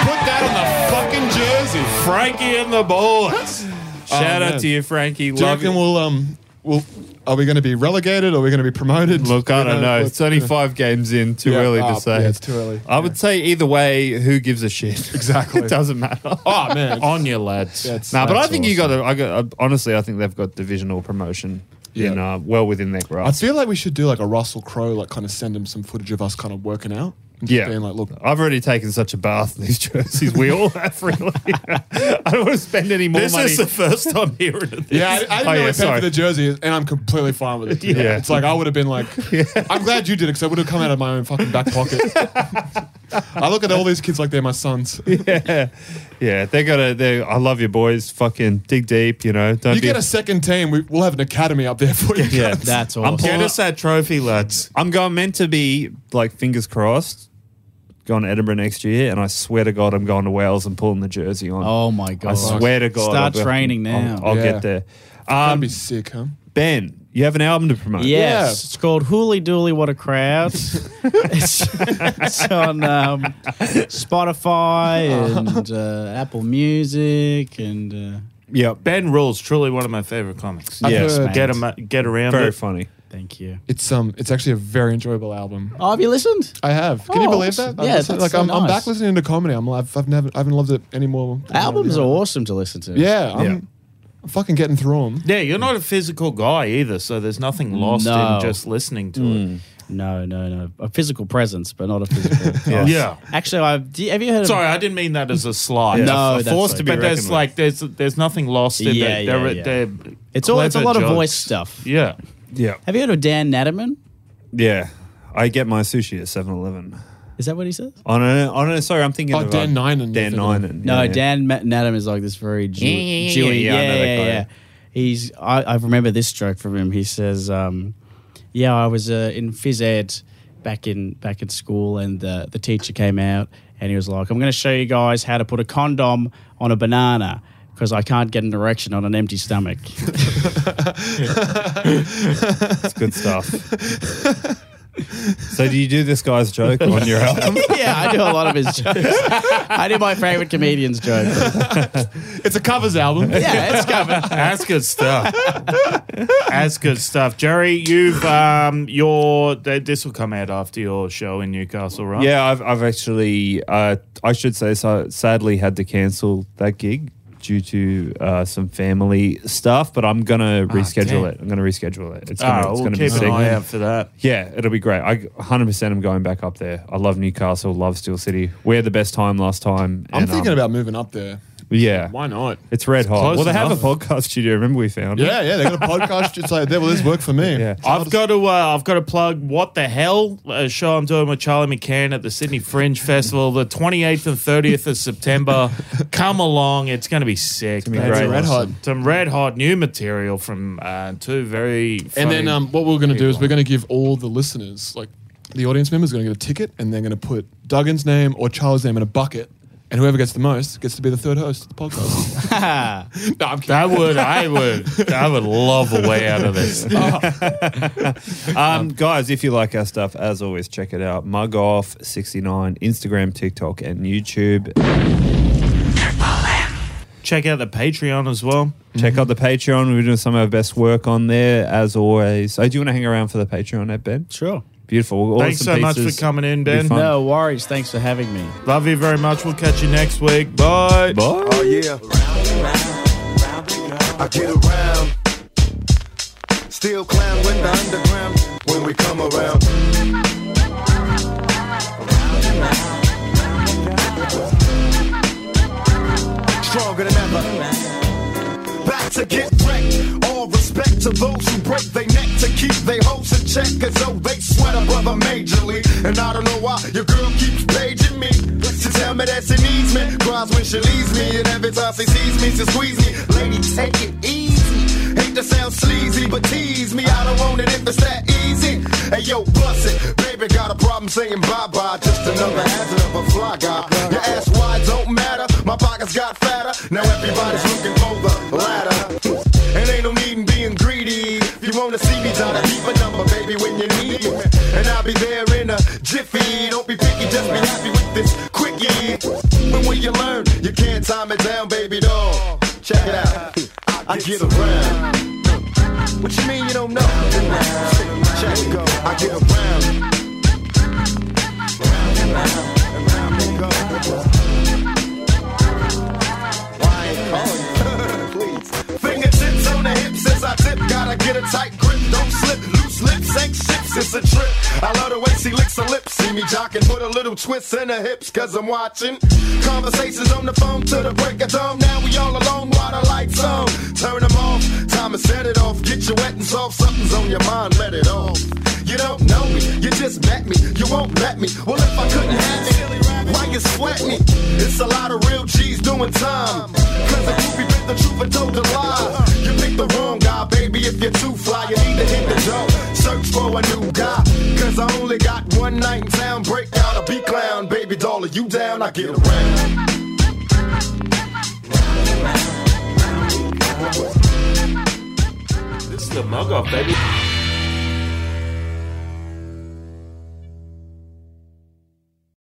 Speaker 9: Put that on the fucking jersey.
Speaker 8: Frankie and the boys.
Speaker 10: Shout out
Speaker 9: Oh, man.
Speaker 10: to you, Frankie.
Speaker 9: Do you
Speaker 10: Love
Speaker 9: reckon
Speaker 10: you.
Speaker 9: we'll um will are we going to be relegated? Or are we going to be promoted?
Speaker 10: Look, I don't know. It's only five games in. Too
Speaker 9: Yeah.
Speaker 10: early
Speaker 9: Oh,
Speaker 10: to say.
Speaker 9: yeah, it's too early.
Speaker 10: I would say either way, who gives a shit?
Speaker 9: (laughs)
Speaker 10: (laughs)
Speaker 9: Exactly.
Speaker 10: it doesn't
Speaker 9: (laughs)
Speaker 10: matter.
Speaker 9: Oh
Speaker 10: (laughs)
Speaker 9: man.
Speaker 8: On you, lads.
Speaker 9: That's-
Speaker 10: nah, but I
Speaker 9: that's
Speaker 10: think you got
Speaker 9: awesome.
Speaker 10: to. I got honestly, I think they've got divisional promotion.
Speaker 9: Yeah.
Speaker 10: In, uh, well within their
Speaker 9: I
Speaker 10: grasp.
Speaker 9: feel like we should do like a Russell Crowe, like kind of send him some footage of us kind of working out. And just
Speaker 10: Yeah.
Speaker 9: being like, look,
Speaker 10: I've already taken such a bath in these (laughs) jerseys. We all have, really. (laughs) I don't want to spend any more
Speaker 9: This
Speaker 10: money.
Speaker 9: is the first
Speaker 10: time hearing of
Speaker 9: Yeah,
Speaker 10: (laughs)
Speaker 9: I, I didn't
Speaker 10: oh,
Speaker 9: really
Speaker 10: yeah,
Speaker 9: pay
Speaker 10: sorry.
Speaker 9: for the jersey, and I'm completely fine with
Speaker 10: (laughs)
Speaker 9: it.
Speaker 10: Yeah.
Speaker 9: Yeah, it's like I would have
Speaker 10: (laughs)
Speaker 9: been like, I'm glad you did it because I would have come out of my own fucking back pocket. I look at all these kids like they're my sons.
Speaker 10: yeah, yeah. They gotta. They. I love you, boys. Fucking dig deep. You know. Don't
Speaker 9: you
Speaker 10: be-
Speaker 9: get a second team, we, we'll have an academy up there for you. (laughs)
Speaker 10: Yeah,
Speaker 9: guys.
Speaker 10: I'm pulling us that trophy, lads. I'm going meant to be like fingers crossed. Going to Edinburgh next year, and I swear to God, I'm going to Wales and pulling the jersey on.
Speaker 7: Oh, my
Speaker 10: I
Speaker 7: God.
Speaker 10: swear to God,
Speaker 7: Start
Speaker 10: I'll be-
Speaker 7: training now.
Speaker 10: I'll, I'll
Speaker 7: Yeah.
Speaker 10: get there. Um,
Speaker 9: be sick, huh?
Speaker 10: Ben, you have an album to promote.
Speaker 7: Yes, it's called Hooly Dooly What a (laughs) Crowd. it's, it's on um, Spotify and uh, Apple Music and uh,
Speaker 10: yeah.
Speaker 8: Ben rules. Truly one of my favorite comics.
Speaker 7: I've Yes, heard-
Speaker 8: get him, uh, get around.
Speaker 10: Very
Speaker 8: it.
Speaker 10: funny.
Speaker 7: Thank you.
Speaker 9: It's um, it's actually a very enjoyable album.
Speaker 7: Oh, have you listened?
Speaker 9: I have. Can you
Speaker 7: Oh,
Speaker 9: believe
Speaker 7: awesome.
Speaker 9: that? I've
Speaker 7: Yeah,
Speaker 9: listened-
Speaker 7: that's
Speaker 9: like
Speaker 7: so
Speaker 9: I'm, I'm
Speaker 7: nice.
Speaker 9: back listening to comedy. I'm, I've, I've never, I haven't loved it any more. than I
Speaker 7: albums
Speaker 9: have.
Speaker 7: are awesome to listen to.
Speaker 9: Yeah, I'm, I'm fucking getting through them.
Speaker 8: Yeah, you're not a physical guy either, so there's nothing lost
Speaker 7: No.
Speaker 8: in just listening to it.
Speaker 7: No, no, no. A physical presence, but not a (laughs) physical.
Speaker 8: Yeah.
Speaker 7: Oh.
Speaker 8: Yeah.
Speaker 7: Actually, I've, do you- have you heard
Speaker 8: Sorry,
Speaker 7: of.
Speaker 8: I didn't mean that as a slight.
Speaker 7: Yeah. No, that's
Speaker 8: forced
Speaker 7: okay.
Speaker 8: to be. But there's like there's there's nothing lost in
Speaker 7: Yeah,
Speaker 8: it.
Speaker 7: yeah,
Speaker 8: They're,
Speaker 7: yeah.
Speaker 8: they're
Speaker 7: It's all- it's a
Speaker 8: clever
Speaker 7: lot of
Speaker 8: jokes.
Speaker 7: voice stuff.
Speaker 8: Yeah,
Speaker 10: Yeah.
Speaker 7: Have you heard of Dan Natterman?
Speaker 10: Yeah. I get my sushi at Oh, 7-Eleven.
Speaker 7: Is that what he says?
Speaker 10: On a, on a, sorry, I'm thinking
Speaker 9: Oh,
Speaker 10: of
Speaker 9: Dan
Speaker 10: uh,
Speaker 9: Ninen,
Speaker 10: Dan
Speaker 9: you think of.
Speaker 10: Ninen.
Speaker 7: No,
Speaker 10: yeah, yeah.
Speaker 7: Dan Ma- Natterman is like this very Jew-
Speaker 10: Yeah, yeah, yeah,
Speaker 7: Jewy. Yeah,
Speaker 10: yeah, yeah, I know
Speaker 7: yeah,
Speaker 10: that guy.
Speaker 7: yeah, He's. I, I remember this joke from him. He says, um, "Yeah, I was uh, in phys ed back in back in school, and uh, the teacher came out and he was like, "I'm going to show you guys how to put a condom on a banana." Because I can't get an erection on an empty stomach. (laughs)
Speaker 10: It's
Speaker 7: (laughs)
Speaker 10: good stuff. (laughs) so do you do this guy's joke on your album?
Speaker 7: (laughs) yeah, I do a lot of his jokes. I do my favorite comedian's joke.
Speaker 9: It's a covers album.
Speaker 8: (laughs)
Speaker 7: Yeah, it's covered.
Speaker 8: that's good stuff. that's good stuff, Jerry. You've um your th- this will come out after your show in Newcastle, right?
Speaker 10: Yeah, I've, I've actually, uh, I should say, so sadly had to cancel that gig due to uh, some family stuff, but I'm going to reschedule
Speaker 8: damn.
Speaker 10: it. I'm going to reschedule it. It's
Speaker 8: Oh,
Speaker 10: going to
Speaker 8: Ah, we'll
Speaker 10: be
Speaker 8: keep
Speaker 10: sick.
Speaker 8: an eye out for that.
Speaker 10: Yeah, it'll be great. I 100% I'm going back up there. I love Newcastle, love Steel City. We had the best time last time.
Speaker 9: I'm
Speaker 10: and,
Speaker 9: thinking
Speaker 10: um,
Speaker 9: about moving up there.
Speaker 10: Yeah.
Speaker 9: Why not?
Speaker 10: It's red hot.
Speaker 8: close
Speaker 10: Well, they have a
Speaker 8: enough.
Speaker 10: podcast studio. Remember we found it?
Speaker 9: Yeah, yeah, they got a podcast. It's like, yeah, well, this worked for me.
Speaker 10: Yeah.
Speaker 8: I've got to. Uh, I've got to plug what the hell a show I'm doing with Charlie McCann at the Sydney Fringe Festival, the 28th and 30th of
Speaker 10: (laughs)
Speaker 8: September. Come along, it's going to be sick.
Speaker 10: gonna be
Speaker 8: That's
Speaker 10: great.
Speaker 8: awesome.
Speaker 10: Red
Speaker 9: hot.
Speaker 8: some red hot new material from uh, two very.
Speaker 9: And
Speaker 8: funny-
Speaker 9: then um, what we're going to do is we're going to give all the listeners, like the audience members, are going to get a ticket, and they're going to put Duggan's name or Charles' name in a bucket, and whoever gets the most gets to be the third host of the podcast. (laughs) no, I'm kidding.
Speaker 8: I would, I
Speaker 10: (laughs)
Speaker 8: would, (laughs) I would love a way out of this.
Speaker 10: Um, guys, if you like our stuff, as always, check it out. Mug off 69, Instagram, TikTok, and YouTube.
Speaker 8: Check out the Patreon as well.
Speaker 10: Check out the Patreon. We're doing some of our best work on there, as always. I do you want to hang around for the Patreon at Ben?
Speaker 7: Sure.
Speaker 10: Beautiful. We'll order
Speaker 8: Thanks
Speaker 10: some
Speaker 8: so much
Speaker 10: pizzas.
Speaker 8: for coming in,
Speaker 10: It'll be
Speaker 8: Ben.
Speaker 10: fun.
Speaker 7: No worries. Thanks for having me.
Speaker 8: Love you very much. We'll catch you next week. Bye.
Speaker 10: Bye.
Speaker 13: Oh yeah. I get around. Still clown when the underground when we come around. Stronger than ever. Back to get wrecked. All respect to those who break their neck to keep their hopes in check. Cause though they sweat a brother majorly. And I don't know why your girl keeps paging me. She tell me that she needs me. Cries when she leaves me. And every time she sees me, she squeeze me. Lady, take it easy. Hate to sound sleazy, but tease me. I don't want it if it's that easy. Hey yo, bust it. Baby got a problem saying bye bye. Just another hazard of a fly guy. Your ass wide don't matter. My pockets got fatter. Now everybody's looking for the ladder. And ain't no need in being greedy. If you wanna see me, try to keep a number, baby, when you need me. And I'll be there in a jiffy. Don't be picky, just be happy with this quickie. When will you learn? You can't time it down, baby doll. Check it out. I get around. What you mean you don't know? Check it go. I get around. Round and round and round and go. Why ain't calling you? Please. Fingertips on the hips as I tip, gotta get a tight grip. Don't slip loose
Speaker 9: lips ain't ships, it's a trip. I love the way she licks her lips. See me jocking, put a little twist in her hips, cause I'm watching. Conversations on the phone to the break of dawn. Now we all alone while the lights on. Turn them off, time to set it off. Get you wet and soft, something's on your mind, let it off. You don't know me, you just met me, you won't let me. Well, if I couldn't have it, why you sweat me? It's a lot of real G's doing time. Cause a groupie picked the truth and told a lie. You picked the wrong guy, baby, if you're too fly, you need to hit the door. Search for a new guy, cause I only got one night in town. Break out a beat clown, baby doll, are you down? I get around.
Speaker 14: This is the mug off, baby.